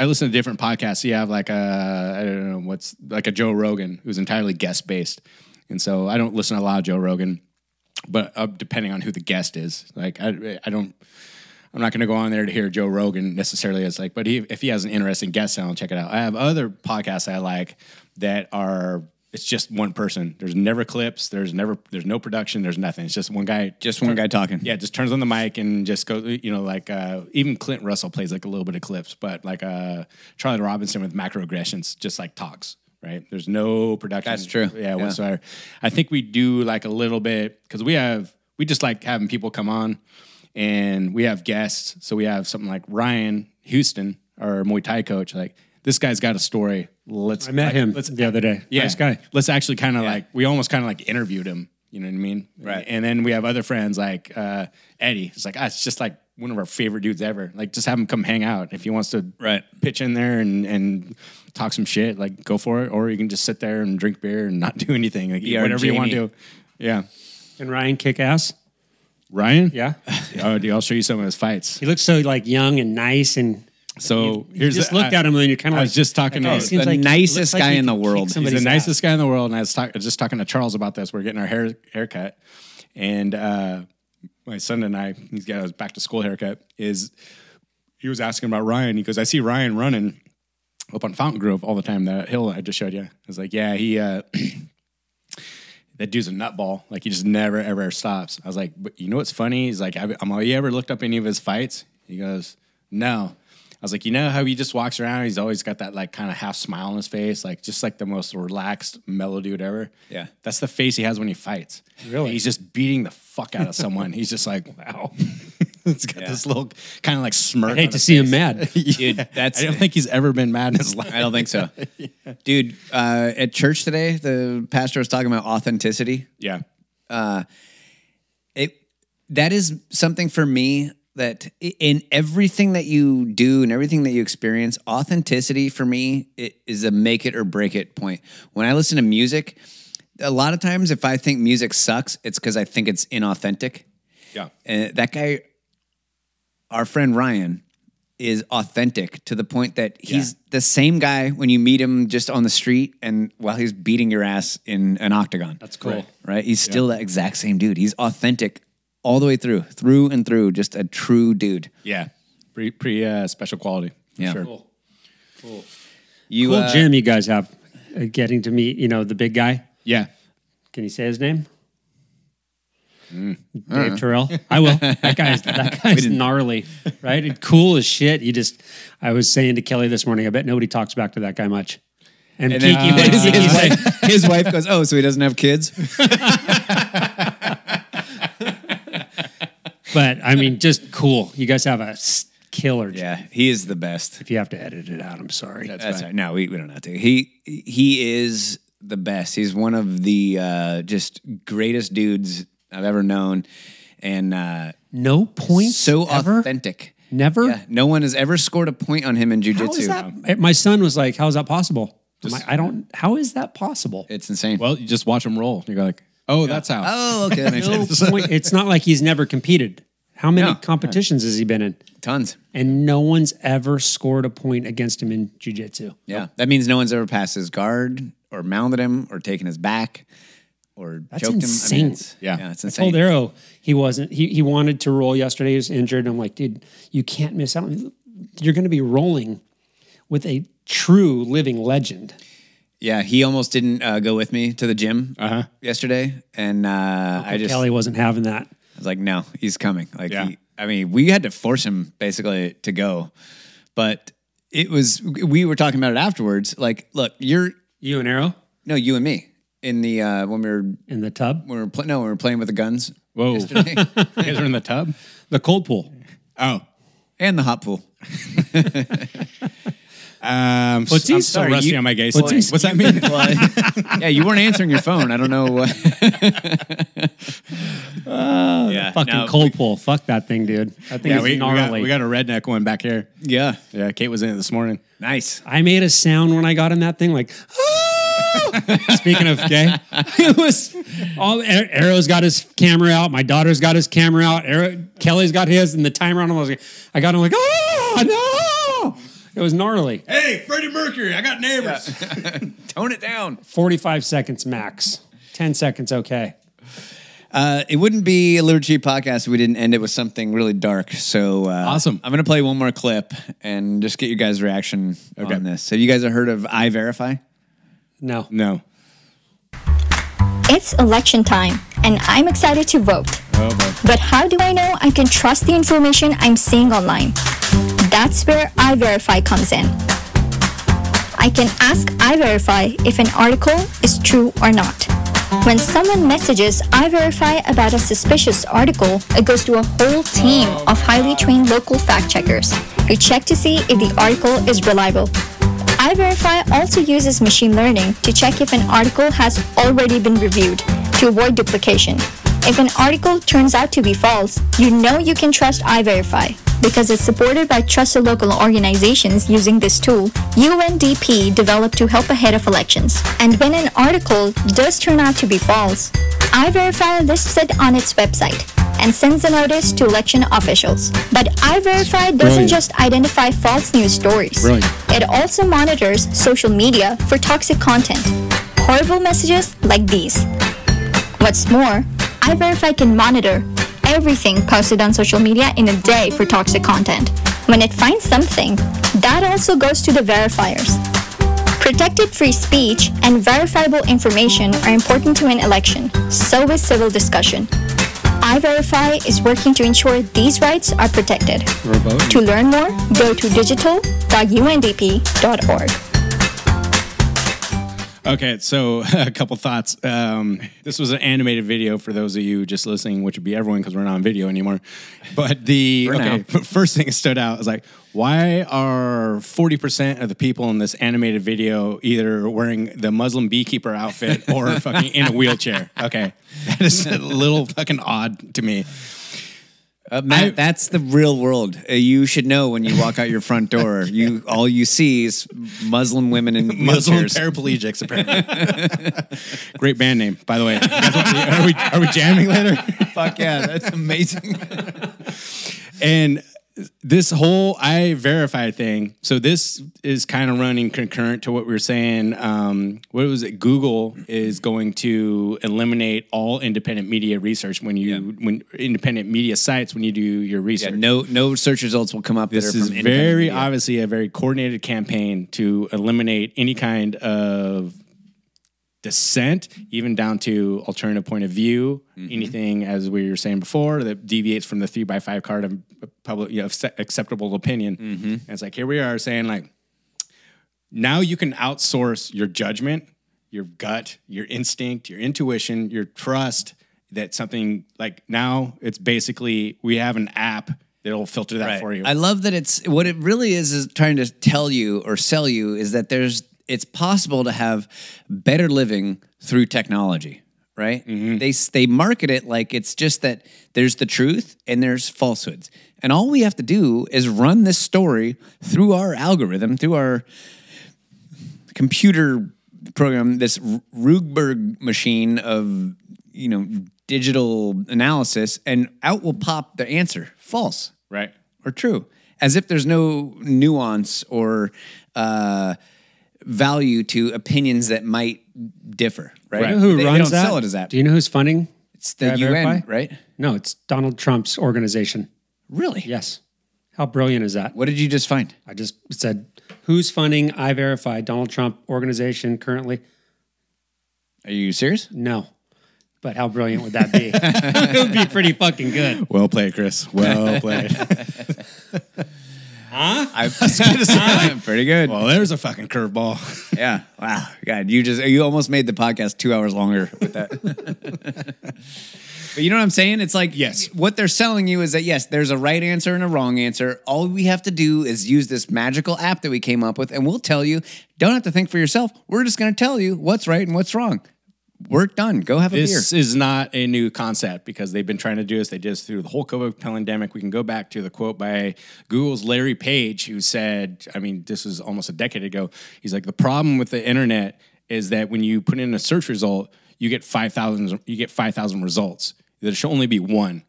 Speaker 4: I listen to different podcasts. You have like a I don't know what's like a Joe Rogan who's entirely guest based, and so I don't listen to a lot of Joe Rogan, but uh, depending on who the guest is, like I I don't I'm not going to go on there to hear Joe Rogan necessarily as like, but he, if he has an interesting guest, then I'll check it out. I have other podcasts I like that are it's just one person. There's never clips. There's never there's no production. There's nothing. It's just one guy.
Speaker 2: Just one guy talking.
Speaker 4: Yeah, just turns on the mic and just goes. You know, like uh, even Clint Russell plays like a little bit of clips, but like uh, Charlie Robinson with macroaggressions just like talks. Right. There's no production.
Speaker 2: That's true.
Speaker 4: Yeah,
Speaker 2: Yeah.
Speaker 4: whatsoever. I think we do like a little bit because we have we just like having people come on and we have guests. So we have something like Ryan Houston, our Muay Thai coach. Like this guy's got a story. Let's.
Speaker 9: I met
Speaker 4: like,
Speaker 9: him
Speaker 4: Let's.
Speaker 9: the other day.
Speaker 4: Yeah.
Speaker 9: Nice guy.
Speaker 4: Let's actually kind of like we almost kind of like interviewed him. You know what I mean? Right. And then we have other friends like uh, Eddie. It's like ah, it's just like one of our favorite dudes ever. Like just have him come hang out if he wants to. Right. Pitch in there and and talk some shit. Like go for it, or you can just sit there and drink beer and not do anything. Like
Speaker 9: Be our
Speaker 4: whatever you want to
Speaker 9: Jamie.
Speaker 4: do. Yeah.
Speaker 9: And Ryan kick ass.
Speaker 4: Ryan?
Speaker 9: Yeah.
Speaker 4: oh, dude, I'll show you some of his fights.
Speaker 9: He looks so like young and nice and.
Speaker 4: So
Speaker 9: you
Speaker 4: here's
Speaker 9: just
Speaker 4: the- uh,
Speaker 9: looked
Speaker 4: I-
Speaker 9: at him and you're kind of
Speaker 4: I
Speaker 9: like
Speaker 4: was just talking
Speaker 9: that guy
Speaker 4: to
Speaker 9: seems like- looks like he could kick
Speaker 4: He's the
Speaker 9: somebody's ass.
Speaker 4: nicest guy in the world. And I was talk, just talking to Charles about this. We're getting our hair haircut, and uh, my son and I, he's got his back to school haircut. Is he was asking about Ryan? He goes, I see Ryan running up on Fountain Grove all the time. That hill I just showed you. I was like, yeah, he. Uh, that dude's a nutball. Like he just never ever stops. I was like, but you know what's funny? He's like, have- I'm like, you ever looked up any of his fights? He goes, no. I was like, you know how he just walks around? He's always got that like kind of half smile on his face, like just like the most relaxed, mellow dude ever.
Speaker 2: Yeah.
Speaker 4: That's the face he has when he fights. Really? He's just beating the fuck out of someone. He's just like, wow. it's got this little kind of like smirk.
Speaker 2: hate
Speaker 4: on
Speaker 2: to
Speaker 4: his
Speaker 2: see him
Speaker 4: face.
Speaker 2: mad.
Speaker 4: Yeah.
Speaker 2: Dude, that's-
Speaker 4: I don't think he's ever been mad in his life.
Speaker 2: I don't think so. Dude, uh, at church today, the pastor was talking about authenticity.
Speaker 4: Yeah.
Speaker 2: Uh, it that is something for me that i- in everything that you do and everything that you experience, authenticity for me i- is a make it or break it point. When I listen to music, a lot of times if I think music sucks, it's because I think it's inauthentic.
Speaker 4: Yeah.
Speaker 2: And Eh, that guy, our friend Ryan, is authentic to the point that he's the same guy when you meet him just on the street and while he's beating your ass in an octagon. That's
Speaker 9: cool.
Speaker 2: Right. Right? He's still that exact same dude. He's authentic all the way through, through and through, just a true dude.
Speaker 4: Yeah. Pretty, pretty uh, special quality. For
Speaker 2: Yeah.
Speaker 4: Sure.
Speaker 2: You,
Speaker 9: cool
Speaker 2: uh,
Speaker 9: gym you guys have. uh, getting to meet, you know, the big guy.
Speaker 2: Yeah.
Speaker 9: Can you say his name?
Speaker 4: Mm.
Speaker 2: I
Speaker 9: Dave
Speaker 4: Uh-huh.
Speaker 2: don't know.
Speaker 9: Terrell. I will. That guy's that
Speaker 2: We
Speaker 9: guy's
Speaker 2: didn't-
Speaker 9: gnarly, right? And cool as shit. You just. I was saying to Kelly this morning. I bet nobody talks back to that guy much. And,
Speaker 2: And then
Speaker 9: Kiki,
Speaker 2: uh, his, his
Speaker 9: Kiki's like,
Speaker 2: wife, his wife goes, "Oh, so he doesn't have kids?"
Speaker 9: but I mean, just cool. You guys have a s- killer. Yeah,
Speaker 2: he is the best.
Speaker 9: If you have to edit it out, I'm sorry.
Speaker 2: That's, right. No, we, we don't have to. He he is the best. He's one of the uh, just greatest dudes I've ever known, and uh,
Speaker 9: no points.
Speaker 2: So authentic.
Speaker 9: Never.
Speaker 2: Yeah, no one has ever scored a point on him in jujitsu.
Speaker 9: How is that? eh, My son was like, "How is that possible?" I'm
Speaker 2: Just-
Speaker 9: like, I don't. How is that possible?
Speaker 2: It's insane.
Speaker 4: Well, Oh, you just watch him roll. You go like, oh, that's how.
Speaker 2: Oh, okay, that makes
Speaker 9: No
Speaker 2: sense.
Speaker 9: point. It's not like he's never competed. How many competitions has he been in?
Speaker 2: Tons.
Speaker 9: And no one's ever scored a point against him in jujitsu.
Speaker 2: Yeah, that means no one's ever passed his guard or mounted him or taken his back or
Speaker 9: That's
Speaker 2: choked him. I
Speaker 9: insane.
Speaker 2: mean, it's- yeah. it's
Speaker 9: I
Speaker 2: insane.
Speaker 9: told Arrow he wasn't. He he wanted to roll yesterday. He was injured. I'm like, dude, you can't miss out. You're going to be rolling with a true living legend.
Speaker 2: Yeah, he almost didn't uh, go with me to the gym yesterday, and uh, I just
Speaker 9: Kelly wasn't having that.
Speaker 2: I was like, no, he's coming. Like, he, I mean, we had to force him basically to go, but it was we were talking about it afterwards. Like, look, you're
Speaker 9: you and Arrow.
Speaker 2: No, you and me in the uh, when we were
Speaker 9: in the tub.
Speaker 2: When we were pl- no, we were playing with the guns.
Speaker 4: Whoa,
Speaker 2: yesterday.
Speaker 4: you guys are in the tub.
Speaker 9: The cold pool.
Speaker 4: Oh,
Speaker 2: and the hot pool.
Speaker 4: Um,
Speaker 2: Well,
Speaker 4: I'm so rusty on my gay slide. What's that mean?
Speaker 2: yeah, you weren't answering your phone. I don't know what.
Speaker 9: Oh,
Speaker 2: Yeah,
Speaker 9: fucking
Speaker 2: no,
Speaker 9: cold pool. Fuck that thing, dude. That thing
Speaker 4: yeah,
Speaker 9: is
Speaker 4: we, we got,
Speaker 9: gnarly.
Speaker 4: we got a redneck one back here.
Speaker 2: Yeah,
Speaker 4: yeah. Kate was in it this morning.
Speaker 2: Nice.
Speaker 9: I made a sound when I got in that thing, like. "Ah!" Speaking of gay, it was all Ar- Arrow's got his camera out. My daughter's got his camera out. Arrow, Kelly's got his, and the timer on. I was like, I got him like, oh no! It was gnarly.
Speaker 4: Hey, Freddie Mercury, I got neighbors.
Speaker 2: Tone it down.
Speaker 9: Forty-five seconds max. Ten seconds, okay.
Speaker 2: Uh, it wouldn't be a Liberty Cheap podcast if we didn't end it with something really dark. So uh, awesome! I'm gonna play one more clip and just get you guys' reaction on this. Have you guys heard of I Verify?
Speaker 9: No,
Speaker 4: no.
Speaker 7: It's election time, and I'm excited to vote.
Speaker 4: Oh boy.
Speaker 7: But how do I know I can trust the information I'm seeing online? That's where iVerify comes in. I can ask iVerify if an article is true or not. When someone messages iVerify about a suspicious article, it goes to a whole team of highly trained local fact checkers who check to see if the article is reliable. iVerify also uses machine learning to check if an article has already been reviewed to avoid duplication. If an article turns out to be false, you know you can trust iVerify because it's supported by trusted local organizations using this tool UNDP developed to help ahead of elections. And when an article does turn out to be false, iVerify lists it on its website and sends a notice to election officials. But iVerify doesn't
Speaker 14: Brilliant.
Speaker 7: just identify false news stories.
Speaker 14: Brilliant.
Speaker 7: It also monitors social media for toxic content, horrible messages like these. What's more, iVerify can monitor everything posted on social media in a day for toxic content. When it finds something, that also goes to the verifiers. Protected free speech and verifiable information are important to an election, so is civil discussion. iVerify is working to ensure these rights are protected. To learn more, go to digital.undp.org.
Speaker 4: Okay, so a couple thoughts. Um, this was an animated video for those of you just listening, which would be everyone because we're not on video anymore. But the
Speaker 2: For
Speaker 4: okay, first thing that stood out was like, why are forty percent of the people in this animated video either wearing the Muslim beekeeper outfit or fucking in a wheelchair? Okay, that is a little fucking odd to me.
Speaker 2: Uh, Matt, that's the real world. Uh, you should know when you walk out your front door, you all you see is Muslim women in
Speaker 4: Muslim
Speaker 2: wheelchairs.
Speaker 4: paraplegics, apparently. Great band name, by the way. are, we, are we jamming later?
Speaker 2: Fuck yeah, that's amazing.
Speaker 4: And this whole I verify thing. So this is kind of running concurrent to what we were saying. Um, what was it? Google is going to eliminate all independent media research when you when independent media sites when you do your research.
Speaker 2: no, no search results will come up.
Speaker 4: This
Speaker 2: that are
Speaker 4: is
Speaker 2: from independent
Speaker 4: very
Speaker 2: media.
Speaker 4: obviously a very coordinated campaign to eliminate any kind of dissent, even down to alternative point of view,
Speaker 2: Mm-hmm.
Speaker 4: anything as we were saying before that deviates from the three by five card of public, you know, acce- acceptable opinion.
Speaker 2: Mm-hmm.
Speaker 4: And it's like here we are saying like, now you can outsource your judgment, your gut, your instinct, your intuition, your trust that something like now it's basically we have an app that'll filter that
Speaker 2: Right.
Speaker 4: for you.
Speaker 2: I love that it's what it really is is trying to tell you or sell you is that there's it's possible to have better living through technology, right?
Speaker 4: Mm-hmm.
Speaker 2: They s- they market it like it's just that there's the truth and there's falsehoods. And all we have to do is run this story through our algorithm, through our computer program, this R- Rugberg machine of, you know, digital analysis and out will pop the answer, false
Speaker 4: right.
Speaker 2: or true, as if there's no nuance or uh, value to opinions that might differ. Right?
Speaker 9: You know who
Speaker 2: they,
Speaker 9: runs
Speaker 2: they don't
Speaker 9: that?
Speaker 2: sell it as that.
Speaker 9: Do you know who's funding?
Speaker 2: It's the UN, right?
Speaker 9: No, it's Donald Trump's organization.
Speaker 2: Really?
Speaker 9: Yes. How brilliant is that?
Speaker 2: What did you just find?
Speaker 9: I just said who's funding I verify Donald Trump organization currently.
Speaker 2: Are you serious?
Speaker 9: No. But how brilliant would that be? it would be pretty fucking good.
Speaker 4: Well played, Chris. Well played.
Speaker 9: Huh?
Speaker 2: I was gonna say, pretty good.
Speaker 4: Well, there's a fucking curveball.
Speaker 2: Yeah. Wow. God, you just you almost made the podcast two hours longer with that. but you know what I'm saying? It's like yes, what they're selling you is that yes, there's a right answer and a wrong answer. All we have to do is use this magical app that we came up with, and we'll tell you. Don't have to think for yourself. We're just going to tell you what's right and what's wrong. Work done. Go have a
Speaker 4: This
Speaker 2: beer.
Speaker 4: is not a new concept because they've been trying to do this. They did this through the whole COVID pandemic. We can go back to the quote by Google's Larry Page, who said, I mean, this was almost a decade ago. He's like, the problem with the internet is that when you put in a search result, you get five thousand. You get five thousand results. There should only be one.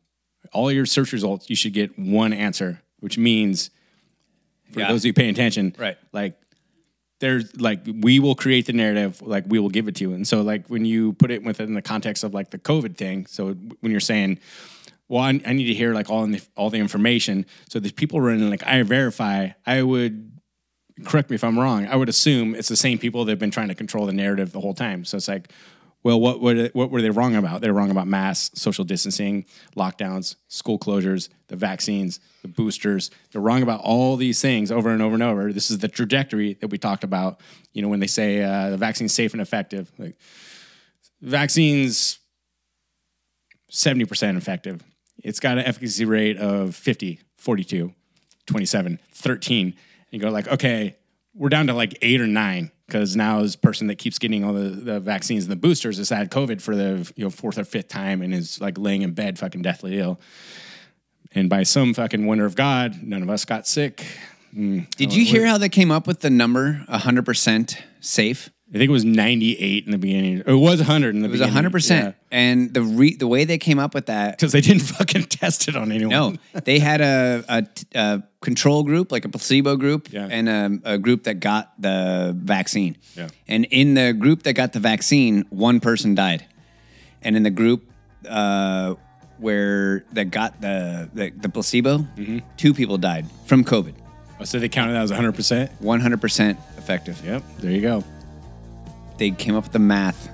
Speaker 4: All your search results, you should get one answer, which means, for
Speaker 2: Yeah.
Speaker 4: those who pay attention,
Speaker 2: Right.
Speaker 4: like there's like we will create the narrative like we will give it to you and so like when you put it within the context of like the covid thing so when you're saying well i, I need to hear like all in the, all the information so these people running like i verify i would correct me if i'm wrong i would assume it's the same people that have been trying to control the narrative the whole time so it's like well what were they, what were they wrong about they're wrong about mass social distancing lockdowns school closures the vaccines the boosters they're wrong about all these things over and over and over this is the trajectory that we talked about you know when they say uh, the vaccine's safe and effective like vaccines 70% effective it's got an efficacy rate of 50 42 27 13 and you go like okay we're down to like eight or nine because now this person that keeps getting all the, the vaccines and the boosters has had covid for the you know fourth or fifth time and is like laying in bed fucking deathly ill and by some fucking wonder of god none of us got sick Mm.
Speaker 2: Did you hear how they came up with the number 100 percent safe?
Speaker 4: i think it was 98 in the beginning it was 100 in the
Speaker 2: It was
Speaker 4: beginning
Speaker 2: 100 percent, and the re- the way they came up with that
Speaker 4: because they didn't fucking test it on anyone
Speaker 2: No, they had a, a t- a control group, like a placebo group, and um, a, a group that got the vaccine.
Speaker 4: Yeah.
Speaker 2: And in the group that got the vaccine, one person died. And in the group uh, where that got the the, the placebo,
Speaker 4: Mm-hmm.
Speaker 2: two people died from COVID.
Speaker 4: Oh, so they counted that as 100%?
Speaker 2: 100% effective.
Speaker 4: Yep. There you go.
Speaker 2: They came up with the math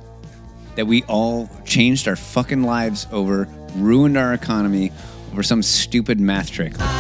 Speaker 2: that we all changed our fucking lives over, ruined our economy over some stupid math trick.
Speaker 10: Oh,